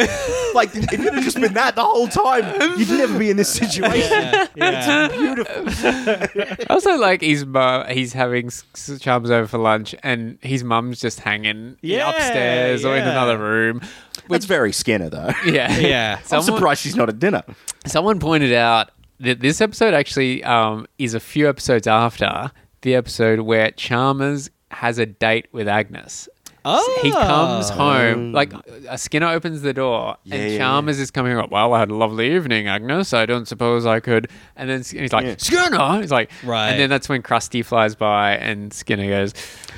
Speaker 2: Like if it had just been that the whole time, you'd never be in this situation.
Speaker 3: Yeah, yeah.
Speaker 2: Beautiful.
Speaker 1: also, like his mum, he's having s- s- Chalmers over for lunch, and his mum's just hanging
Speaker 3: Yeah,
Speaker 1: upstairs or in
Speaker 3: yeah.
Speaker 1: another room.
Speaker 2: That's very Skinner though.
Speaker 1: Yeah,
Speaker 3: Yeah.
Speaker 2: I'm
Speaker 1: Someone-
Speaker 2: surprised she's not at dinner.
Speaker 1: Someone pointed out that this episode actually um, is a few episodes after the episode where Chalmers has a date with Agnes.
Speaker 3: Oh.
Speaker 1: He comes home, like uh, Skinner opens the door,
Speaker 2: Yeah,
Speaker 1: and
Speaker 2: yeah,
Speaker 1: Chalmers is coming up. Well, I had a lovely evening, Agnes. I don't suppose I could. And then Skin- he's like,
Speaker 2: Yeah.
Speaker 1: Skinner! He's like,
Speaker 3: Right.
Speaker 1: And then that's when Krusty flies by, and Skinner goes,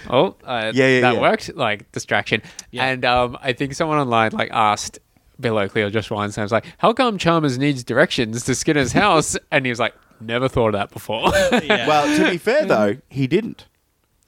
Speaker 1: Oh, uh,
Speaker 2: Yeah, yeah,
Speaker 1: that
Speaker 2: yeah.
Speaker 1: worked. Like, distraction.
Speaker 3: Yeah.
Speaker 1: And um, I think someone online like asked Bill Oakley or Josh Weinstein, was like, How come Chalmers needs directions to Skinner's house? and he was like, Never thought of that before.
Speaker 3: Yeah.
Speaker 2: Well, to be fair though, he didn't.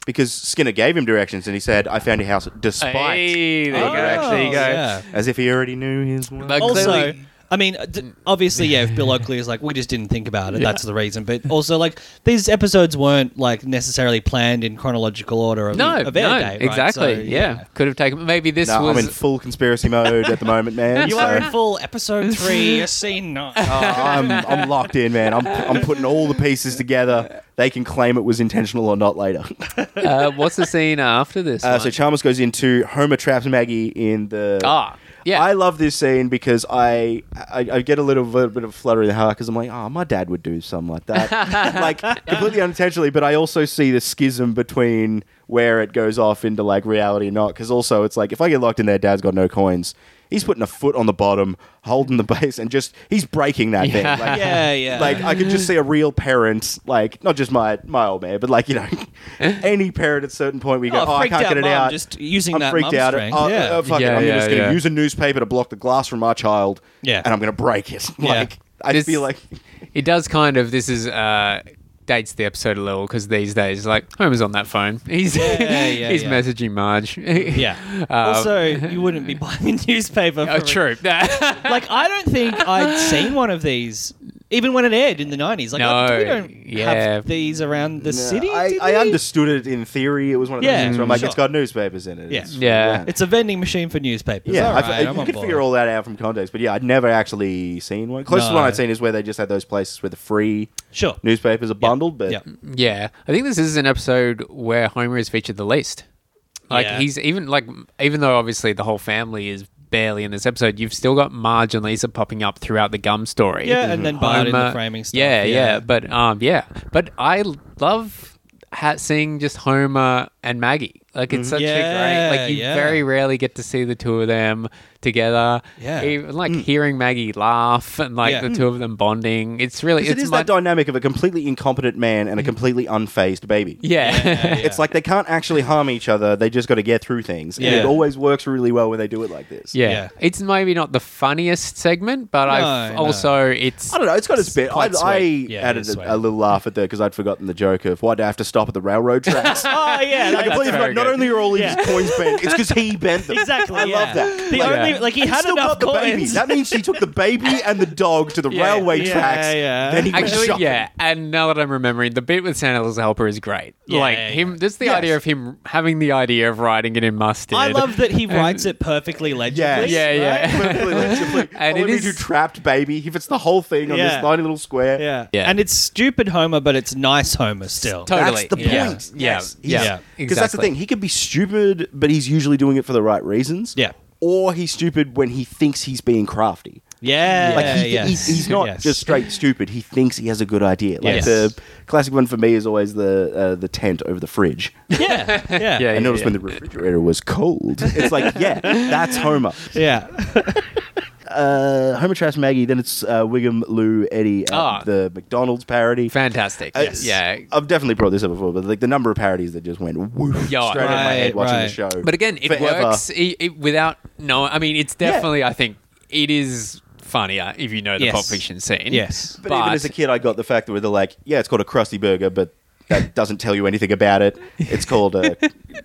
Speaker 2: Because Skinner gave him directions and he said, I found your house despite
Speaker 1: Hey, there you
Speaker 2: the
Speaker 1: go.
Speaker 2: directions."
Speaker 1: There you go.
Speaker 3: yeah.
Speaker 2: As if he already knew his one.
Speaker 1: Like,
Speaker 3: also,
Speaker 1: clearly-
Speaker 3: I mean, d- obviously, yeah. If Bill Oakley is like, we just didn't think about it. That's the reason. But also, like, these episodes weren't like necessarily planned in chronological order of,
Speaker 1: no,
Speaker 3: of air
Speaker 1: no,
Speaker 3: day. Right?
Speaker 1: exactly.
Speaker 3: So,
Speaker 1: yeah. could have taken. Maybe this
Speaker 2: No,
Speaker 1: was.
Speaker 2: I'm in full conspiracy mode at the moment, man.
Speaker 3: You
Speaker 2: so-
Speaker 3: are in full episode three, scene nine.
Speaker 1: Uh,
Speaker 2: Oh, I'm, I'm locked in, man. I'm, I'm putting all the pieces together. They can claim it was intentional or not later.
Speaker 1: uh, what's the scene after this?
Speaker 2: Uh,
Speaker 1: one?
Speaker 2: so Chalmers goes into Homer traps Maggie in the.
Speaker 1: ah, yeah.
Speaker 2: I love this scene because I I, I get a little bit, bit of flutter in the heart because I'm like, oh, my dad would do something like that, like completely unintentionally. But I also see the schism between where it goes off into like reality or not. Because also, it's like if I get locked in there, dad's got no coins. He's putting a foot on the bottom, holding the base, and just he's breaking that thing. Like,
Speaker 3: Yeah, yeah.
Speaker 2: Like I could just see a real parent, like not just my my old man, but like you know, any parent at a certain point, we go,
Speaker 3: Oh,
Speaker 2: oh, I
Speaker 3: freaked
Speaker 2: can't
Speaker 3: out
Speaker 2: get it
Speaker 3: mum,
Speaker 2: out.
Speaker 3: just using
Speaker 2: I'm
Speaker 3: that
Speaker 2: freaked
Speaker 3: mum
Speaker 2: out.
Speaker 3: strength.
Speaker 2: Oh,
Speaker 3: Yeah.
Speaker 2: uh, fuck it.
Speaker 1: Yeah,
Speaker 2: I'm
Speaker 1: yeah,
Speaker 2: just going to
Speaker 1: yeah.
Speaker 2: use a newspaper to block the glass from my child.
Speaker 3: Yeah.
Speaker 2: and I'm going to break it.
Speaker 3: Yeah.
Speaker 2: Like I
Speaker 1: This-
Speaker 2: feel like
Speaker 1: It does kind of. This is uh, dates the episode a little because these days, like Homer's on that phone. He's
Speaker 3: Yeah, yeah,
Speaker 1: he's
Speaker 3: yeah.
Speaker 1: messaging Marge. Uh,
Speaker 3: yeah. also, you wouldn't be buying a newspaper.
Speaker 1: oh,
Speaker 3: for-
Speaker 1: true.
Speaker 3: Like, I don't think I'd seen one of these, even when it aired in the nineties. Like,
Speaker 1: No,
Speaker 3: we don't
Speaker 1: yeah.
Speaker 3: have these around
Speaker 2: No,
Speaker 3: the city.
Speaker 2: I,
Speaker 3: did
Speaker 2: I
Speaker 3: we?
Speaker 2: understood it in theory. It was one of those
Speaker 3: Yeah,
Speaker 2: things where I'm like,
Speaker 3: sure.
Speaker 2: it's got newspapers in it.
Speaker 3: Yeah.
Speaker 2: It's-
Speaker 1: Yeah.
Speaker 3: It's a vending machine for newspapers.
Speaker 2: Yeah,
Speaker 3: All
Speaker 2: I've-
Speaker 3: right,
Speaker 2: I,
Speaker 3: I'm
Speaker 2: you
Speaker 3: on
Speaker 2: could
Speaker 3: board.
Speaker 2: figure all that out from context, but yeah, I'd never actually seen one. Closest
Speaker 3: No.
Speaker 2: one I'd seen is where they just had those places where the free
Speaker 3: Sure.
Speaker 2: newspapers are bundled, but
Speaker 3: Yeah.
Speaker 1: yeah, I think this is an episode where Homer is featured the least. Like
Speaker 3: Yeah.
Speaker 1: he's even like even though obviously the whole family is barely in this episode, you've still got Marge and Lisa popping up throughout the gum story.
Speaker 3: Yeah,
Speaker 2: Mhm.
Speaker 3: and then Bart in the
Speaker 1: Homer-
Speaker 3: framing stuff.
Speaker 1: Yeah, yeah, But um, yeah, but I l- love ha- seeing just Homer and Maggie. Like
Speaker 2: Mhm.
Speaker 1: it's such a
Speaker 3: Yeah,
Speaker 1: great. Like you
Speaker 3: yeah.
Speaker 1: very rarely get to see the two of them together.
Speaker 3: Yeah.
Speaker 1: even like
Speaker 2: Mm.
Speaker 1: hearing Maggie laugh and like
Speaker 3: Yeah.
Speaker 1: the two of them bonding. It's really
Speaker 2: Because
Speaker 1: it's
Speaker 2: it is
Speaker 1: my-
Speaker 2: that dynamic of a completely incompetent man and a completely unfazed baby.
Speaker 1: yeah.
Speaker 3: Yeah.
Speaker 2: It's like they can't actually harm each other. They just got to get through things. And
Speaker 3: Yeah.
Speaker 2: it always works really well when they do it like this.
Speaker 1: Yeah.
Speaker 3: Yeah.
Speaker 1: It's maybe not the funniest segment, but I
Speaker 3: No, no.
Speaker 1: also it's
Speaker 2: I don't know. It's got its bit. I,
Speaker 1: quite
Speaker 2: I
Speaker 1: sweet.
Speaker 3: Yeah, it
Speaker 2: added
Speaker 3: is sweet.
Speaker 2: a, a little laugh at there because I'd forgotten the joke of why do I have to stop at the railroad tracks? I
Speaker 3: Oh yeah, that-
Speaker 2: completely
Speaker 1: that's
Speaker 2: forgot.
Speaker 1: very
Speaker 2: Not
Speaker 1: good.
Speaker 2: only are all his
Speaker 3: Yeah.
Speaker 2: coins bent, it's because he bent them.
Speaker 3: exactly.
Speaker 2: I
Speaker 3: yeah.
Speaker 2: love that.
Speaker 3: The
Speaker 2: Like,
Speaker 1: Yeah.
Speaker 3: only like he
Speaker 2: and
Speaker 3: had
Speaker 2: still got
Speaker 3: enough
Speaker 2: the baby.
Speaker 3: coins.
Speaker 2: That means she took the baby and the dog to the
Speaker 3: Yeah,
Speaker 2: railway
Speaker 3: yeah,
Speaker 2: tracks.
Speaker 3: yeah.
Speaker 2: Then he went
Speaker 1: Actually,
Speaker 2: shopping.
Speaker 1: yeah, and now that I'm remembering, the bit with Santa's helper is great.
Speaker 3: Yeah,
Speaker 1: like
Speaker 3: yeah,
Speaker 1: him, just the
Speaker 2: Yes.
Speaker 1: idea of him having the idea of writing it in mustard.
Speaker 3: I love that he writes it perfectly legibly.
Speaker 2: Yeah,
Speaker 1: Yeah, yeah.
Speaker 3: right?
Speaker 2: Literally, literally.
Speaker 1: And
Speaker 2: All
Speaker 1: it
Speaker 2: we
Speaker 1: is-
Speaker 2: "Oh, do trapped baby. He fits the whole thing on
Speaker 3: Yeah.
Speaker 2: this tiny little square.
Speaker 3: yeah,
Speaker 1: Yeah.
Speaker 3: And it's stupid Homer, but it's nice Homer still.
Speaker 1: Totally.
Speaker 2: That's the
Speaker 1: yeah.
Speaker 2: point.
Speaker 1: Yeah,
Speaker 2: Yes.
Speaker 1: yeah,
Speaker 3: Yeah.
Speaker 1: exactly.
Speaker 2: Because that's the thing. He could be stupid, but he's usually doing it for the right reasons.
Speaker 3: Yeah.
Speaker 2: Or he's stupid when he thinks he's being crafty.
Speaker 3: yeah,
Speaker 2: Like he,
Speaker 3: yes.
Speaker 2: he's, he's not
Speaker 3: Yes.
Speaker 2: just straight stupid. He thinks he has a good idea. Like
Speaker 3: Yes.
Speaker 2: the classic one for me is always the uh, the tent over the fridge.
Speaker 3: Yeah, yeah,
Speaker 1: Yeah,
Speaker 2: I
Speaker 1: yeah.
Speaker 2: noticed when the refrigerator was cold. It's like, yeah, that's Homer.
Speaker 3: yeah.
Speaker 2: uh, Homer Trash Maggie, then it's uh, Wiggum, Lou, Eddie, and
Speaker 1: Ah.
Speaker 2: the McDonald's parody.
Speaker 1: Fantastic.
Speaker 2: Uh,
Speaker 1: Yeah.
Speaker 2: I've definitely brought this up before, but like the number of parodies that just went woof straight
Speaker 1: Yeah,
Speaker 2: over my head
Speaker 3: right,
Speaker 2: watching the
Speaker 3: right.
Speaker 2: show.
Speaker 1: But again, it
Speaker 2: forever.
Speaker 1: works i it, without no. I mean, it's definitely. I think it is funnier if you know the
Speaker 3: Yes.
Speaker 1: pop fiction scene.
Speaker 3: Yes.
Speaker 2: But, even as a kid, I got the fact that they're like, yeah, it's called a crusty burger, but that doesn't tell you anything about it. It's called a,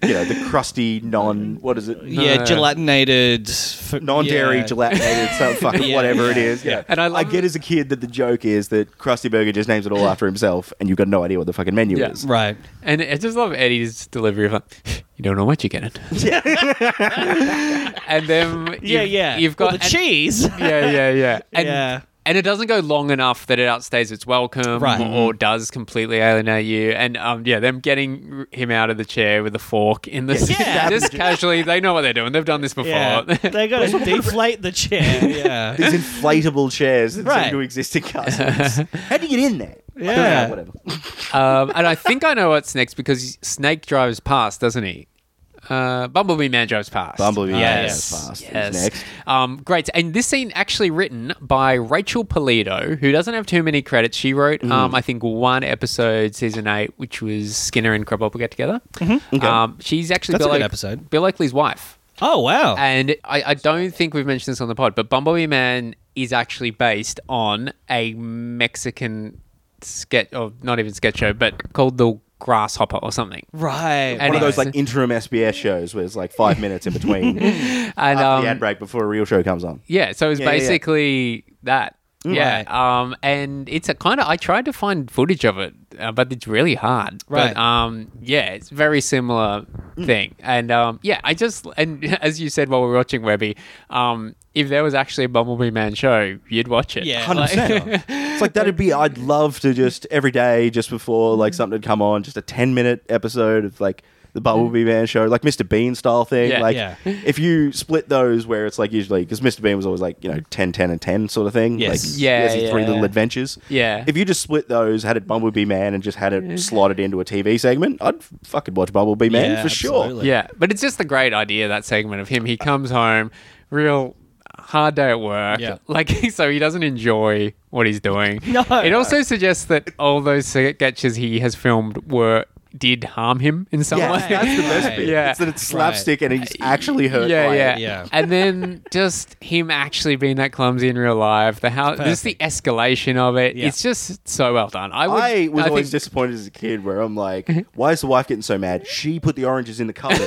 Speaker 2: you know, the crusty non, what is it?
Speaker 3: yeah,
Speaker 1: No.
Speaker 3: gelatinated, f-
Speaker 2: Non-dairy
Speaker 3: yeah.
Speaker 2: gelaminated, some fucking
Speaker 3: Yeah,
Speaker 2: whatever it
Speaker 3: yeah,
Speaker 2: is. Yeah.
Speaker 3: yeah.
Speaker 1: And I love-
Speaker 2: get as a kid that the joke is that Krusty Burger just names it all after himself, and you've got no idea what the fucking menu
Speaker 1: Yeah.
Speaker 2: is.
Speaker 3: Right.
Speaker 1: and I just love Eddie's delivery of like, you don't know what you're getting. and then
Speaker 3: Yeah,
Speaker 1: you've-
Speaker 3: yeah.
Speaker 1: you've got
Speaker 3: well, the
Speaker 1: and-
Speaker 3: cheese.
Speaker 1: Yeah, yeah, yeah. And,
Speaker 3: Yeah.
Speaker 1: And it doesn't go long enough that it outstays its welcome
Speaker 3: Right. Mm-hmm.
Speaker 1: or does completely alienate you. And um, yeah, them getting him out of the chair with a fork in the
Speaker 3: Yeah.
Speaker 1: just casually. They know what they're doing. They've done this before.
Speaker 3: yeah. they got to deflate the chair. Yeah.
Speaker 2: These inflatable chairs that
Speaker 3: Right.
Speaker 2: seem to exist in castles. How do you get in there?
Speaker 3: Yeah.
Speaker 2: whatever.
Speaker 1: um, and I think I know what's next because Snake drives past, doesn't he? Uh, Bumblebee Man drives past.
Speaker 2: Bumblebee Man
Speaker 3: Yes.
Speaker 2: goes fast.
Speaker 1: Yes.
Speaker 2: Who's next?
Speaker 1: Um, great. And this scene actually written by Rachel Polito, who doesn't have too many credits. She wrote,
Speaker 3: Mm.
Speaker 1: um, I think, one episode, season eight, which was Skinner and Krabappel get together.
Speaker 2: Okay.
Speaker 1: Um, she's actually
Speaker 3: Mm-hmm. That's a
Speaker 1: Bill,
Speaker 3: good
Speaker 1: Oak-
Speaker 3: episode.
Speaker 1: Bill Oakley's wife.
Speaker 3: Oh wow.
Speaker 1: And I, I don't think we've mentioned this on the pod, but Bumblebee Man is actually based on a Mexican sketch, or not even sketch show, but called The Grasshopper or something.
Speaker 3: right.
Speaker 1: and
Speaker 2: One of
Speaker 1: it-
Speaker 2: those like interim SBS shows where it's like five minutes in between and
Speaker 3: Uh,
Speaker 1: And
Speaker 2: the
Speaker 1: um,
Speaker 2: ad break before a real show comes on.
Speaker 1: Yeah, so it was
Speaker 2: Yeah, yeah, yeah.
Speaker 1: basically that. Yeah,
Speaker 3: Right.
Speaker 1: um, and it's a kind of I tried to find footage of it, uh, but it's really hard.
Speaker 3: Right.
Speaker 1: But, um, yeah, it's a very similar
Speaker 2: Mm.
Speaker 1: thing, and um, yeah, I just and as you said while we were watching Webby, um, if there was actually a Bumblebee Man show, you'd watch it.
Speaker 3: Yeah.
Speaker 1: Like-
Speaker 2: 100%. it's like that'd be I'd love to just every day just before like something had come on just a 10 minute episode of like the Bumblebee Man show like Mr Bean style thing
Speaker 1: Yeah.
Speaker 2: like
Speaker 3: Yeah.
Speaker 2: if you split those where it's like usually cuz Mr Bean was always like you know 10 10 and 10 sort of thing
Speaker 3: Yes.
Speaker 2: like
Speaker 1: Yeah,
Speaker 2: he has his three
Speaker 1: yeah.
Speaker 2: little adventures
Speaker 1: Yeah.
Speaker 2: if you just split those had it Bumblebee Man and just had it slotted into a TV segment I'd fucking watch Bumblebee Man
Speaker 3: Yeah,
Speaker 2: for sure
Speaker 3: absolutely.
Speaker 1: Yeah, but it's just a great idea that segment of him. He comes home, real hard day at work.
Speaker 3: Yeah.
Speaker 1: Like so he doesn't enjoy what he's doing.
Speaker 3: No.
Speaker 1: It also suggests that all those sketches he has filmed were did harm him in some
Speaker 2: yeah
Speaker 1: way.
Speaker 2: that's the best
Speaker 3: Right.
Speaker 2: bit
Speaker 1: Yeah.
Speaker 2: it's that it's slapstick and he's actually hurt
Speaker 1: yeah,
Speaker 2: by
Speaker 1: yeah,
Speaker 2: it.
Speaker 3: Yeah.
Speaker 1: And then just him actually being that clumsy in real life. The how just the escalation of it.
Speaker 3: Yeah.
Speaker 1: It's just so well done. I, would,
Speaker 2: I was
Speaker 1: I
Speaker 2: always
Speaker 1: think- Mm-hmm.
Speaker 2: disappointed as a kid where I'm like, why is the wife getting so mad? She put the oranges in the cupboard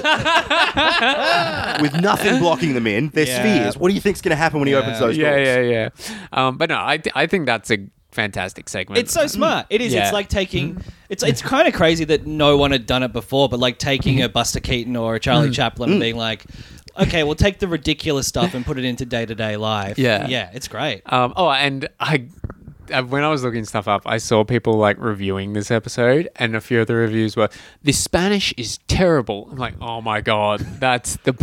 Speaker 2: with nothing blocking them in. They're
Speaker 3: Yeah.
Speaker 2: spheres. What do you think's going to happen when he
Speaker 3: Yeah.
Speaker 2: opens those
Speaker 1: yeah,
Speaker 2: doors?
Speaker 1: yeah, yeah. Um, but no, I, I think that's a fantastic segment.
Speaker 3: It's so smart. It is.
Speaker 1: Yeah.
Speaker 3: It's like taking. It's it's kind of crazy that no one had done it before, but like taking a Buster Keaton or a Charlie Chaplin and being like, okay, we'll take the ridiculous stuff and put it into day to day life.
Speaker 1: Yeah.
Speaker 3: yeah, it's great.
Speaker 1: Um, oh, and I, uh, when I was looking stuff up, I saw people like reviewing this episode, and a few of the reviews were, "The Spanish is terrible." I'm like, "Oh my god, that's the."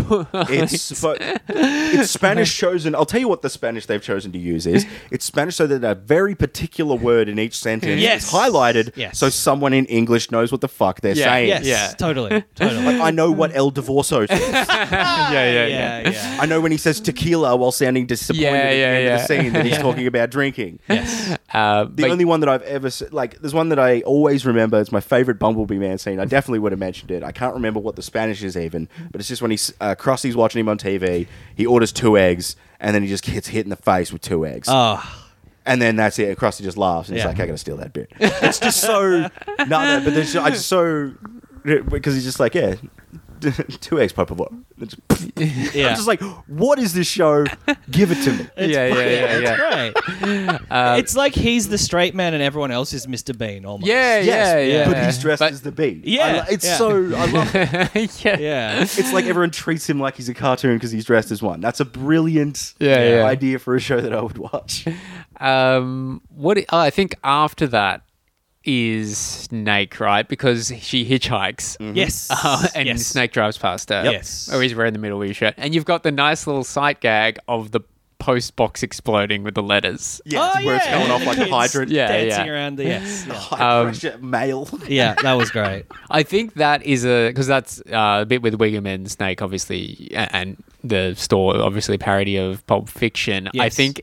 Speaker 2: It's, but it's Spanish chosen. I'll tell you what the Spanish they've chosen to use is. It's Spanish so that a very particular word in each sentence
Speaker 3: Yes.
Speaker 2: is highlighted
Speaker 3: Yes.
Speaker 2: so someone in English knows what the fuck they're
Speaker 1: Yeah.
Speaker 2: saying.
Speaker 3: Yes,
Speaker 1: Yeah.
Speaker 3: totally, totally.
Speaker 2: Like, I know what El Divorzo says.
Speaker 1: yeah, yeah, yeah.
Speaker 3: yeah, yeah.
Speaker 2: I know when he says tequila while sounding disappointed
Speaker 1: Yeah,
Speaker 2: at the
Speaker 1: yeah,
Speaker 2: end
Speaker 1: yeah.
Speaker 2: of the scene that he's talking about drinking.
Speaker 3: Yes.
Speaker 1: Uh,
Speaker 2: The
Speaker 1: but-
Speaker 2: only one that I've ever se- like, there's one that I always remember. It's my favorite Bumblebee Man scene. I definitely would have mentioned it. I can't remember what the Spanish is even, but it's just when he's uh, Krusty's watching him on TV. He orders two eggs, and then he just gets hit in the face with two eggs,
Speaker 1: Uh.
Speaker 3: Oh,
Speaker 2: and then that's it. And Krusty just laughs, and he's
Speaker 3: Yeah.
Speaker 2: like, "I gotta steal that bit." it's just so no, no, but there's I just so because he's just like, yeah. Two eggs per what?
Speaker 3: yeah.
Speaker 2: I'm just like, what is this show? Give it to me.
Speaker 1: yeah, yeah, yeah, yeah.
Speaker 3: It's great. it's like he's the straight man and everyone else is Mr. Bean almost.
Speaker 1: Yeah, yeah,
Speaker 2: Yes,
Speaker 1: yeah.
Speaker 2: but he's dressed
Speaker 1: But-
Speaker 2: as the bee. I
Speaker 3: Yeah,
Speaker 2: li- it's
Speaker 3: yeah.
Speaker 2: so I love it.
Speaker 1: yeah.
Speaker 3: Yeah.
Speaker 2: It's like everyone treats him like he's a cartoon because he's dressed as one. That's a brilliant
Speaker 1: Yeah, yeah.
Speaker 2: idea for a show that I would watch.
Speaker 1: Um, what i- oh, I think after that is Snake, right? Because she hitchhikes.
Speaker 2: Mm-hmm.
Speaker 3: Yes.
Speaker 1: Uh, and
Speaker 3: yes.
Speaker 1: Snake drives past her. Oh,
Speaker 3: Yep. Yes.
Speaker 1: Or he's wearing the middle of your shirt. And you've got the nice little sight gag of the post box exploding with the letters.
Speaker 2: Yeah,
Speaker 3: Oh,
Speaker 2: where it's
Speaker 3: yeah.
Speaker 2: going off
Speaker 3: The
Speaker 2: like a
Speaker 3: kids
Speaker 2: hydrant.
Speaker 1: Yeah,
Speaker 3: dancing
Speaker 1: yeah.
Speaker 3: around the yes. Yeah.
Speaker 2: High
Speaker 1: Um,
Speaker 2: pressure male.
Speaker 3: Yeah, that was great.
Speaker 1: I think that is a because that's uh, a bit with Wiggum and Snake, obviously, a- and the store, obviously, a parody of Pulp Fiction. I
Speaker 3: Yes. Mm-hmm.
Speaker 1: think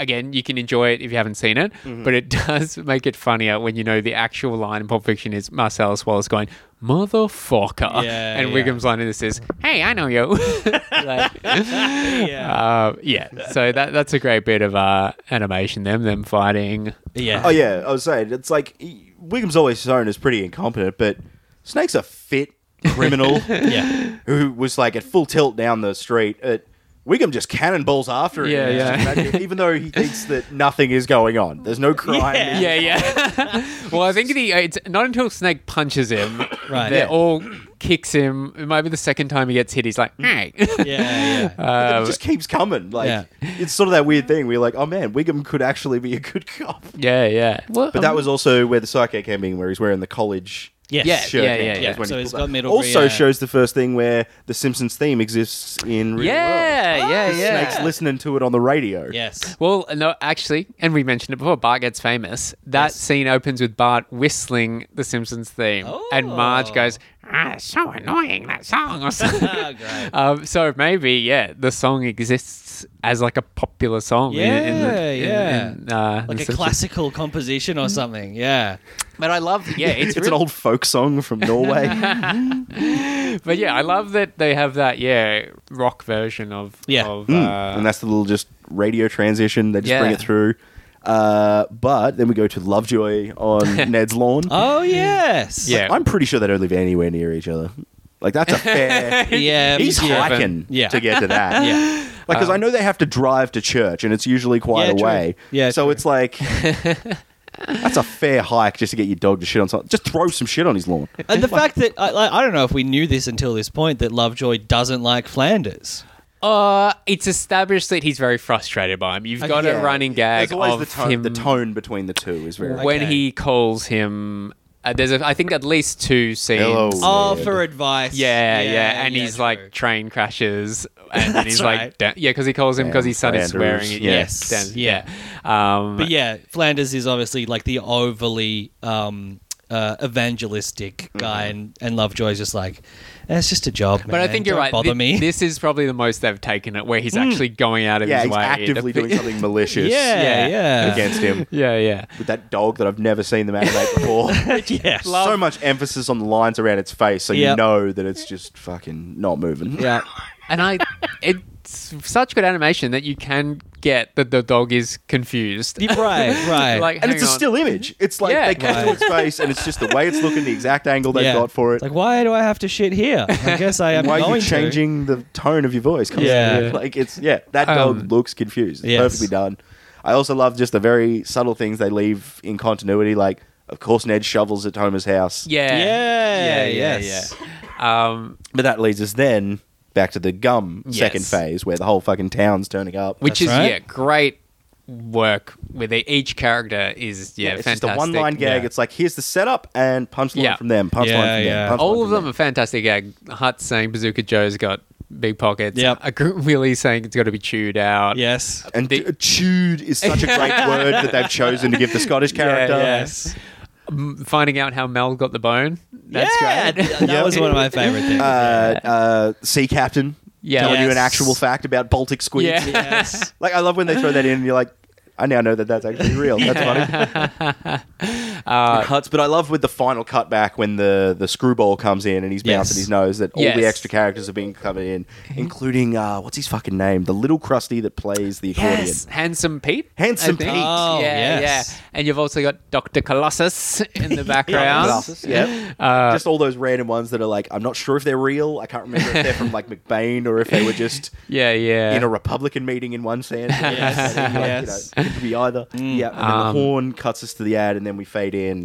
Speaker 1: again, you can enjoy it if you haven't seen it, but it does make it funnier when you know the actual line in Pulp Fiction is Marcellus Wallace going "motherfucker,"
Speaker 3: Yeah,
Speaker 1: and
Speaker 3: yeah.
Speaker 1: Wiggum's line in this is "Hey, I know you." Like,
Speaker 3: Yeah.
Speaker 1: uh, yeah, so that that's a great bit of uh, animation. Them them fighting.
Speaker 3: yeah.
Speaker 2: Oh yeah, I was saying it's like he- Wiggum's always shown as pretty incompetent, but Snake's a fit criminal
Speaker 3: Yeah.
Speaker 2: who was like at full tilt down the street. At Wiggum just cannonballs after him.
Speaker 1: Yeah,
Speaker 2: It's
Speaker 1: yeah.
Speaker 2: just magic, even though he thinks that nothing is going on, there's no crime.
Speaker 1: yeah,
Speaker 3: Yeah.
Speaker 1: yeah. well, I think the it's not until Snake punches him
Speaker 3: Right.
Speaker 1: that
Speaker 2: Yeah.
Speaker 1: all kicks him. It might be the second time he gets hit. He's like, hey.
Speaker 3: Yeah. Yeah.
Speaker 2: It
Speaker 1: Uh,
Speaker 2: just keeps coming. Like
Speaker 3: Yeah.
Speaker 2: it's sort of that weird thing. We're like, oh man, Wiggum could actually be a good cop.
Speaker 1: yeah, yeah. Well,
Speaker 2: But that was also where the psyche came in, where he's wearing the college
Speaker 3: Yes.
Speaker 1: Yeah,
Speaker 2: shirt.
Speaker 1: yeah, yeah,
Speaker 2: That's
Speaker 1: yeah.
Speaker 2: when he
Speaker 3: So he's
Speaker 2: pulls
Speaker 3: got
Speaker 2: up.
Speaker 3: middle
Speaker 2: Also
Speaker 3: rear.
Speaker 2: shows the first thing where the Simpsons theme exists in real world.
Speaker 1: yeah, yeah, yeah.
Speaker 2: Snake's listening to it on the radio.
Speaker 3: Yes.
Speaker 1: Well, no, actually, and we mentioned it before. Bart gets famous. That
Speaker 3: Yes.
Speaker 1: scene opens with Bart whistling the Simpsons theme, and Marge
Speaker 3: Oh.
Speaker 1: goes, "Ah, it's so annoying that song." Or
Speaker 3: Ah,
Speaker 1: something.
Speaker 3: great.
Speaker 1: um, so maybe, yeah, the song exists as like a popular song. in- in the-
Speaker 3: Yeah,
Speaker 1: in-
Speaker 3: yeah.
Speaker 1: in, uh, The
Speaker 3: Like a
Speaker 1: Simpsons.
Speaker 3: classical composition or something. Yeah.
Speaker 1: But I love, yeah,
Speaker 2: It's,
Speaker 1: it's,
Speaker 2: an old folk song from Norway.
Speaker 1: But yeah, I love that they have that yeah rock version of
Speaker 3: Yeah.
Speaker 1: of,
Speaker 2: Mm.
Speaker 1: uh,
Speaker 2: and that's the little just radio transition. They just bring
Speaker 1: Yeah.
Speaker 2: it through. Uh, but then we go to Lovejoy on Ned's lawn.
Speaker 3: Oh yes.
Speaker 1: Yeah.
Speaker 2: I'm pretty sure they don't live anywhere near each other. Like that's a fair.
Speaker 3: Yeah.
Speaker 2: He's
Speaker 3: yeah.
Speaker 2: hiking
Speaker 3: Yeah.
Speaker 2: to get to that.
Speaker 3: Yeah. Um,
Speaker 2: Like, because I know they have to drive to church, and it's usually quite
Speaker 3: Yeah,
Speaker 2: a
Speaker 3: true.
Speaker 2: way.
Speaker 3: Yeah,
Speaker 2: So
Speaker 3: true.
Speaker 2: it's like that's a fair hike just to get your dog to shit on something. Just throw some shit on his lawn.
Speaker 3: And the fact that I, like, I don't know if we knew this until this point that Lovejoy doesn't like Flanders.
Speaker 1: uh, it's established that he's very frustrated by him. You've
Speaker 3: Okay.
Speaker 1: got
Speaker 3: Yeah.
Speaker 1: a running
Speaker 2: There's
Speaker 1: gag
Speaker 2: always
Speaker 1: of
Speaker 2: the tone,
Speaker 1: him
Speaker 2: the tone between the two is very.
Speaker 1: when
Speaker 3: Okay.
Speaker 1: he calls him. Uh, there's a, I think at least two scenes.
Speaker 2: Hello.
Speaker 3: Oh,
Speaker 2: Yeah.
Speaker 3: for advice.
Speaker 1: Yeah, yeah, and
Speaker 3: yeah,
Speaker 1: he's
Speaker 3: true.
Speaker 1: like train crashes, and then
Speaker 3: That's
Speaker 1: he's
Speaker 3: right.
Speaker 1: like, da- yeah, because he calls him because his son is
Speaker 2: Flanders,
Speaker 1: swearing.
Speaker 2: yeah.
Speaker 3: Yes,
Speaker 1: yeah. yeah. Um,
Speaker 3: But yeah, Flanders is obviously like the overly um, uh, evangelistic guy, and, and Lovejoy's just like, "Eh, it's just a job.
Speaker 1: Mm-hmm. But I
Speaker 3: man.
Speaker 1: think you're
Speaker 3: Don't
Speaker 1: right.
Speaker 3: Bother
Speaker 1: Thi-
Speaker 3: me.
Speaker 1: This is probably the most they've taken it, where he's actually going out of
Speaker 2: yeah,
Speaker 1: his
Speaker 2: he's
Speaker 1: way. to
Speaker 2: actively
Speaker 1: be-
Speaker 2: doing something malicious.
Speaker 3: yeah,
Speaker 1: yeah.
Speaker 3: yeah,
Speaker 2: against him
Speaker 1: yeah, yeah.
Speaker 2: with that dog that I've never seen them animate before.
Speaker 3: yeah.
Speaker 2: so much emphasis on the lines around its face, so
Speaker 3: Yep.
Speaker 2: you know that it's just fucking not moving.
Speaker 3: yeah.
Speaker 1: And I, it's such good animation that you can get that the dog is confused.
Speaker 3: Yeah, Right, right.
Speaker 1: like,
Speaker 2: And it's a
Speaker 1: hang on.
Speaker 2: still image. It's like
Speaker 1: Yeah.
Speaker 2: they cut to
Speaker 3: Right.
Speaker 2: its face, and it's just the way it's looking, the exact angle they've
Speaker 3: Yeah.
Speaker 2: got for it.
Speaker 3: Like, why do I have to shit here? I guess I am
Speaker 2: why
Speaker 3: going
Speaker 2: are you
Speaker 3: to.
Speaker 2: changing the tone of your voice? constantly?
Speaker 3: Yeah.
Speaker 2: like it's yeah. That
Speaker 1: Um,
Speaker 2: dog looks confused. It's
Speaker 3: yes.
Speaker 2: perfectly done. I also love just the very subtle things they leave in continuity. Like, of course, Ned shovels at Homer's house.
Speaker 1: Yeah.
Speaker 3: Yeah,
Speaker 1: Yeah, yeah,
Speaker 3: yes.
Speaker 1: yeah. Um,
Speaker 2: But that leads us then back to the gum
Speaker 1: Yes.
Speaker 2: second phase where the whole fucking town's turning up.
Speaker 1: which
Speaker 3: That's
Speaker 1: is
Speaker 3: right.
Speaker 1: yeah, great work with it. each character is yeah,
Speaker 2: it's
Speaker 1: fantastic.
Speaker 2: just a one line gag.
Speaker 3: Yeah.
Speaker 2: It's like here's the setup and punchline
Speaker 1: Yeah.
Speaker 2: from them, punchline
Speaker 3: Yeah,
Speaker 2: from
Speaker 3: yeah.
Speaker 2: them. Punchline
Speaker 1: All of
Speaker 2: from
Speaker 1: them are fantastic gag. Hut saying Bazooka Joe's got big pockets.
Speaker 3: Yep.
Speaker 1: A gr- Willie saying it's got to be chewed out.
Speaker 3: Yes.
Speaker 2: And
Speaker 1: They-
Speaker 2: t- chewed is such a great word that they've chosen to give the Scottish character.
Speaker 3: Yes.
Speaker 1: M- finding out how Mel got the bone. That's
Speaker 3: yeah,
Speaker 1: great.
Speaker 3: th- that was one of my favorite things.
Speaker 2: Uh, uh, sea captain
Speaker 1: Yeah.
Speaker 2: telling you an
Speaker 3: Yes.
Speaker 2: actual fact about Baltic squids.
Speaker 1: Yeah.
Speaker 3: yes.
Speaker 2: Like I love when they throw that in and you're like, I now know that that's actually real. That's funny.
Speaker 1: Uh,
Speaker 2: And Huts, but I love with the final cutback when the the screwball comes in and he's bouncing
Speaker 3: Yes.
Speaker 2: his nose that all
Speaker 1: Yes.
Speaker 2: the extra characters are being covered in, including uh, what's his fucking name, the little crusty that plays the accordion.
Speaker 1: Yes, Handsome Pete.
Speaker 2: Handsome
Speaker 1: I think.
Speaker 2: Pete.
Speaker 3: Oh,
Speaker 1: yeah,
Speaker 3: yes.
Speaker 1: yeah. And you've also got Dr. Colossus in the background.
Speaker 3: Colossus.
Speaker 2: Yeah.
Speaker 1: Uh,
Speaker 2: just all those random ones that are like, I'm not sure if they're real. I can't remember if they're from like McBain or if they were just
Speaker 1: yeah, yeah.
Speaker 2: in a Republican meeting in one sense.
Speaker 3: Yes.
Speaker 2: Like, you know,
Speaker 3: Yes.
Speaker 2: it could be either. Yeah. And then
Speaker 1: Mm. Um,
Speaker 2: the horn cuts us to the ad, and then we fade in.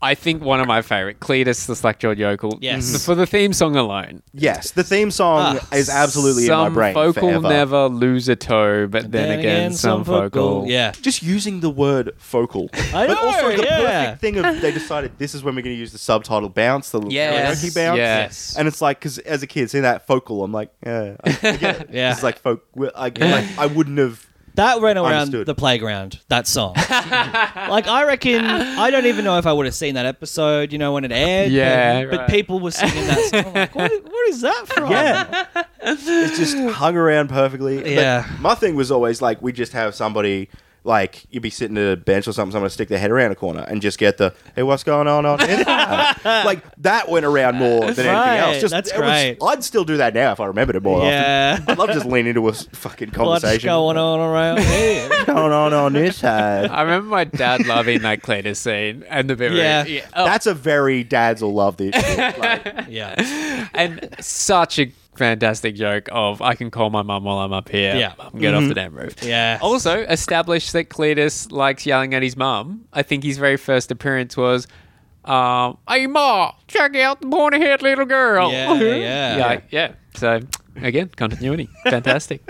Speaker 1: I think one of my favorite, Cletus the Slackjawed Yokel. Mm-hmm.
Speaker 3: Yes.
Speaker 1: For the theme song alone.
Speaker 2: Yes, the theme song
Speaker 3: Ah,
Speaker 2: is absolutely in
Speaker 1: some
Speaker 2: my brain.
Speaker 1: vocal
Speaker 2: forever.
Speaker 1: never lose a toe, but then, again, some, vocal.
Speaker 3: Yeah.
Speaker 2: Just using the word focal.
Speaker 3: I
Speaker 2: but
Speaker 3: know,
Speaker 2: also the
Speaker 3: yeah.
Speaker 2: perfect thing of they decided this is when we're going to use the subtitle bounce, the little
Speaker 1: Yes,
Speaker 2: karaoke bounce.
Speaker 1: yes.
Speaker 2: And it's like, because as a kid, seeing that focal, I'm like, yeah. I, I get it.
Speaker 3: Yeah.
Speaker 2: It's like, folk, I, like, I wouldn't have.
Speaker 3: That ran around
Speaker 2: Understood.
Speaker 3: the playground, that song. like, I reckon, I don't even know if I would have seen that episode, you know, when it aired.
Speaker 1: Yeah,
Speaker 3: But, but
Speaker 1: right.
Speaker 3: people were singing that song. I'm like, what, what is that from?
Speaker 2: Yeah. it just hung around perfectly. But
Speaker 3: Yeah.
Speaker 2: my thing was always like, we just have somebody. Like you'd be sitting at a bench or something, someone stick their head around a corner and just get the "Hey, what's going on?" on like that went around more than
Speaker 3: Right,
Speaker 2: anything else. Just
Speaker 3: that's
Speaker 2: it was-
Speaker 3: great.
Speaker 2: I'd still do that now if I remembered it more. often.
Speaker 3: Yeah.
Speaker 2: I'd love to just lean into a s- fucking
Speaker 3: Well, just
Speaker 2: conversation.
Speaker 3: going on around here.
Speaker 2: What's going on on this side?
Speaker 1: I remember my dad loving that Cletus scene and the bit where-
Speaker 3: Yeah.
Speaker 1: oh,
Speaker 2: That's a very dads will love this. shit. Like,
Speaker 3: yeah.
Speaker 1: and such a fantastic joke of I can call my mum while I'm up here.
Speaker 3: Yeah. Mm-hmm.
Speaker 1: Mum, get off the damn roof.
Speaker 3: Yeah.
Speaker 1: Also, established that Cletus likes yelling at his mum. I think his very first appearance was, um, "Hey ma, check out the pointy head little girl."
Speaker 3: Yeah, yeah, yeah.
Speaker 1: yeah, yeah. So again, continuity, fantastic.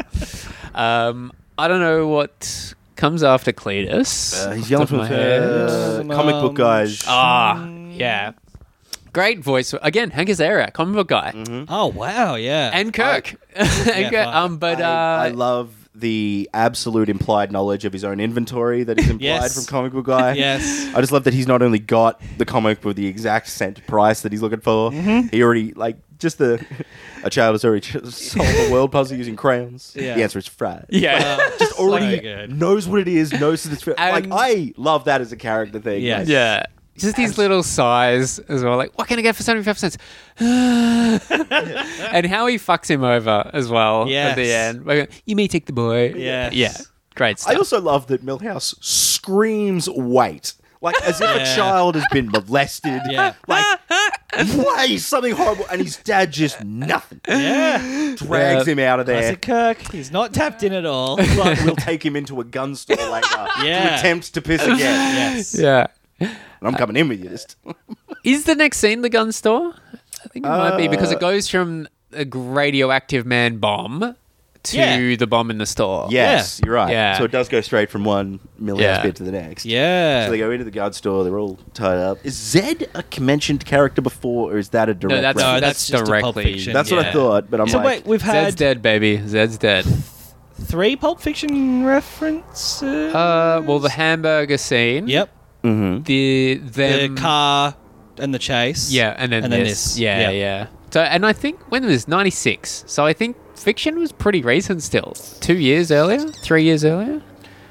Speaker 1: Um, I don't know what comes after Cletus.
Speaker 2: uh, he's yelling
Speaker 1: Top of
Speaker 2: from
Speaker 1: my head.
Speaker 2: uh, comic book guys.
Speaker 3: Oh,
Speaker 1: Ah, yeah. Great voice again. Hank Azaria, comic book guy,
Speaker 3: Oh, wow. Yeah.
Speaker 1: and Kirk. and
Speaker 3: Yeah,
Speaker 1: Kirk.
Speaker 3: fuck.
Speaker 1: Um, but
Speaker 2: I,
Speaker 1: uh,
Speaker 2: I love the absolute implied knowledge of his own inventory that is implied
Speaker 3: Yes.
Speaker 2: from comic book guy.
Speaker 3: Yes.
Speaker 2: I just love that he's not only got the comic with the exact cent price that he's looking for.
Speaker 3: Mm-hmm.
Speaker 2: He already like just the a child has already just solved the world puzzle using crayons.
Speaker 3: Yeah.
Speaker 2: The answer is fried.
Speaker 1: yeah,
Speaker 3: just
Speaker 2: already
Speaker 3: good.
Speaker 2: knows what it is, knows that it's like
Speaker 1: And-
Speaker 2: I love that as a character thing.
Speaker 3: Yeah.
Speaker 2: Like,
Speaker 1: yeah. Just these little sighs as well. Like, what can I get for seventy-five cents? and how he fucks him over as well at the
Speaker 3: Yes.
Speaker 1: end. Like, You may take the boy.
Speaker 3: Yes.
Speaker 1: Yeah. Great
Speaker 2: I
Speaker 1: stuff.
Speaker 2: also love that Milhouse screams wait. Like as if
Speaker 3: Yeah.
Speaker 2: a child has been molested.
Speaker 3: Yeah.
Speaker 2: Like wait, something horrible and his dad just nothing.
Speaker 3: Yeah.
Speaker 2: Drags
Speaker 1: Yeah.
Speaker 2: him out of there.
Speaker 3: Classic Kirk. He's not tapped in at all.
Speaker 2: But we'll take him into a gun store later
Speaker 3: Yeah.
Speaker 2: to attempt to piss again.
Speaker 3: yes.
Speaker 1: yeah.
Speaker 2: And I'm coming in with you. Just
Speaker 1: Is the next scene the gun store? I think it might
Speaker 3: Uh,
Speaker 1: be because it goes from a radioactive man bomb to
Speaker 3: Yeah.
Speaker 1: the bomb in the store.
Speaker 2: Yes, you're right.
Speaker 1: Yeah.
Speaker 2: So it does go straight from one Milhouse
Speaker 1: Yeah.
Speaker 2: bit to the next.
Speaker 3: Yeah.
Speaker 2: So they go into the guard store. They're all tied up. Is Zed a mentioned character before, or is that a direct?
Speaker 1: No, that's,
Speaker 3: No,
Speaker 2: reference?
Speaker 1: that's,
Speaker 3: that's just a Pulp
Speaker 1: directly.
Speaker 3: Fiction,
Speaker 2: That's what I
Speaker 1: yeah.
Speaker 2: thought. But I'm
Speaker 3: so
Speaker 2: like,
Speaker 3: wait, we've
Speaker 1: Zed's
Speaker 3: had
Speaker 1: dead, baby. Zed's dead.
Speaker 3: three Pulp Fiction references.
Speaker 1: Uh, well, the hamburger scene.
Speaker 3: yep.
Speaker 2: mm-hmm.
Speaker 1: The them,
Speaker 3: the car and the chase.
Speaker 1: Um, Yeah, and then this. Yeah, yeah, So, and I think when was ninety six? So I think fiction was pretty recent still. Two years earlier, three years earlier.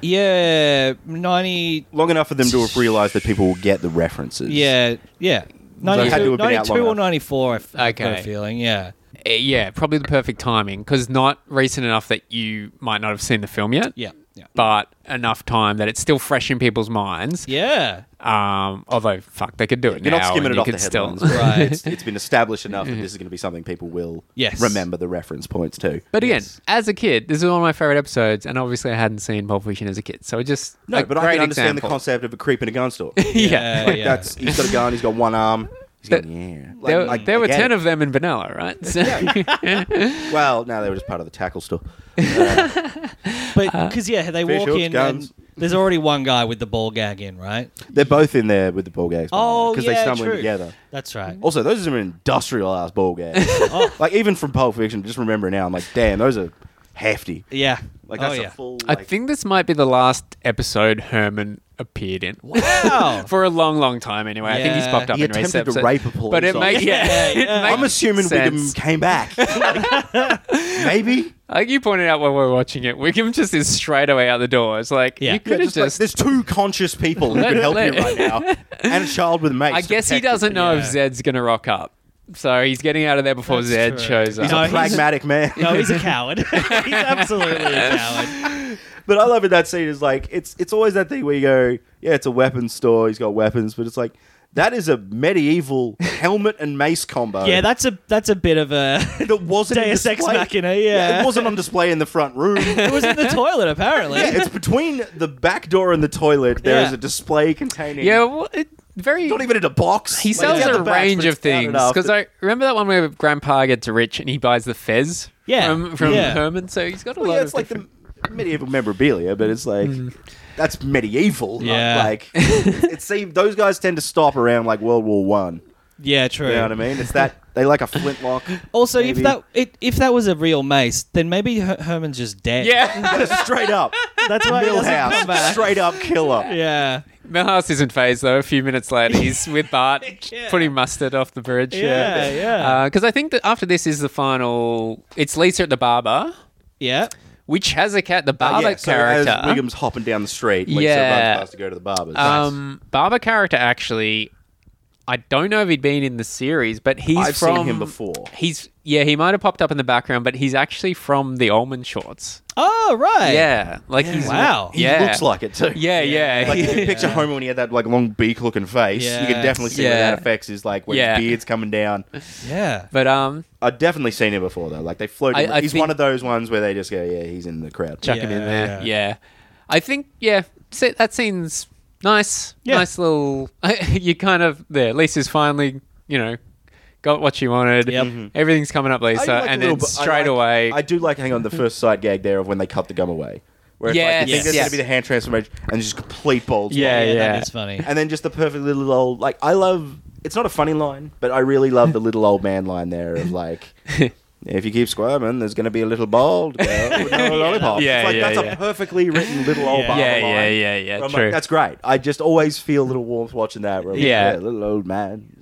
Speaker 3: Yeah, ninety.
Speaker 2: long enough for them to have realized that people will get the references.
Speaker 3: Yeah,
Speaker 2: It
Speaker 3: yeah.
Speaker 2: had to
Speaker 3: 92,
Speaker 2: have been out
Speaker 3: 92
Speaker 2: long
Speaker 3: or
Speaker 2: enough.
Speaker 3: 94, I've, I've got
Speaker 1: Okay.
Speaker 3: a feeling, yeah.
Speaker 1: Uh, yeah, probably the perfect timing because not recent enough that you might not have seen the film yet.
Speaker 3: Yeah, yeah.
Speaker 1: But enough time that it's still fresh in people's minds.
Speaker 3: Yeah,
Speaker 1: Um, although fuck, they could do it
Speaker 2: You're
Speaker 1: now.
Speaker 2: not skimming
Speaker 1: and
Speaker 2: it
Speaker 1: you
Speaker 2: off the
Speaker 1: could still-
Speaker 2: headlines,
Speaker 3: Right.
Speaker 2: It's, it's been established enough that
Speaker 1: Mm-hmm.
Speaker 2: this is going to be something people will
Speaker 3: Yes.
Speaker 2: remember the reference points to.
Speaker 1: But again,
Speaker 3: Yes.
Speaker 1: as a kid, this is one of my favorite episodes, and obviously I hadn't seen Pulp Fiction as a kid, so it just
Speaker 2: no,
Speaker 1: a
Speaker 2: but I
Speaker 1: great
Speaker 2: can understand
Speaker 1: example.
Speaker 2: the concept of a creep in a gun store.
Speaker 1: yeah,
Speaker 3: yeah.
Speaker 2: Like that's he's got a gun, he's got one arm. He's
Speaker 1: That-
Speaker 2: going, yeah. Like,
Speaker 1: there,
Speaker 2: like,
Speaker 1: there
Speaker 2: I
Speaker 1: were
Speaker 2: get
Speaker 1: ten
Speaker 2: it.
Speaker 1: of them in Vanilla, right? So-
Speaker 2: Well, no, they were just part of the tackle store. Uh,
Speaker 3: but
Speaker 1: Uh,
Speaker 3: because yeah, they
Speaker 2: fish
Speaker 3: walk
Speaker 2: hooks,
Speaker 3: in
Speaker 2: guns.
Speaker 3: and there's already one guy with the ball gag in, right?
Speaker 2: They're both in there with the ball gags.
Speaker 3: Oh,
Speaker 2: because
Speaker 3: yeah,
Speaker 2: they stumble in
Speaker 3: true.
Speaker 2: together.
Speaker 3: That's right.
Speaker 2: Also, those are industrial ass ball gags.
Speaker 1: Oh.
Speaker 2: Like even from Pulp Fiction, just remembering now, I'm like, damn, those are hefty.
Speaker 3: Yeah,
Speaker 2: Like
Speaker 3: oh
Speaker 2: that's
Speaker 3: yeah.
Speaker 2: a full.
Speaker 1: I
Speaker 2: like-
Speaker 1: think this might be the last episode Herman appeared in.
Speaker 3: Wow.
Speaker 1: For a long, long time, anyway. I think he's
Speaker 3: Yeah.
Speaker 1: popped up
Speaker 2: He
Speaker 1: in recent
Speaker 2: attempted to
Speaker 1: episodes.
Speaker 2: rape a police
Speaker 1: but it makes
Speaker 2: officer.
Speaker 1: yeah,
Speaker 3: Yeah,
Speaker 1: it
Speaker 3: yeah.
Speaker 1: makes
Speaker 2: I'm assuming Wiggum
Speaker 1: sense.
Speaker 2: came back. Like, maybe.
Speaker 1: Like you pointed out when we were watching it, Wickham just is straight away out the door. It's like
Speaker 3: Yeah.
Speaker 1: you could
Speaker 2: Yeah,
Speaker 1: have
Speaker 2: just like,
Speaker 1: just.
Speaker 2: there's two conscious people who
Speaker 1: Let-
Speaker 2: could help
Speaker 1: let-
Speaker 2: you right now, and a child with a mate.
Speaker 1: I guess he doesn't know if
Speaker 3: Yeah.
Speaker 1: Zed's gonna rock up, so he's getting out of there before
Speaker 3: That's
Speaker 1: Zed
Speaker 3: true.
Speaker 1: shows up.
Speaker 2: He's
Speaker 3: No,
Speaker 2: a
Speaker 3: he's-
Speaker 2: pragmatic man.
Speaker 3: No, he's a coward. he's absolutely a coward.
Speaker 2: But I love in that scene is like it's it's always that thing where you go, yeah, it's a weapons store. He's got weapons, but it's like that is a medieval helmet and mace combo.
Speaker 3: Yeah, that's a that's a bit of a.
Speaker 2: that wasn't in
Speaker 3: Deus Ex
Speaker 2: display.
Speaker 3: Machina, yeah.
Speaker 2: it wasn't on display in the front room. yeah,
Speaker 3: it was in the toilet apparently.
Speaker 2: it's between the back door and the toilet. There is
Speaker 3: Yeah.
Speaker 2: a display containing.
Speaker 1: Yeah, well, it, very.
Speaker 2: Not even in a box.
Speaker 1: He
Speaker 2: Like,
Speaker 1: sells
Speaker 2: it's out
Speaker 1: a
Speaker 2: the back,
Speaker 1: range
Speaker 2: but
Speaker 1: of
Speaker 2: it's loud
Speaker 1: things
Speaker 2: enough
Speaker 1: because
Speaker 2: that-
Speaker 1: I remember that one where Grandpa gets rich and he buys the fez
Speaker 3: Yeah.
Speaker 1: from from
Speaker 3: Yeah.
Speaker 1: Herman. So he's got a
Speaker 2: Well,
Speaker 1: lot
Speaker 2: yeah,
Speaker 1: of
Speaker 2: it's like
Speaker 1: different-
Speaker 2: the medieval memorabilia, but it's like
Speaker 1: Mm.
Speaker 2: that's medieval. not
Speaker 3: Yeah.
Speaker 2: like it seems those guys tend to stop around like World War One.
Speaker 3: Yeah, true.
Speaker 2: You know what I mean? It's that they like a flintlock.
Speaker 3: Also,
Speaker 2: maybe.
Speaker 3: if that it, if that was a real mace, then maybe Her- Herman's just dead.
Speaker 1: yeah.
Speaker 2: straight up
Speaker 3: that's why he doesn't come
Speaker 2: Millhouse,
Speaker 3: back.
Speaker 2: straight up killer.
Speaker 3: Yeah,
Speaker 1: Milhouse isn't phased though. A few minutes later, he's with Bart,
Speaker 3: Yeah.
Speaker 1: putting mustard off the bridge.
Speaker 3: Yeah, yeah.
Speaker 1: Because I think that after this is the final. It's Lisa at the barber,
Speaker 3: yeah.
Speaker 1: which has a cat. The
Speaker 2: Uh,
Speaker 1: barber
Speaker 2: yeah, so
Speaker 1: character.
Speaker 2: as Wiggum's hopping down the street, like,
Speaker 1: Yeah.
Speaker 2: so runs past to go to the barbers.
Speaker 1: um, barber character actually. I don't know if he'd been in the series, but he's
Speaker 2: I've seen
Speaker 1: from
Speaker 2: him before.
Speaker 1: He's yeah, he might have popped up in the background, but he's actually from the Almond Shorts.
Speaker 3: Oh right.
Speaker 1: Yeah, like he's
Speaker 3: Wow.
Speaker 2: he
Speaker 1: yeah.
Speaker 2: looks like it too.
Speaker 1: yeah, yeah,
Speaker 2: Like if you
Speaker 1: yeah.
Speaker 2: picture Homer when he had that like long beak-looking face, you
Speaker 3: Yeah.
Speaker 2: can definitely see where
Speaker 1: Yeah.
Speaker 2: that affects his like when
Speaker 1: Yeah.
Speaker 2: his beard's coming down.
Speaker 3: Yeah.
Speaker 1: But um,
Speaker 2: I've definitely seen him before though. Like they float.
Speaker 1: I-
Speaker 2: him.
Speaker 1: I
Speaker 2: he's
Speaker 1: think-
Speaker 2: one of those ones where they just go, yeah, he's in the crowd.
Speaker 1: chuck him in
Speaker 3: Yeah,
Speaker 1: there. Yeah.
Speaker 3: yeah.
Speaker 1: I think yeah, se- that seems nice.
Speaker 3: Yeah.
Speaker 1: Nice little. you kind of there. Lisa's finally you know got what she wanted.
Speaker 3: Yep. Mhm.
Speaker 1: Everything's coming up,
Speaker 2: Mm-hmm. I
Speaker 1: Lisa,
Speaker 2: like a
Speaker 1: and
Speaker 2: little
Speaker 1: then
Speaker 2: bit- I
Speaker 1: straight
Speaker 2: like-
Speaker 1: away.
Speaker 2: I do like hang on the first side gag there of when they cut the gum away. Where it's like
Speaker 1: Yes,
Speaker 2: you think there's
Speaker 1: yes.
Speaker 2: gonna be the hand transformation and just complete bold.
Speaker 1: Yeah,
Speaker 3: yeah,
Speaker 1: yeah.
Speaker 3: That is funny.
Speaker 2: And then just the perfect little old like I love it's not a funny line, but I really love the little old man line there of like if you keep squirming, there's gonna be a little bald girl with no lollipop.
Speaker 1: Yeah,
Speaker 2: it's like
Speaker 1: yeah,
Speaker 2: that's
Speaker 1: yeah.
Speaker 2: a perfectly written little old
Speaker 3: Yeah.
Speaker 2: barber
Speaker 1: yeah,
Speaker 2: line.
Speaker 1: yeah, yeah, yeah,
Speaker 2: Where I'm like,
Speaker 1: True.
Speaker 2: that's great. I just always feel a little warmth watching that. Where I'm
Speaker 1: Yeah.
Speaker 2: like, yeah, little old man.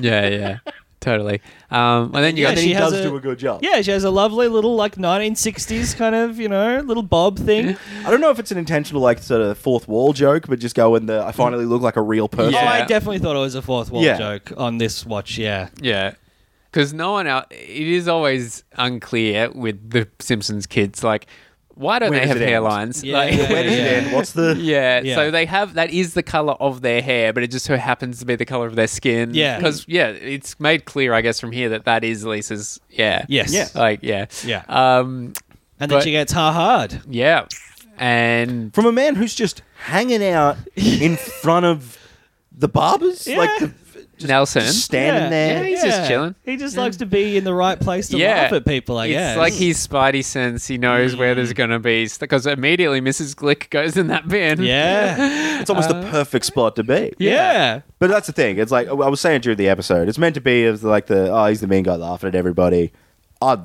Speaker 1: yeah, yeah, totally. Um, and then you got
Speaker 3: Yeah,
Speaker 2: and then
Speaker 3: she
Speaker 2: he
Speaker 3: has
Speaker 2: does
Speaker 3: a-
Speaker 2: do a good job.
Speaker 3: Yeah, she has a lovely little like 1960s kind of you know little bob thing.
Speaker 2: I don't know if it's an intentional like sort of fourth wall joke, but just go in the I finally look like a real person.
Speaker 1: Yeah.
Speaker 3: Oh, I definitely thought it was a fourth wall
Speaker 2: Yeah.
Speaker 3: joke on this watch. Yeah.
Speaker 1: Yeah. Because no one out, it is always unclear with the Simpsons kids. Like, why don't
Speaker 2: Where
Speaker 1: they have
Speaker 2: does it end?
Speaker 1: hairlines?
Speaker 3: Yeah,
Speaker 1: Like-
Speaker 3: yeah,
Speaker 2: Where does it end? What's the
Speaker 1: yeah,
Speaker 3: Yeah.
Speaker 1: so they have that is the color of their hair, but it just so happens to be the color of their skin.
Speaker 3: Yeah.
Speaker 1: because yeah, it's made clear, I guess, from here that that is Lisa's. Yeah,
Speaker 3: Yes.
Speaker 2: Yeah.
Speaker 1: like yeah,
Speaker 3: Yeah.
Speaker 1: um,
Speaker 3: And then
Speaker 1: But-
Speaker 3: she gets ha hard.
Speaker 1: yeah, and
Speaker 2: from a man who's just hanging out in front of the barbers,
Speaker 3: Yeah.
Speaker 2: like the, just,
Speaker 1: Nelson.
Speaker 2: just standing there.
Speaker 1: Yeah, he's just chilling.
Speaker 3: He just likes to be in the right place to
Speaker 1: yeah,
Speaker 3: laugh at people. I
Speaker 1: it's
Speaker 3: guess. Mm.
Speaker 1: like his spidey sense. He knows where there's gonna be because immediately Mrs. Glick goes in that bin.
Speaker 3: Yeah.
Speaker 2: It's almost the
Speaker 1: Uh,
Speaker 2: perfect spot to be.
Speaker 3: yeah.
Speaker 2: But that's the thing. It's like I was saying during the episode. It's meant to be as like the oh he's the mean guy laughing at everybody. I'd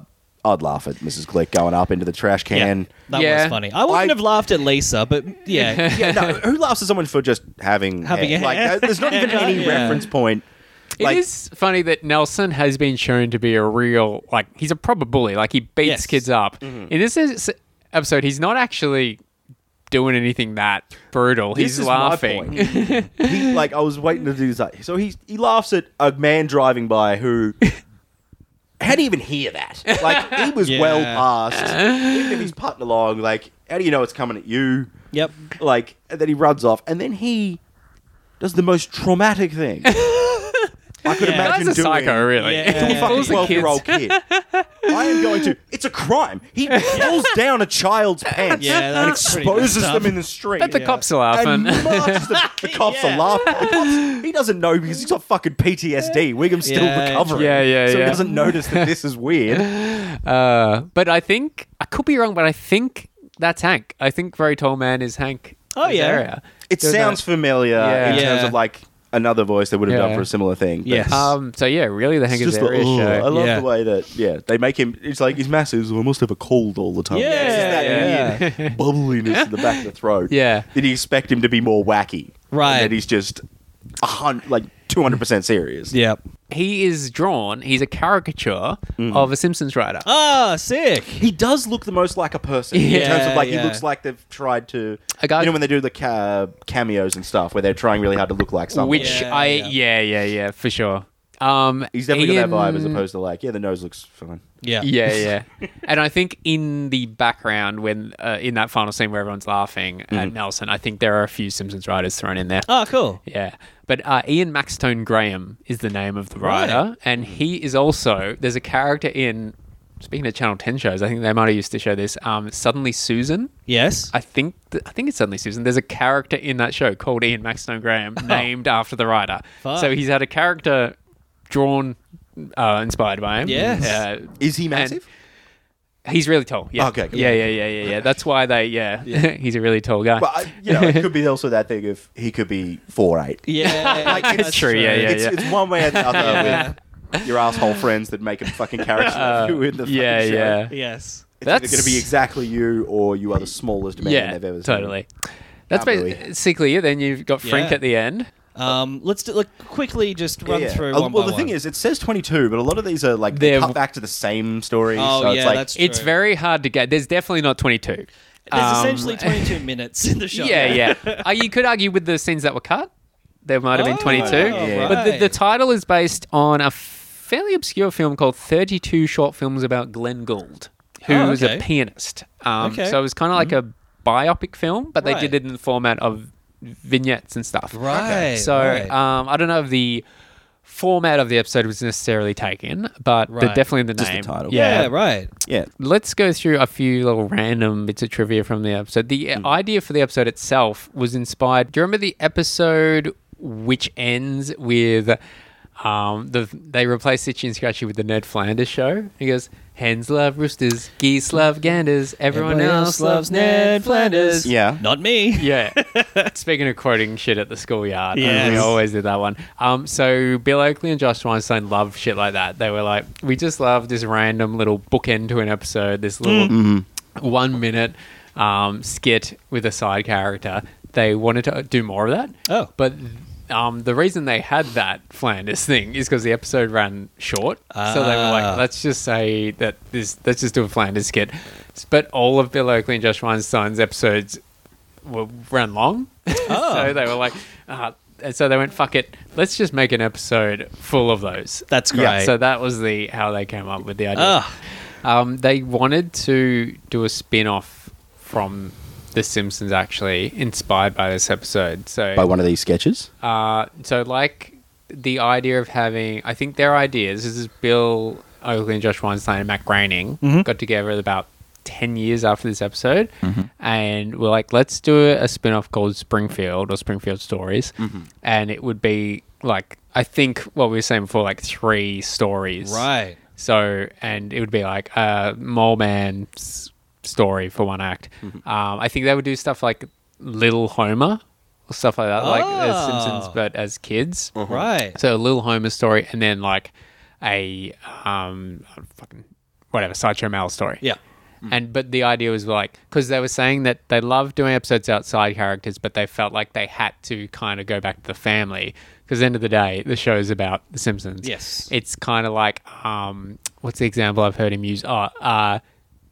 Speaker 2: I'd laugh at Mrs. Glick going up into the trash can.
Speaker 3: That
Speaker 1: Yeah.
Speaker 3: was funny. I wouldn't
Speaker 2: I-
Speaker 3: have laughed at Lisa, but yeah.
Speaker 2: Yeah, no, who laughs at someone for just having
Speaker 3: Having
Speaker 2: hair?
Speaker 3: a
Speaker 2: Like,
Speaker 3: hair.
Speaker 2: there's not even any
Speaker 3: Yeah.
Speaker 2: reference point. Like,
Speaker 1: it is funny that Nelson has been shown to be a real like he's a proper bully. Like he beats
Speaker 3: Yes.
Speaker 1: kids up.
Speaker 2: Mm-hmm.
Speaker 1: In this is- episode, he's not actually doing anything that brutal.
Speaker 2: this
Speaker 1: He's
Speaker 2: is my
Speaker 1: laughing.
Speaker 2: point. he, like I was waiting to do this. Like, so he he laughs at a man driving by who. How do you even hear that? Like he was
Speaker 3: Yeah.
Speaker 2: well past. Even if he's putting along, like how do you know it's coming at you?
Speaker 3: Yep.
Speaker 2: Like and then he runs off, and then he does the most traumatic thing. I could
Speaker 3: Yeah.
Speaker 2: imagine
Speaker 1: That's a
Speaker 2: doing.
Speaker 1: psycho, really.
Speaker 3: Yeah.
Speaker 1: He
Speaker 3: Fucking
Speaker 1: pulls the kids.
Speaker 2: twelve-year-old kid. I am going to. It's a crime. He pulls down a child's pants
Speaker 3: Yeah,
Speaker 2: and
Speaker 3: that's pretty
Speaker 2: exposes
Speaker 3: messed up.
Speaker 2: them in the street.
Speaker 1: But the cops are
Speaker 2: And
Speaker 1: laughing.
Speaker 2: marches them. the cops
Speaker 3: Yeah.
Speaker 2: are laughing. The cops- he doesn't know because he's got fucking PTSD. Wiggum's still
Speaker 3: Yeah.
Speaker 2: recovering.
Speaker 1: Yeah, yeah,
Speaker 2: So
Speaker 1: yeah.
Speaker 2: he doesn't notice that this is weird.
Speaker 1: Uh, but I think I could be wrong, but I think that's Hank. I think very tall man is Hank.
Speaker 3: Oh, yeah.
Speaker 1: Area.
Speaker 2: It sounds familiar
Speaker 1: Yeah.
Speaker 2: in terms
Speaker 3: Yeah.
Speaker 2: of like another voice that would have
Speaker 1: Yeah.
Speaker 2: done for a similar thing. but
Speaker 3: Yes.
Speaker 1: Um, so yeah, really the Hank
Speaker 2: It's
Speaker 1: is uh,
Speaker 2: just the,
Speaker 1: area
Speaker 2: ugh. I
Speaker 1: show.
Speaker 2: love
Speaker 3: Yeah.
Speaker 2: the way that yeah they make him. It's like he's massive. So he must have a cold all the time.
Speaker 3: Yeah,
Speaker 2: It's just that
Speaker 3: yeah.
Speaker 2: weird bubbliness in the back of the throat.
Speaker 1: Yeah.
Speaker 2: Did you expect him to be more wacky?
Speaker 3: Right.
Speaker 2: And that he's just a hundred, like two hundred percent serious.
Speaker 3: Yep.
Speaker 1: He is drawn. He's a caricature
Speaker 2: Mm.
Speaker 1: of a Simpsons writer.
Speaker 2: Oh,
Speaker 3: Ah, sick.
Speaker 2: He does look the most like a person in terms
Speaker 3: Yeah,
Speaker 2: of like
Speaker 3: yeah.
Speaker 2: he looks like they've tried to.
Speaker 1: A guy-
Speaker 2: you know when they do the ca- cameos and stuff where they're trying really hard to look like something.
Speaker 1: Which
Speaker 3: Yeah,
Speaker 1: I
Speaker 3: yeah.
Speaker 1: yeah. yeah yeah for sure. Um,
Speaker 2: He's definitely
Speaker 1: Ian,
Speaker 2: got that vibe as opposed to like yeah the nose looks fine.
Speaker 3: Yeah.
Speaker 1: Yeah yeah, and I think in the background when uh, in that final scene where everyone's laughing
Speaker 2: Mm-hmm.
Speaker 1: at Nelson, I think there are a few Simpsons writers thrown in there.
Speaker 3: Oh, cool.
Speaker 1: Yeah, but uh, Ian Maxtone Graham is the name of the
Speaker 3: Right.
Speaker 1: writer, and he is also there's a character in Speaking of Channel Ten shows, I think they might have used to show this. Um, Suddenly Susan.
Speaker 3: Yes.
Speaker 1: I think th- I think it's Suddenly Susan. There's a character in that show called Ian Maxton Graham, named after the writer.
Speaker 3: Oh. Fuck.
Speaker 1: So he's had a character drawn, uh, inspired by him.
Speaker 3: Yes.
Speaker 1: Uh,
Speaker 2: Is he massive?
Speaker 1: he's really tall. Yeah.
Speaker 2: Okay, cool.
Speaker 1: Yeah, yeah, yeah, yeah, yeah. That's why they. Yeah. he's a really tall guy.
Speaker 2: But I, you know, it could be also that thing of he could be four eight.
Speaker 3: yeah.
Speaker 2: Like, it's
Speaker 3: that's
Speaker 1: true, yeah, yeah.
Speaker 2: it's, it's one way or the other with your asshole friends that make a fucking character of you in the fucking
Speaker 1: Uh, yeah,
Speaker 2: show.
Speaker 1: yeah.
Speaker 3: Yes.
Speaker 2: It's either
Speaker 1: That's-
Speaker 2: going to be exactly you, or you are the smallest man
Speaker 1: yeah.
Speaker 2: they've ever seen.
Speaker 1: totally. That's
Speaker 2: Can't believe.
Speaker 1: basically it. Then you've got Frank
Speaker 3: Yeah.
Speaker 1: at the end.
Speaker 3: Um, let's do, look quickly just run
Speaker 2: Yeah.
Speaker 3: through
Speaker 2: Uh,
Speaker 3: one
Speaker 2: well,
Speaker 3: by
Speaker 2: the thing
Speaker 3: one.
Speaker 2: is, it says twenty-two, but a lot of these are like they
Speaker 1: They're-
Speaker 2: cut back to the same story.
Speaker 3: Oh,
Speaker 2: so
Speaker 3: yeah,
Speaker 2: it's like,
Speaker 3: that's
Speaker 1: It's
Speaker 3: True.
Speaker 1: very hard to get. There's definitely not 22.
Speaker 3: there's
Speaker 1: Um,
Speaker 3: essentially 22 minutes in the show.
Speaker 1: Yeah, yeah. uh, you could argue with the scenes that were cut, there might have
Speaker 3: Oh,
Speaker 1: been 22.
Speaker 2: Yeah.
Speaker 1: But the, the
Speaker 3: right.
Speaker 1: title is based on a fairly obscure film called 32 Short Films About Glenn Gould, who
Speaker 3: Oh,
Speaker 1: was
Speaker 3: okay.
Speaker 1: a pianist. Um,
Speaker 3: Okay. Mm-hmm.
Speaker 1: So it was kind of like a biopic film, but
Speaker 3: Right.
Speaker 1: they did it in the format of vignettes and stuff.
Speaker 3: Right,
Speaker 1: So
Speaker 3: right.
Speaker 1: um, I don't know if the format of the episode was necessarily taken, but the-
Speaker 3: Right.
Speaker 1: definitely the
Speaker 2: Just the
Speaker 1: name.
Speaker 2: title.
Speaker 3: yeah, right.
Speaker 2: yeah,
Speaker 1: Let's go through a few little random bits of trivia from the episode. The uh, idea for the episode itself was inspired. Do you remember the episode which ends with um, the they replace Itchy and Scratchy with the Ned Flanders show? He goes, "Hens love roosters, geese love ganders, everyone, else, loves Ned Flanders."
Speaker 2: yeah.
Speaker 3: Not me.
Speaker 1: Yeah. Speaking of quoting shit at the schoolyard,
Speaker 3: Yes.
Speaker 1: yeah, we always did that one. Um, so Bill Oakley and Josh Weinstein love shit like that. They were like, we just love this random little bookend to an episode, this
Speaker 3: Mm.
Speaker 1: little
Speaker 3: Mm-hmm.
Speaker 1: one minute um, skit with a side character. They wanted to do more of that.
Speaker 3: Oh.
Speaker 1: But um, the reason they had that Flanders thing is because the episode ran short. so they were
Speaker 3: Ah.
Speaker 1: like, let's just say that this, let's just do a Flanders skit. But all of Bill Oakley and Josh Weinstein's episodes were ran long.
Speaker 3: Oh.
Speaker 1: so they were like, uh, and so they went, fuck it, let's just make an episode full of those.
Speaker 3: That's great.
Speaker 1: Yeah, so that was the how they came up with the idea.
Speaker 3: Ah.
Speaker 1: Um, they wanted to do a spin off from The Simpsons, actually, inspired by this episode. So
Speaker 2: By one of these sketches,
Speaker 1: uh, so like the idea of having, I think their ideas. This is Bill Oakley and Josh Weinstein and Matt Groening got together about ten years after this episode, and we're like, let's do a spin-off called Springfield or Springfield Stories, and it would be like I think what we were saying before, like three stories,
Speaker 3: Right.
Speaker 1: so, and it would be like a mole man s- story for one act. Um, I think they would do stuff like Little Homer or stuff like that, like as
Speaker 3: Oh.
Speaker 1: Simpsons, but as kids.
Speaker 2: Uh-huh.
Speaker 3: Right.
Speaker 1: So, a Little Homer story, and then like a um, fucking whatever sideshow Mal story.
Speaker 3: Yeah.
Speaker 1: Mm. And but the idea was like because they were saying that they loved doing episodes outside characters, but they felt like they had to kind of go back to the family because end of the day the show is about the Simpsons.
Speaker 3: Yes.
Speaker 1: it's kind of like um, what's the example I've heard him use? Oh, uh,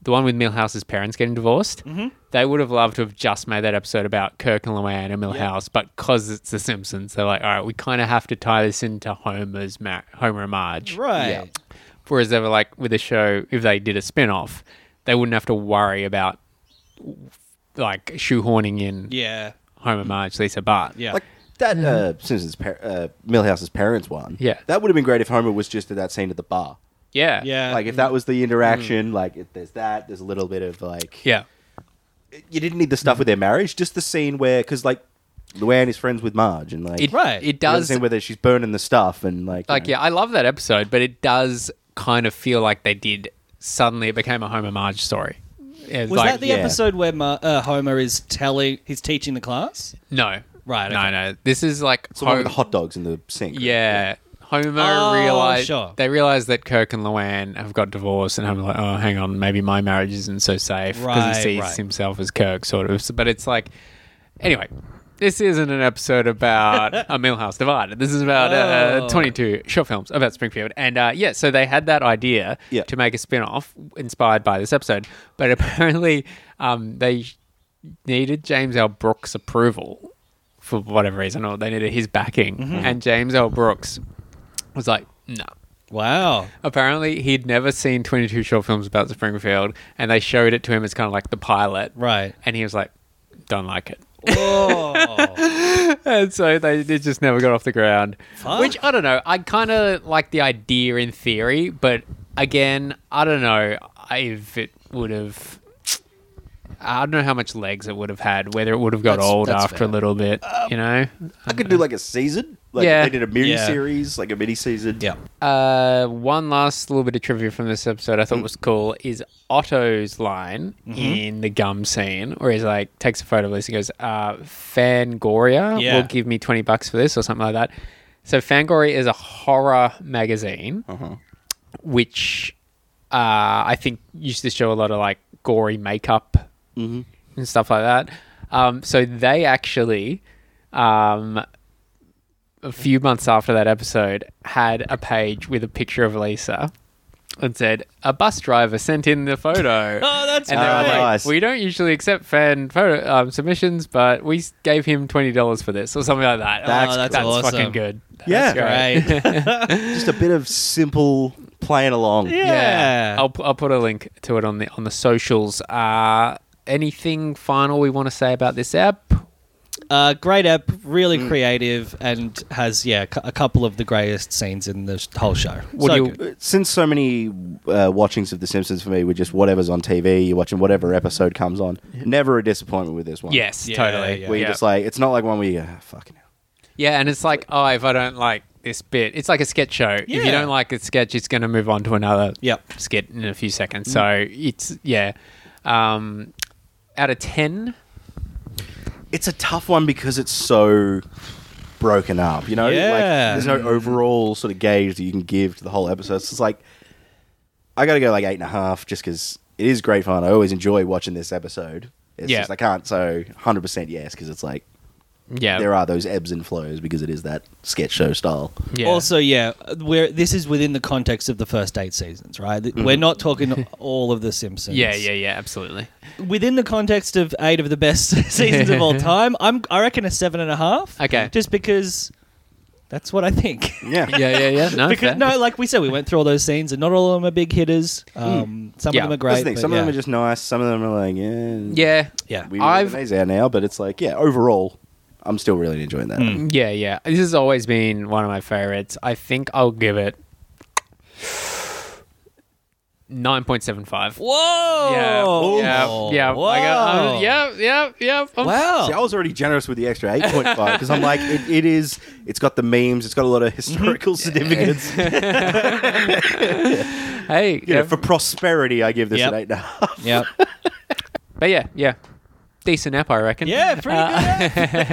Speaker 1: the one with Milhouse's parents getting divorced. Mm-hmm. They would have loved to have just made that episode about Kirk and Luann and Milhouse, but because it's the Simpsons, they're like, all right, we kind of have to tie this into Homer's Mar- Homer and Marge.
Speaker 3: Right.
Speaker 1: Whereas they were like with a show, if they did a spin off, they wouldn't have to worry about like shoehorning in
Speaker 3: Yeah.
Speaker 1: Homer, Marge, Lisa, Bart.
Speaker 3: Yeah.
Speaker 2: like that uh, Simpsons par- uh, Millhouse's parents one.
Speaker 1: Yeah.
Speaker 2: that would have been great if Homer was just at that scene at the bar.
Speaker 1: yeah,
Speaker 3: yeah.
Speaker 2: Like if that was the interaction,
Speaker 3: mm.
Speaker 2: like if there's that, there's a little bit of like
Speaker 1: yeah.
Speaker 2: you didn't need the stuff
Speaker 1: Mm-hmm.
Speaker 2: with their marriage, just the scene where because like Luann is friends with Marge and like
Speaker 1: It,
Speaker 3: Right.
Speaker 1: It
Speaker 2: the other
Speaker 1: does
Speaker 2: scene where she's burning the stuff and like you
Speaker 1: like
Speaker 2: know.
Speaker 1: yeah, I love that episode, but it does kind of feel like they did suddenly it became a Homer Marge story. It
Speaker 3: was
Speaker 1: like-
Speaker 3: that the e-
Speaker 2: yeah.
Speaker 3: episode where Ma- uh, Homer is telling, he's teaching the class?
Speaker 1: no?
Speaker 3: Right,
Speaker 1: No,
Speaker 3: okay.
Speaker 1: no. This is like
Speaker 2: It's the one with
Speaker 1: Ho-
Speaker 2: the hot dogs in the sink.
Speaker 1: Yeah. Homer
Speaker 3: Oh,
Speaker 1: realized
Speaker 3: sure.
Speaker 1: they realized that Kirk and Luann have got divorced, and Homer's like, "Oh, hang on, maybe my marriage isn't so safe because
Speaker 3: Right,
Speaker 1: he sees
Speaker 3: right.
Speaker 1: himself as Kirk, sort of." So- But it's like, anyway, this isn't an episode about a Millhouse divided. This is about
Speaker 3: Oh.
Speaker 1: uh, twenty-two short films about Springfield, and uh, yeah, so they had that idea
Speaker 2: Yeah.
Speaker 1: to make a spin-off inspired by this episode, but apparently um, they needed James L. Brooks' approval for whatever reason, or they needed his backing. And James L. Brooks was like, no.
Speaker 3: Wow.
Speaker 1: Apparently, he'd never seen 22 short films about Springfield, and they showed it to him as kind of like the pilot.
Speaker 3: Right.
Speaker 1: And he was like, don't like it.
Speaker 3: Oh.
Speaker 1: And so they it just never got off the ground.
Speaker 3: Fuck.
Speaker 1: Which I don't know. I kind of like the idea in theory, but again, I don't know if it would have. I don't know how much legs it would have had. Whether it would have got
Speaker 3: That's-
Speaker 1: old
Speaker 3: that's
Speaker 1: after
Speaker 3: fair. Uh,
Speaker 1: a little bit, you know.
Speaker 2: I could do like a season. Like
Speaker 1: Yeah.
Speaker 2: if they did a mini
Speaker 3: Yeah.
Speaker 2: series, like a mini season.
Speaker 3: Yeah.
Speaker 1: Uh, one last little bit of trivia from this episode I thought was cool is Otto's line in the gum scene, where he's like takes a photo of this and goes, uh, "Fangoria
Speaker 3: Yeah.
Speaker 1: will give me twenty bucks for this" or something like that. So Fangoria is a horror magazine, which uh, I think used to show a lot of like gory makeup and stuff like that. Um, so they actually, um, a few months after that episode, had a page with a picture of Lisa and said, "A bus driver sent in the photo."
Speaker 3: Oh, that's
Speaker 1: And they were
Speaker 2: Oh,
Speaker 1: like,
Speaker 2: nice.
Speaker 1: "We don't usually accept fan photo um, submissions, but we s- gave him twenty dollars for this or something like that."
Speaker 2: That's
Speaker 1: that's,
Speaker 3: cool. awesome.
Speaker 1: fucking good.
Speaker 2: Yeah.
Speaker 1: That's
Speaker 3: Great.
Speaker 2: Just a bit of simple playing along.
Speaker 3: Yeah.
Speaker 1: I'll, pu- I'll put a link to it on the on the socials. Uh, anything final we want to say about this app?
Speaker 3: Uh, great app, really
Speaker 1: Mm.
Speaker 3: creative, and has yeah cu- a couple of the greatest scenes in the sh- whole show.
Speaker 1: What
Speaker 3: So
Speaker 1: do you-
Speaker 3: good.
Speaker 2: Since so many uh, watchings of The Simpsons for me were just whatever's on TV, you're watching whatever episode comes on. Never a disappointment with this one.
Speaker 1: Yes,
Speaker 3: Yeah,
Speaker 1: totally.
Speaker 3: yeah.
Speaker 2: Where you're
Speaker 1: yeah.
Speaker 2: just like, it's not like one where you go, "Ah, fucking hell.
Speaker 1: Yeah, and it's like, oh, if I don't like this bit, it's like a sketch show. If
Speaker 3: Yeah.
Speaker 1: you don't like a sketch, it's going to move on to another
Speaker 3: Yep. Mm.
Speaker 1: skit in a few seconds. So it's yeah, um, out of ten.
Speaker 2: It's a tough one because it's so broken up, you know? Like,
Speaker 3: Yeah.
Speaker 2: there's no overall sort of gauge that you can give to the whole episode. It's just like, I got to go like eight and a half just because it is great fun. I always enjoy watching this episode. It's
Speaker 1: Yeah.
Speaker 2: just, I can't, so 100% yes, because it's like,
Speaker 1: Yeah,
Speaker 2: there are those ebbs and flows because it is that sketch show style.
Speaker 1: yeah.
Speaker 3: Also, yeah, we're this is within the context of the first eight seasons, right? Th- We're not talking all of the Simpsons.
Speaker 1: Mm-hmm. yeah, yeah, yeah, absolutely.
Speaker 3: Within the context of eight of the best seasons of all time, I'm I reckon a seven and a half.
Speaker 1: Okay.
Speaker 3: just because that's what I think.
Speaker 2: Yeah.
Speaker 1: Yeah, yeah, yeah. No, fair.
Speaker 3: because no, like we said, we went through all those scenes, and not all of them are big hitters. Um, Some
Speaker 1: Hmm. Yeah.
Speaker 3: of them are
Speaker 2: That's
Speaker 3: great.
Speaker 2: the thing.
Speaker 3: but
Speaker 2: Some of
Speaker 3: yeah.
Speaker 2: them are just nice. Some of them are like, yeah.
Speaker 1: yeah,
Speaker 3: yeah.
Speaker 2: We
Speaker 1: I've-
Speaker 2: I've, out now, but it's like, yeah, overall, I'm still really enjoying that.
Speaker 1: yeah, yeah. This has always been one of my favorites. I think I'll give it nine point seven five.
Speaker 3: Whoa!
Speaker 1: Yeah, yeah,
Speaker 3: Whoa.
Speaker 1: yeah. I got-
Speaker 3: Whoa.
Speaker 1: uh, yeah, yeah, yeah. I'm-
Speaker 3: Wow.
Speaker 2: See, I was already generous with the extra 8.5 because I'm like, it, it is, it's got the memes, it's got a lot of historical
Speaker 3: Mm-hmm.
Speaker 2: significance.
Speaker 1: Hey,
Speaker 2: You know,
Speaker 1: yeah.
Speaker 2: for prosperity, I give this
Speaker 3: Yep.
Speaker 2: an 8.5.
Speaker 3: Yep.
Speaker 1: But yeah, yeah. Decent app, I reckon.
Speaker 3: Yeah, pretty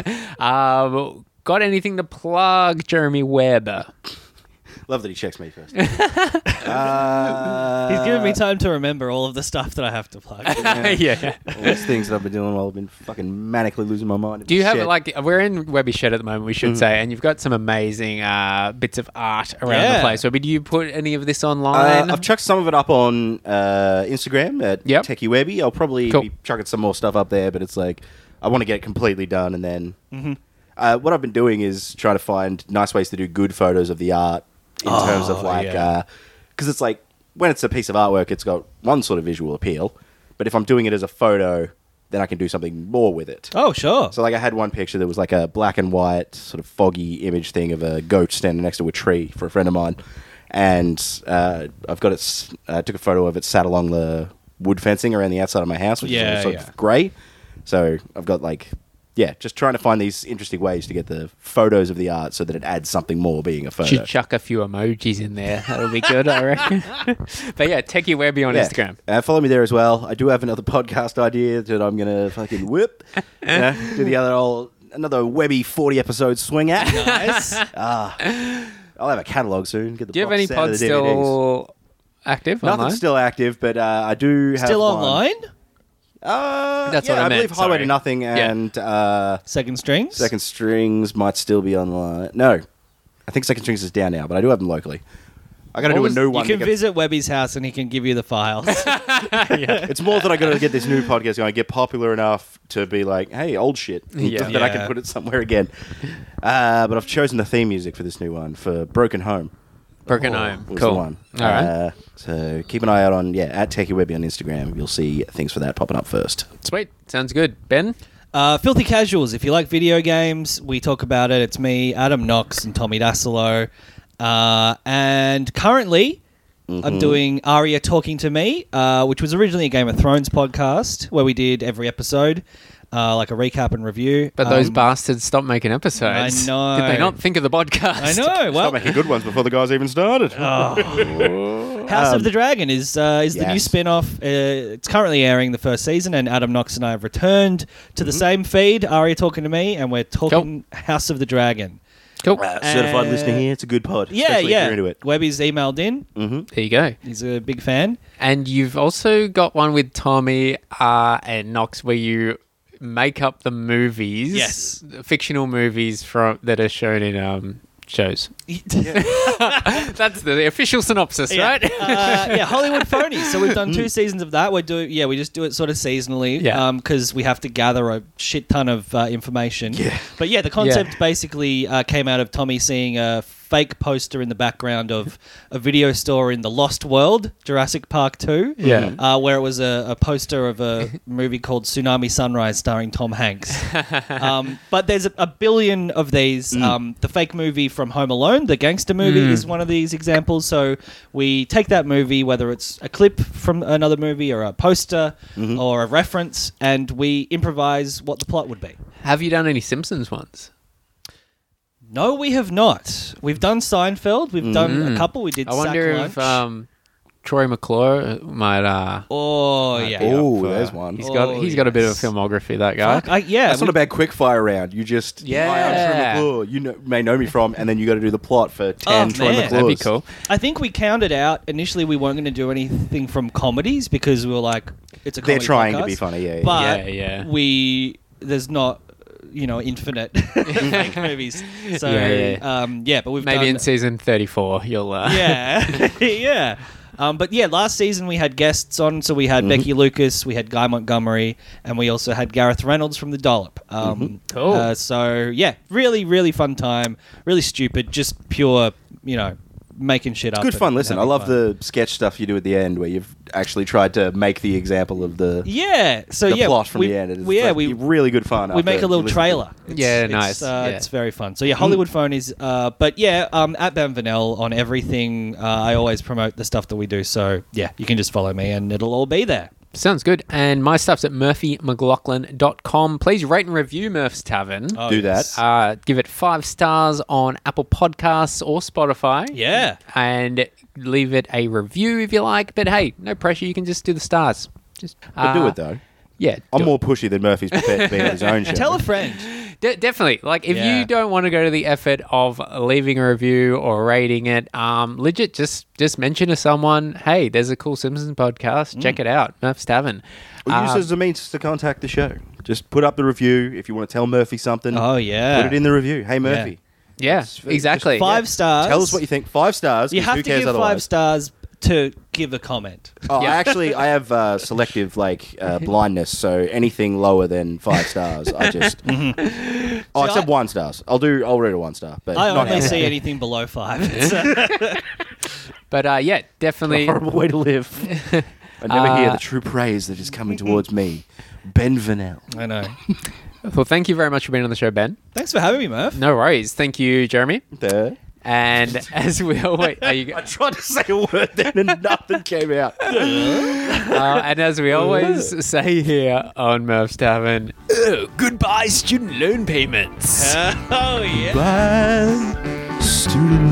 Speaker 3: good. app.
Speaker 1: Um, got anything to plug, Jeremy Webber?
Speaker 2: Love that he checks me first. uh,
Speaker 3: He's giving me time to remember all of the stuff that I have to plug.
Speaker 1: Yeah.
Speaker 2: all these things that I've been doing while I've been fucking manically losing my mind.
Speaker 1: Do you have
Speaker 2: Shit. Mm.
Speaker 1: like we're in Webby Shed at the moment? We should say, and you've got some amazing uh, bits of art around
Speaker 3: Yeah.
Speaker 1: the place. Webby, do you put any of this
Speaker 2: Uh,
Speaker 1: online?
Speaker 2: I've chucked some of it up on uh, Instagram at
Speaker 1: Yep.
Speaker 2: TechieWebby. I'll probably
Speaker 1: Cool.
Speaker 2: be chucking some more stuff up there, but it's like I want to get it completely done. And then
Speaker 1: Mm-hmm.
Speaker 2: uh, what I've been doing is trying to find nice ways to do good photos of the art in
Speaker 1: Oh,
Speaker 2: terms of like,
Speaker 3: yeah.
Speaker 2: because it's like when it's a piece of artwork, it's got one sort of visual appeal. But if I'm doing it as a photo, then I can do something more with it.
Speaker 3: oh, sure.
Speaker 2: So like I had one picture that was like a black and white sort of foggy image thing of a goat standing next to a tree for a friend of mine, and uh, I've got it. s- I took a photo of it sat along the wood fencing around the outside of my house, which
Speaker 3: Yeah,
Speaker 2: is all sort
Speaker 3: yeah.
Speaker 2: of grey. So I've got like yeah, just trying to find these interesting ways to get the photos of the art so that it adds something more being a photo.
Speaker 1: should chuck a few emojis in there. That'll be good, I reckon. but yeah, Techie Webby on
Speaker 2: Yeah.
Speaker 1: Instagram.
Speaker 2: Uh, follow me there as well. I do have another podcast idea that I'm gonna fucking whip. you know, do the other old another webby forty episode swing at.
Speaker 3: nice.
Speaker 2: I'll have a catalog soon. Get the
Speaker 1: Do you have
Speaker 2: box
Speaker 1: any
Speaker 2: set of
Speaker 1: pods
Speaker 2: the DVDs.
Speaker 1: still active
Speaker 2: Nothing's
Speaker 1: online?
Speaker 2: still active, but uh, I do have
Speaker 3: Still
Speaker 2: one.
Speaker 3: online?
Speaker 2: Uh,
Speaker 1: That's
Speaker 2: yeah,
Speaker 1: what I meant,
Speaker 2: believe Highway
Speaker 1: sorry.
Speaker 2: to Nothing
Speaker 1: Yeah.
Speaker 2: and uh,
Speaker 3: Second strings?
Speaker 2: Second Strings might still be online. No, I think Second Strings is down now, but I do have them locally. I got to
Speaker 1: What
Speaker 2: do
Speaker 1: was-
Speaker 2: a new
Speaker 1: you
Speaker 2: one.
Speaker 3: You can
Speaker 2: because-
Speaker 3: visit Webby's house and he can give you the files.
Speaker 2: it's more that I got to get this new podcast going, get popular enough to be like, hey, old shit,
Speaker 1: Yeah.
Speaker 2: that I
Speaker 3: Yeah.
Speaker 2: can put it somewhere again. Uh, but I've chosen the theme music for this new one for Broken Home.
Speaker 1: Broken
Speaker 3: Oh,
Speaker 1: Home.
Speaker 2: was
Speaker 1: Cool.
Speaker 2: the one.
Speaker 1: All right.
Speaker 2: Uh, so keep an eye out on yeah at Techie Webby on Instagram. You'll see things for that popping up first.
Speaker 1: Sweet. Sounds good. Ben?
Speaker 3: Uh, Filthy Casuals. If you like video games, we talk about it. It's me, Adam Knox, and Tommy Dasilo. Uh, and currently, I'm doing Aria Talking to Me, uh, which was originally a Game of Thrones podcast where we did every episode, uh, like a recap and review.
Speaker 1: But those
Speaker 3: Um,
Speaker 1: bastards stopped making episodes.
Speaker 3: I
Speaker 1: Did they
Speaker 3: know.
Speaker 1: not think of the podcast?
Speaker 3: I know.
Speaker 2: Stop
Speaker 3: Well, Oh.
Speaker 2: making good ones before the guys even started.
Speaker 3: House
Speaker 1: Um,
Speaker 3: of the Dragon is uh, is the new
Speaker 2: yes.
Speaker 3: spin off. Uh, it's currently airing the first season, and Adam Knox and I have returned to
Speaker 1: Mm-hmm.
Speaker 3: the same feed. Aria talking to me, and we're talking House of the Dragon.
Speaker 1: Cool.
Speaker 2: Uh, certified listener here. It's a good pod.
Speaker 3: Yeah,
Speaker 2: especially
Speaker 3: yeah.
Speaker 2: If you're into it. Mm.
Speaker 3: Webby's emailed in.
Speaker 1: There you go.
Speaker 3: He's a big fan.
Speaker 1: And you've also got one with Tommy uh, and Knox where you make up the movies,
Speaker 3: Yes.
Speaker 1: fictional movies from that are shown in um, shows.
Speaker 3: yeah.
Speaker 1: That's the official synopsis, right?
Speaker 3: uh, yeah, Hollywood phonies. So we've
Speaker 2: Mm.
Speaker 3: done two seasons of that. We're doing, yeah, we just do it sort of seasonally,
Speaker 1: Yeah.
Speaker 3: because we have to gather a shit ton of uh, information. Yeah. But yeah, the concept basically uh, came out of Tommy seeing a fake poster in the background of a video store in the Lost World, Jurassic Park Two.
Speaker 1: Yeah.
Speaker 3: Uh, where it was a, a poster of a movie called Tsunami Sunrise starring Tom Hanks. um, but there's a, a billion of these. Um, the fake movie from Home Alone, the gangster movie, is one of these examples. So we take that movie, whether it's a clip from another movie or a poster or a reference, and we improvise what the plot would be.
Speaker 1: Have you done any Simpsons ones?
Speaker 3: No, we have not. We've done Seinfeld. We've done a couple. We did.
Speaker 1: I wonder
Speaker 3: Sack
Speaker 1: if
Speaker 3: Lunch.
Speaker 1: um, Troy McClure might. Uh,
Speaker 3: oh yeah.
Speaker 1: be up
Speaker 2: Ooh,
Speaker 1: for-
Speaker 2: there's one.
Speaker 1: He's got
Speaker 3: Oh,
Speaker 1: he's got a bit of a
Speaker 3: yes.
Speaker 1: filmography. That guy.
Speaker 3: Fuck, I, yeah.
Speaker 2: That's
Speaker 3: we-
Speaker 2: not a bad quick fire round. You just
Speaker 1: Yeah.
Speaker 2: Hi, I'm Troy McClure. You know, may know me from, and then you got to do the plot for ten
Speaker 3: Oh,
Speaker 2: Troy
Speaker 3: man.
Speaker 2: McClures.
Speaker 1: That'd be cool.
Speaker 3: I think we counted out initially we weren't going to do anything from comedies because we were like, it's a.
Speaker 2: They're
Speaker 3: comedy
Speaker 2: trying to
Speaker 3: podcast.
Speaker 2: be funny. Yeah, yeah.
Speaker 3: but
Speaker 1: Yeah, yeah.
Speaker 3: we there's not you know infinite fake movies. So
Speaker 1: Yeah,
Speaker 3: yeah,
Speaker 1: yeah.
Speaker 3: Um, yeah but we've
Speaker 1: Maybe
Speaker 3: done,
Speaker 1: in season thirty-four, you'll. Uh,
Speaker 3: yeah yeah. Um, but yeah, last season we had guests on, so we
Speaker 2: Mm-hmm.
Speaker 3: had Becky Lucas, we had Guy Montgomery, and we also had Gareth Reynolds from The Dollop. Um,
Speaker 2: Mm-hmm.
Speaker 1: Cool.
Speaker 3: uh, so yeah, really, really fun time. Really stupid, just pure, you know, making shit up.
Speaker 2: good
Speaker 3: and
Speaker 2: fun. Listen, I
Speaker 3: having
Speaker 2: love
Speaker 3: fun.
Speaker 2: the sketch stuff you do at the end where you've actually tried to make the example of the,
Speaker 3: Yeah. So
Speaker 2: the
Speaker 3: yeah,
Speaker 2: plot from
Speaker 3: we,
Speaker 2: the end. It's
Speaker 3: we- yeah,
Speaker 2: like
Speaker 3: we
Speaker 2: really good fun.
Speaker 3: we
Speaker 2: after
Speaker 3: make a little
Speaker 2: you listen to
Speaker 3: trailer.
Speaker 2: it.
Speaker 3: It's,
Speaker 1: Yeah,
Speaker 3: it's,
Speaker 1: nice.
Speaker 3: Uh,
Speaker 1: Yeah.
Speaker 3: It's very fun. So yeah, Hollywood Phone is. Uh, but yeah, um, at Ben Vanel on everything. Uh, I always promote the stuff that we do. So yeah, you can just follow me, and it'll all be there.
Speaker 1: Sounds good. And my stuff's at murphymclaughlin.com. Please rate and review Murph's Tavern.
Speaker 3: Oh,
Speaker 2: Do
Speaker 3: yes.
Speaker 2: that.
Speaker 1: Uh, give it five stars on Apple Podcasts or Spotify.
Speaker 3: Yeah.
Speaker 1: And leave it a review if you like. But hey, no pressure. You can just do the stars. Just
Speaker 2: But do
Speaker 1: uh,
Speaker 2: it though.
Speaker 1: Yeah.
Speaker 2: I'm
Speaker 1: do
Speaker 2: more pushy than Murphy's prepared to be on his own show.
Speaker 3: Tell a friend.
Speaker 1: De- definitely. Like, if
Speaker 3: Yeah.
Speaker 1: you don't want to go to the effort of leaving a review or rating it, um, legit, just just mention to someone, hey, there's a cool Simpsons podcast. Check it out, Murph's Tavern.
Speaker 2: Mm. Well,
Speaker 3: Ah.
Speaker 2: use
Speaker 1: Um,
Speaker 2: it as a means to contact the show. Just put up the review if you want to tell Murphy something.
Speaker 3: Oh, yeah.
Speaker 2: put it in the review. Hey Murphy,
Speaker 1: yeah,
Speaker 2: It's- it's
Speaker 1: exactly.
Speaker 3: Five stars.
Speaker 2: tell us what you think. Five stars.
Speaker 3: You
Speaker 2: 'cause
Speaker 3: have
Speaker 2: who
Speaker 3: to
Speaker 2: cares
Speaker 3: give
Speaker 2: otherwise.
Speaker 3: five stars to give a comment.
Speaker 2: Oh,
Speaker 1: Yeah.
Speaker 2: I actually, I have uh, selective like uh, blindness, so anything lower than five stars, I just. Oh,
Speaker 1: Mm-hmm.
Speaker 3: See,
Speaker 2: except
Speaker 3: I-
Speaker 2: one stars. I'll do. I'll read a one star, but
Speaker 3: I
Speaker 2: not
Speaker 3: only
Speaker 2: out
Speaker 3: see
Speaker 2: loud.
Speaker 3: anything below five. So-
Speaker 1: But uh, yeah, definitely.
Speaker 2: horrible way to live. I never hear
Speaker 1: Uh,
Speaker 2: the true praise that is coming towards me, Ben Vanel.
Speaker 3: I know.
Speaker 1: Well, thank you very much for being on the show, Ben.
Speaker 3: Thanks for having me, Murph.
Speaker 1: No worries. Thank you, Jeremy.
Speaker 2: There.
Speaker 1: And as we always, are you,
Speaker 2: I tried to say a word then, and nothing came out.
Speaker 1: uh, and as we always say here on Murph's Tavern, "Ugh, goodbye student loan payments.
Speaker 3: oh yeah.
Speaker 2: Bye, student